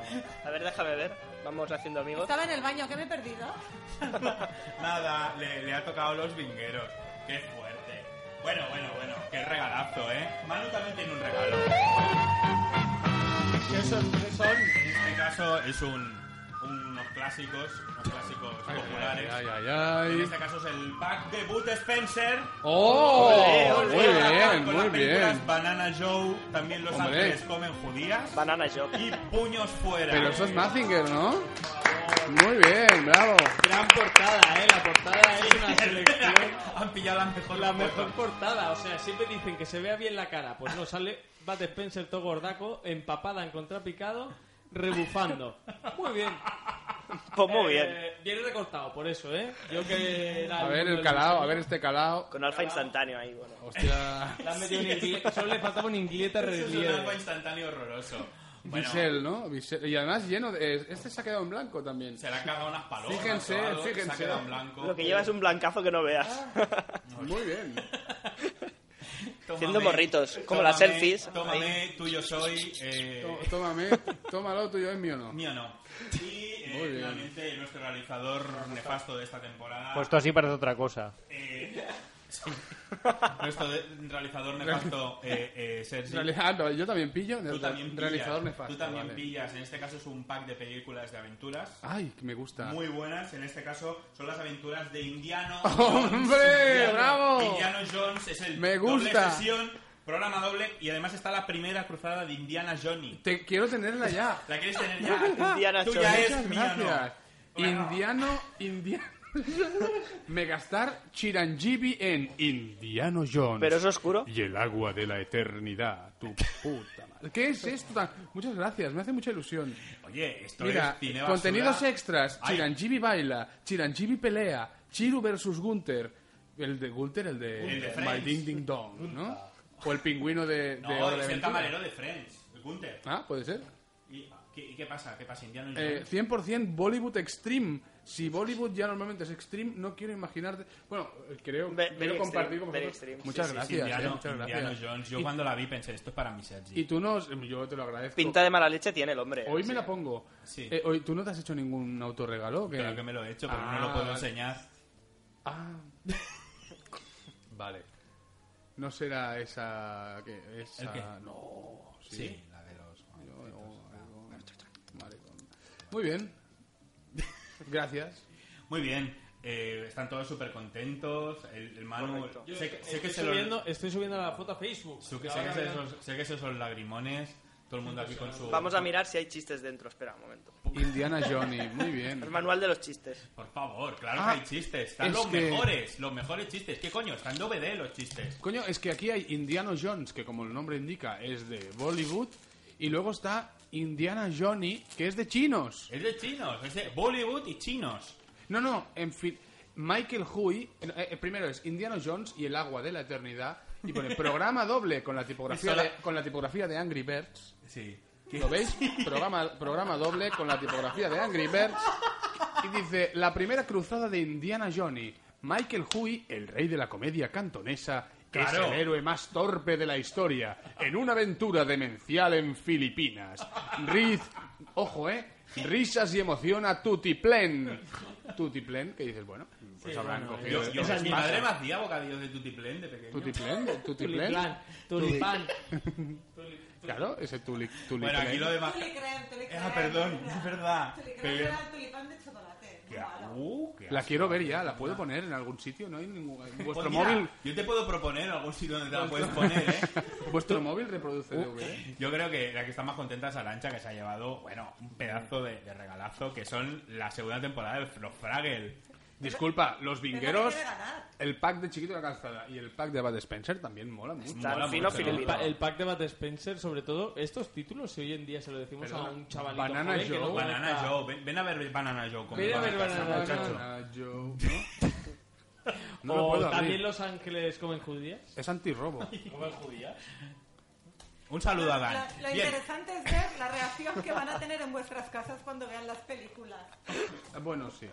Speaker 8: A ver, déjame ver. Vamos haciendo
Speaker 10: [laughs]
Speaker 8: amigos.
Speaker 10: Estaba en el baño, que me he perdido.
Speaker 4: Nada, le, le ha tocado los vingueros. Qué fuerte. Bueno, bueno, bueno. Qué regalazo, ¿eh? Manu también tiene un regalo.
Speaker 6: ¿Qué son? ¿Qué son?
Speaker 4: En este caso es un, unos clásicos, unos clásicos
Speaker 5: Ay, ay,
Speaker 4: populares.
Speaker 5: ay, ay,
Speaker 4: En
Speaker 5: ay.
Speaker 4: este caso es el pack de Boot Spencer.
Speaker 5: ¡Oh!
Speaker 8: Ole,
Speaker 5: Muy bien,
Speaker 4: con las
Speaker 5: muy
Speaker 4: películas
Speaker 5: bien.
Speaker 4: Banana Joe, también Los
Speaker 5: Hombre.
Speaker 4: Ángeles comen judías.
Speaker 8: Banana Joe.
Speaker 4: Y puños fuera. [laughs]
Speaker 5: Pero eso es Mazinger, ¿no? Muy bien, bravo.
Speaker 6: Gran portada, eh. La portada es
Speaker 5: [laughs]
Speaker 6: una selección.
Speaker 4: Han pillado la mejor
Speaker 6: La mejor portada, o sea, siempre dicen que se vea bien la cara. Pues no, sale Bat Spencer todo gordaco, empapada en contrapicado, rebufando. Muy bien.
Speaker 8: Pues muy bien.
Speaker 6: Eh, bien recortado, por eso, ¿eh? Yo que... era
Speaker 5: A ver el
Speaker 6: del-
Speaker 5: calao, a ver este calao.
Speaker 8: Con alfa instantáneo ahí, bueno.
Speaker 5: Hostia.
Speaker 6: Le han metido una ingle- Solo le faltaba un ingleta
Speaker 4: Es un
Speaker 6: relieve.
Speaker 4: alfa instantáneo horroroso. Bueno,
Speaker 5: Bisel, ¿no? Bisel. Y además lleno de... Este se ha quedado en blanco también.
Speaker 4: se le han cagado unas palomas.
Speaker 5: Fíjense,
Speaker 4: o algo,
Speaker 5: fíjense.
Speaker 4: Se ha quedado en blanco. Eh,
Speaker 8: Lo que lleva es un blancazo que no veas.
Speaker 5: Muy
Speaker 4: [laughs]
Speaker 5: bien.
Speaker 4: Tómame,
Speaker 8: haciendo morritos, como las
Speaker 4: tómame,
Speaker 8: selfies.
Speaker 4: Tómame, tuyo
Speaker 5: [laughs]
Speaker 4: soy. Eh,
Speaker 5: Tó- Tómame, tómalo, tuyo es mío no.
Speaker 4: Mío
Speaker 5: [laughs]
Speaker 4: no. Y eh,
Speaker 5: Muy bien.
Speaker 4: finalmente nuestro realizador nefasto de esta temporada.
Speaker 1: Puesto así parece otra cosa.
Speaker 4: eh, [laughs] sí. nuestro de- realizador nefasto, eh, eh, Sergi.
Speaker 5: Reali- Ah, no, yo también pillo.
Speaker 4: Tú también pillas,
Speaker 5: Realizador nefasto.
Speaker 4: Tú también
Speaker 5: vale.
Speaker 4: pillas. En este caso es un pack de películas de aventuras.
Speaker 5: Ay, que me gusta.
Speaker 4: Muy buenas, en este caso son las aventuras de Indiano.
Speaker 5: [laughs] ¡Hombre,
Speaker 4: Jones.
Speaker 5: bravo!
Speaker 4: Indiano Jones es el
Speaker 5: Me
Speaker 4: doble
Speaker 5: gusta.
Speaker 4: sesión, programa doble y además está la primera cruzada de Indiana Johnny.
Speaker 5: Te quiero tenerla ya.
Speaker 4: ¿La quieres tener ya?
Speaker 8: Indiana
Speaker 4: Tú ya
Speaker 8: Jones.
Speaker 4: es
Speaker 5: Muchas
Speaker 4: mía,
Speaker 5: gracias.
Speaker 4: no. Bueno.
Speaker 5: Indiano, indiano. [laughs] Megastar Chiranjibi en Indiano Jones.
Speaker 8: Pero es oscuro.
Speaker 5: Y el agua de la eternidad, tu puta madre. ¿Qué es esto? tan- Muchas gracias, me hace mucha ilusión.
Speaker 4: Oye, esto
Speaker 5: Mira,
Speaker 4: es cine basura.
Speaker 5: contenidos extras.
Speaker 4: Ay.
Speaker 5: Chiranjibi baila, Chiranjibi pelea, Chiru versus Gunter. El de Gunter, el de,
Speaker 4: El de
Speaker 5: My
Speaker 4: Friends.
Speaker 5: Ding Ding Dong, ¿no? O el pingüino de, de
Speaker 4: No,
Speaker 5: Hora de
Speaker 4: es el
Speaker 5: Aventura.
Speaker 4: camarero de Friends, el Gunther.
Speaker 5: Ah, puede ser.
Speaker 4: ¿Y qué, y qué pasa? ¿Qué pasa? Indiana
Speaker 5: Eh,
Speaker 4: Jones.
Speaker 5: 100% Bollywood Extreme. Si Bollywood ya normalmente es Extreme, no quiero imaginarte. Bueno, eh, creo,
Speaker 8: Ve-
Speaker 5: quiero compartir
Speaker 8: very extreme,
Speaker 5: con
Speaker 8: very
Speaker 5: vosotros.
Speaker 8: extreme.
Speaker 5: Muchas
Speaker 4: Sí, sí,
Speaker 5: gracias, eh,
Speaker 4: Indiana-
Speaker 5: muchas gracias.
Speaker 4: Indiana Jones. Yo cuando la vi pensé, esto es para mi Sergi.
Speaker 5: Y tú no, yo te lo agradezco.
Speaker 8: Pinta de mala leche tiene el hombre.
Speaker 5: Hoy me la pongo.
Speaker 4: Sí.
Speaker 5: Eh, hoy, ¿Tú no te has hecho ningún autorregalo? o qué?
Speaker 4: Claro que me lo he hecho, pero
Speaker 5: Ah,
Speaker 4: no lo puedo
Speaker 5: vale.
Speaker 4: enseñar. [laughs]
Speaker 5: Ah. vale. No será esa... que esa...
Speaker 4: ¿El qué?
Speaker 5: No. Sí.
Speaker 4: Sí, la de los...
Speaker 5: Vale.
Speaker 4: [laughs]
Speaker 5: Muy bien. Gracias.
Speaker 4: Muy bien. eh, están todos súper contentos. El, el Manu...
Speaker 8: Correcto.
Speaker 4: Sé, que- sé que
Speaker 6: Estoy
Speaker 4: se lo-
Speaker 6: subiendo, estoy subiendo la foto a Facebook.
Speaker 4: sé que- sé
Speaker 6: Ahora
Speaker 4: que
Speaker 6: verán-
Speaker 4: esos- sé que esos son lagrimones. Todo el mundo aquí con su...
Speaker 8: Vamos a mirar si hay chistes dentro. Espera un momento.
Speaker 5: Indiana Johnny.
Speaker 4: [laughs]
Speaker 5: Muy bien.
Speaker 8: El manual de los chistes.
Speaker 4: Por favor, claro
Speaker 5: Ah,
Speaker 4: que hay chistes. Están
Speaker 5: es
Speaker 4: los
Speaker 5: que-
Speaker 4: mejores, los mejores chistes. ¿Qué coño? Están de OBD los chistes.
Speaker 5: Coño, es que aquí hay Indiana Jones, que como el nombre indica es de Bollywood, y luego está Indiana Johnny, que es de chinos.
Speaker 4: Es de chinos, es de Bollywood y chinos.
Speaker 5: No, no, en fin. Michael Huy, eh, eh, primero es Indiana Jones y el agua de la eternidad, y pone programa doble con la tipografía
Speaker 4: Eso
Speaker 5: de,
Speaker 4: la-
Speaker 5: con la tipografía de Angry Birds.
Speaker 4: Sí.
Speaker 5: ¿Lo veis? Programa, programa doble con la tipografía de Angry Birds. Y dice, la primera cruzada de Indiana Johnny. Michael Hui, el rey de la comedia cantonesa,
Speaker 4: Claro.
Speaker 5: es el héroe más torpe de la historia, en una aventura demencial en Filipinas. Riz, ojo, ¿eh? Risas y emoción a Tutiplén. Tutiplén, que dices, bueno, pues habrán cogido...
Speaker 4: Yo, yo-
Speaker 6: Esas
Speaker 4: mi
Speaker 6: mismas.
Speaker 4: madre me hacía bocadillos de tutiplén de pequeño.
Speaker 5: ¿Tutiplén? ¿Tutiplén?
Speaker 6: Tulipán. Tulipán.
Speaker 5: Claro, ese tuli- tuliplén.
Speaker 4: Bueno, aquí lo demás...
Speaker 10: Tulicrem, tulicrem.
Speaker 4: Ah, perdón, [laughs] es verdad.
Speaker 10: Tulicrem
Speaker 4: Pero-
Speaker 10: era el tulipán de chocolate.
Speaker 5: La quiero ver ya, la puedo poner en algún sitio, ¿no? Hay ningún... en
Speaker 4: Pues
Speaker 5: Vuestro
Speaker 4: mira,
Speaker 5: móvil,
Speaker 4: Yo te puedo proponer algún sitio donde te la puedes poner, ¿eh?
Speaker 5: [laughs] vuestro móvil reproduce ¿eh? DVD.
Speaker 4: Yo creo que la que está más contenta es Arancha, que se ha llevado, bueno, un pedazo de, de regalazo, que son la segunda temporada de Frogfraggle.
Speaker 5: Disculpa, los vingueros,
Speaker 10: quiere ganar.
Speaker 5: el pack de Chiquito de la Calzada y el pack de Abad Spencer también mola mucho.
Speaker 8: Tan
Speaker 4: Mola
Speaker 8: fino
Speaker 4: mucho, ¿no?
Speaker 6: El,
Speaker 8: filipino.
Speaker 6: pa- el pack de Bat Spencer, sobre todo, estos títulos, si hoy en día se lo decimos
Speaker 5: Perdona,
Speaker 6: a un chavalito
Speaker 5: Banana
Speaker 6: joven que
Speaker 5: Joe.
Speaker 6: no conozca-
Speaker 4: Banana Joe, ven, ven a ver Banana Joe conmigo
Speaker 6: Ven a
Speaker 4: a
Speaker 6: ver
Speaker 4: casa,
Speaker 6: Banana
Speaker 4: muchacho.
Speaker 5: Banana Joe, ¿no? [laughs] No
Speaker 6: o
Speaker 5: lo puedo abrir.
Speaker 6: también Los Ángeles comen judías.
Speaker 5: Es [laughs] antirrobo. Eh,
Speaker 6: ¿Comen judías?
Speaker 4: Un saludo a
Speaker 10: Lo-
Speaker 4: Dan.
Speaker 10: Lo,
Speaker 4: Bien,
Speaker 10: interesante es ver la reacción que van a tener en vuestras casas cuando vean las películas.
Speaker 5: Bueno, sí.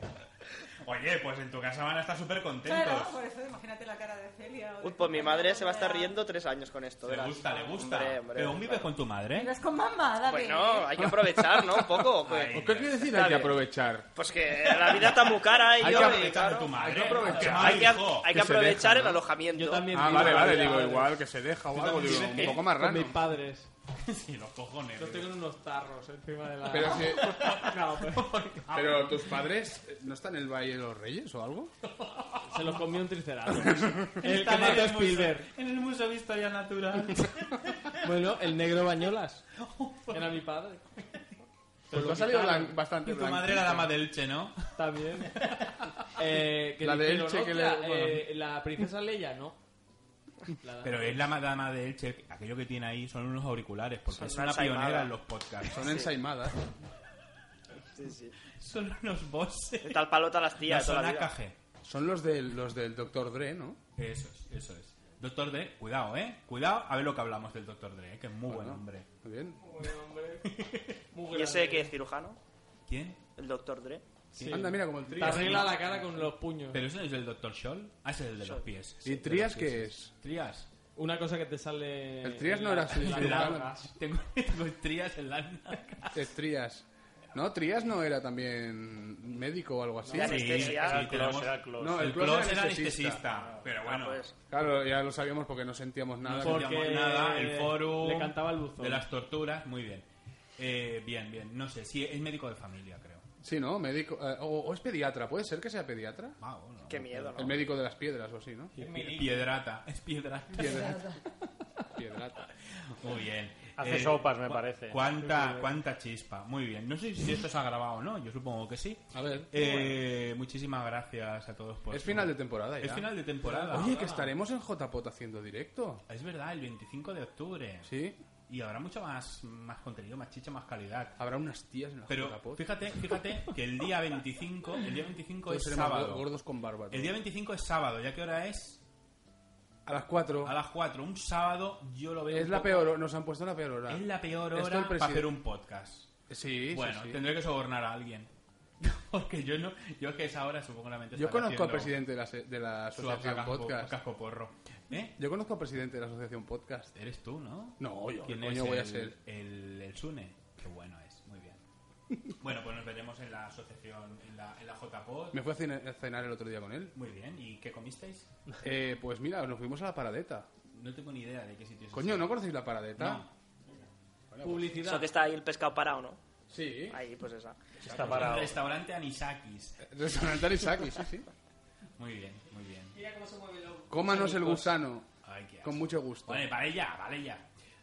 Speaker 4: oye, pues en tu casa van a estar súper contentos.
Speaker 10: Claro, por eso imagínate la cara de Celia. o de-
Speaker 8: Uy, pues mi madre se va a estar riendo tres años con esto.
Speaker 4: Le
Speaker 8: verás.
Speaker 4: gusta, le gusta.
Speaker 8: Hombre, hombre,
Speaker 4: Pero aún vives
Speaker 8: claro.
Speaker 4: con tu madre.
Speaker 10: Vives con mamá, dale.
Speaker 8: Bueno, Pues hay que aprovechar, ¿no? Un
Speaker 4: [laughs]
Speaker 8: poco. pues.
Speaker 4: Ay,
Speaker 5: ¿Qué quiere decir hay que aprovechar?
Speaker 8: Pues que la vida está muy cara y
Speaker 4: Hay
Speaker 8: yo,
Speaker 4: que
Speaker 8: y
Speaker 4: aprovechar
Speaker 8: claro,
Speaker 4: de tu madre.
Speaker 5: Hay que aprovechar.
Speaker 4: Ay,
Speaker 8: hay que,
Speaker 4: hijo.
Speaker 8: hay que
Speaker 5: Que se
Speaker 8: aprovechar
Speaker 5: deja,
Speaker 8: el
Speaker 5: ¿no?
Speaker 8: alojamiento.
Speaker 6: Yo también.
Speaker 5: Ah,
Speaker 6: vivo
Speaker 5: vale,
Speaker 6: con
Speaker 5: vale,
Speaker 6: mi
Speaker 5: digo,
Speaker 6: madre,
Speaker 5: igual que se deja o algo, digo, un
Speaker 4: ¿Qué?
Speaker 5: poco
Speaker 6: Con
Speaker 5: marrano.
Speaker 6: mis padres.
Speaker 4: [laughs] Sí, los cojones.
Speaker 6: Los tengo en unos tarros encima de la...
Speaker 5: Pero si-
Speaker 6: [laughs] No, pero
Speaker 5: Pero tus padres eh, no están en el Valle de los Reyes o algo?
Speaker 6: se los comió un
Speaker 5: [laughs]
Speaker 6: triceratops. El que
Speaker 4: Están en
Speaker 6: mató a
Speaker 4: el museo-
Speaker 6: Spielberg.
Speaker 4: En el Museo de Historia Natural.
Speaker 6: Bueno, el negro Bañolas. [laughs] Era mi padre.
Speaker 5: Pues
Speaker 6: lo
Speaker 5: me ha salido
Speaker 6: quitaron.
Speaker 5: blan- bastante
Speaker 4: Y tu madre era
Speaker 5: blanquito.
Speaker 4: dama del Che, ¿no?
Speaker 6: [laughs] También. Eh, que
Speaker 5: La de
Speaker 6: dijeron,
Speaker 5: Elche que le-
Speaker 6: "Hostia, eh, la princesa Leia no. La-
Speaker 4: Pero es la dama de Elche, aquello que tiene ahí son unos auriculares, porque
Speaker 8: Son
Speaker 4: es
Speaker 8: una
Speaker 4: una
Speaker 8: ensaimada.
Speaker 4: pionera en los podcasts.
Speaker 5: Son ensaimadas.
Speaker 4: [laughs] Son unos bosses.
Speaker 8: De tal palo a las
Speaker 4: La
Speaker 8: tías. toda la
Speaker 4: zona
Speaker 8: vida.
Speaker 4: KG.
Speaker 5: Son los del, los del Dr. Dre, ¿no?
Speaker 4: Eso es, eso es. Doctor Dre, cuidado, ¿eh? Cuidado, a ver lo que hablamos del Doctor Dre, ¿eh? que es muy buen hombre.
Speaker 5: Muy bien.
Speaker 6: [laughs] Muy
Speaker 8: ¿Y ese
Speaker 6: grande.
Speaker 8: que es cirujano?
Speaker 4: ¿Quién?
Speaker 8: El doctor Dre.
Speaker 6: Sí.
Speaker 5: Anda, mira como el
Speaker 6: Te
Speaker 5: Trias.
Speaker 6: arregla la cara con los puños.
Speaker 4: ¿Pero ese no es el Doctor Scholl? Ah, ese es el de los pies.
Speaker 5: ¿Y
Speaker 4: Sí,
Speaker 5: Trias
Speaker 4: de los
Speaker 5: qué
Speaker 4: pies, sí. Trias.
Speaker 6: Una cosa que te sale.
Speaker 5: El Trias
Speaker 6: en
Speaker 5: no
Speaker 6: la-
Speaker 5: era su-
Speaker 6: en las
Speaker 5: su-
Speaker 6: nalgas.
Speaker 4: Tengo, [laughs] tengo Trias en la nalga.
Speaker 5: Es Trias. No, Trias no era también médico o algo así.
Speaker 8: No,
Speaker 4: Sí,
Speaker 8: Anestesia.
Speaker 4: sí,
Speaker 8: Era el
Speaker 4: tenemos-
Speaker 1: Close, era close.
Speaker 5: No,
Speaker 4: el
Speaker 5: el Clos
Speaker 4: Clos
Speaker 5: era
Speaker 4: era
Speaker 5: anestesista.
Speaker 4: anestesista. Pero bueno,
Speaker 8: pues.
Speaker 5: Claro, ya lo sabíamos porque no sentíamos nada.
Speaker 4: no
Speaker 6: Porque-
Speaker 4: sentíamos nada, el foro
Speaker 6: le cantaba al buzón.
Speaker 4: de las torturas, muy bien. Eh, bien, bien, no sé, sí, es médico de familia, creo.
Speaker 5: Sí, ¿no? Médico. eh, o, o es pediatra, ¿puede ser que sea pediatra?
Speaker 4: Ah, bueno.
Speaker 8: Qué miedo,
Speaker 5: El
Speaker 8: ¿no?
Speaker 5: médico de las piedras o así, ¿no?
Speaker 4: Pie- Piedrata, [laughs] es piedrata.
Speaker 5: Piedrata. Piedrata.
Speaker 4: Muy bien. Eh,
Speaker 1: Hace sopas, me parece.
Speaker 4: Cuánta, cuánta chispa. Muy bien. No sé si esto se ha grabado o no. Yo supongo que sí.
Speaker 1: Ah,
Speaker 5: A ver.
Speaker 4: Eh, muchísimas gracias a todos por.
Speaker 5: Es
Speaker 4: su-
Speaker 5: final de temporada ya.
Speaker 4: Es final de temporada.
Speaker 5: Oye, que estaremos en JPOT haciendo directo.
Speaker 4: Es verdad, el 25 de octubre.
Speaker 5: Sí.
Speaker 4: Y habrá mucho más, más contenido, más chicha, más calidad.
Speaker 5: Habrá unas tías en la
Speaker 4: Pero
Speaker 5: JPOT.
Speaker 4: fíjate, fíjate que el día 25, el día 25
Speaker 5: Todos
Speaker 4: es
Speaker 5: seremos
Speaker 4: sábado.
Speaker 5: gordos con barba. tío.
Speaker 4: El día 25 es sábado. ¿Ya qué hora es?
Speaker 5: A las 4.
Speaker 4: A las 4. Un sábado yo lo veo.
Speaker 5: Es
Speaker 4: un
Speaker 5: la
Speaker 4: poco-
Speaker 5: peor, nos han puesto la peor hora.
Speaker 4: Es la peor
Speaker 5: Esto el
Speaker 4: hora para
Speaker 5: presidente-
Speaker 4: hacer un podcast.
Speaker 5: Sí, sí,
Speaker 4: Bueno, este
Speaker 5: sí.
Speaker 4: tendré que sobornar a alguien. [laughs] Porque yo no, yo es que esa hora seguramente
Speaker 5: Yo
Speaker 4: estará
Speaker 5: conozco al
Speaker 4: haciendo
Speaker 5: presidente de la, se- de la
Speaker 4: su
Speaker 5: asociación
Speaker 4: casco-
Speaker 5: podcast.
Speaker 4: cascoporro. ¿Eh?
Speaker 5: Yo conozco al presidente de la asociación podcast.
Speaker 4: Eres tú, ¿no?
Speaker 5: No, yo,
Speaker 4: ¿Quién
Speaker 5: coño,
Speaker 4: es
Speaker 5: voy
Speaker 4: el,
Speaker 5: a ser.
Speaker 4: El, el Sune. Qué bueno es, muy
Speaker 5: [laughs]
Speaker 4: bien. Bueno, pues nos veremos en la asociación, en la, en la JPod.
Speaker 5: Me fui a cine- a cenar el otro día con él.
Speaker 4: Muy bien, ¿y qué comisteis?
Speaker 5: Eh, pues mira, nos fuimos a la paradeta.
Speaker 4: No tengo ni idea de qué sitio es.
Speaker 5: Coño,
Speaker 4: ese.
Speaker 5: ¿no conocéis la paradeta?
Speaker 4: No.
Speaker 8: Eso
Speaker 6: Publicidad.
Speaker 8: que está ahí el pescado parado, ¿no?
Speaker 5: Sí.
Speaker 8: Ahí, pues esa.
Speaker 1: Está
Speaker 4: El
Speaker 1: parado.
Speaker 4: restaurante Anisakis.
Speaker 5: Restaurante Arisaki, sí, sí.
Speaker 4: Muy bien, muy bien.
Speaker 5: Cómanos el gusano.
Speaker 4: Ay, qué asco.
Speaker 5: Con mucho gusto.
Speaker 4: Vale, vale ya, vale ya.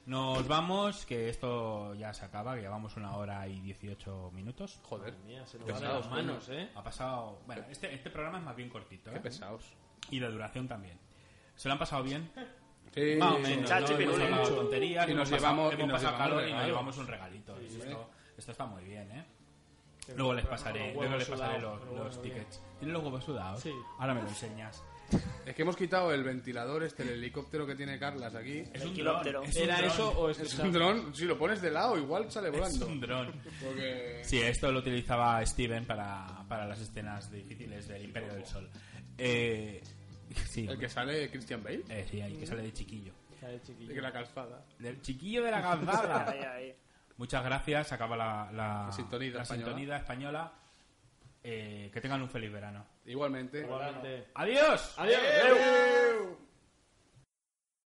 Speaker 4: Nos vamos, que esto ya se acaba, que llevamos una hora y 18 minutos.
Speaker 5: Joder,
Speaker 6: Mía, se nos
Speaker 4: Qué
Speaker 6: van de las
Speaker 4: pesados,
Speaker 6: manos,
Speaker 4: coño.
Speaker 6: ¿eh?
Speaker 4: Ha pasado... Bueno, este, este programa es más bien cortito,
Speaker 5: qué
Speaker 4: ¿eh?
Speaker 5: pesados.
Speaker 4: Y la duración también. ¿Se lo han pasado bien.
Speaker 5: Sí.
Speaker 4: Más o menos.
Speaker 8: Chachi,
Speaker 4: ¿no? Hemos
Speaker 8: pirulín.
Speaker 4: hablado tonterías,
Speaker 5: Y
Speaker 4: hemos pasado-
Speaker 5: nos llevamos-
Speaker 4: hemos
Speaker 5: y nos
Speaker 4: pasado
Speaker 5: llevamos
Speaker 4: calor y nos
Speaker 5: regalos.
Speaker 4: llevamos un regalito. esto, esto está muy bien, ¿eh? Luego les pasaré,
Speaker 6: Con los
Speaker 4: luego les
Speaker 6: huevos
Speaker 4: pasaré los,
Speaker 6: sudados, pero bueno,
Speaker 4: los
Speaker 6: bien.
Speaker 4: tickets. ¿Tienen los huevos sudados?
Speaker 6: Sí.
Speaker 4: Ahora me lo enseñas.
Speaker 5: Es que hemos quitado el ventilador, este, el helicóptero que tiene Carlas aquí.
Speaker 4: Es un
Speaker 8: Quilóptero.
Speaker 4: dron. es un
Speaker 6: ¿Era
Speaker 4: dron.
Speaker 6: eso o
Speaker 5: Es un dron, si lo pones de lado, igual
Speaker 4: [laughs]
Speaker 5: sale
Speaker 4: Es
Speaker 5: volando.
Speaker 4: un dron.
Speaker 5: Porque.
Speaker 4: Sí, esto lo utilizaba Steven para, para las escenas difíciles del Imperio del Sol. Eh, sí,
Speaker 5: El que sale Christian Bale.
Speaker 4: eh, sí, ahí que sale de chiquillo.
Speaker 6: Está el
Speaker 5: El
Speaker 6: chiquillo.
Speaker 5: que la calzada.
Speaker 4: Del chiquillo de la
Speaker 8: [laughs] Ahí,
Speaker 4: calzada.
Speaker 8: ahí.
Speaker 4: Muchas gracias, acaba la, la,
Speaker 5: La sintonía
Speaker 4: la
Speaker 5: española.
Speaker 4: sintonía española. Eh, que tengan un feliz verano.
Speaker 5: Igualmente.
Speaker 6: Igualmente.
Speaker 4: ¡Adiós!
Speaker 6: Adiós.
Speaker 5: ¡Adeu!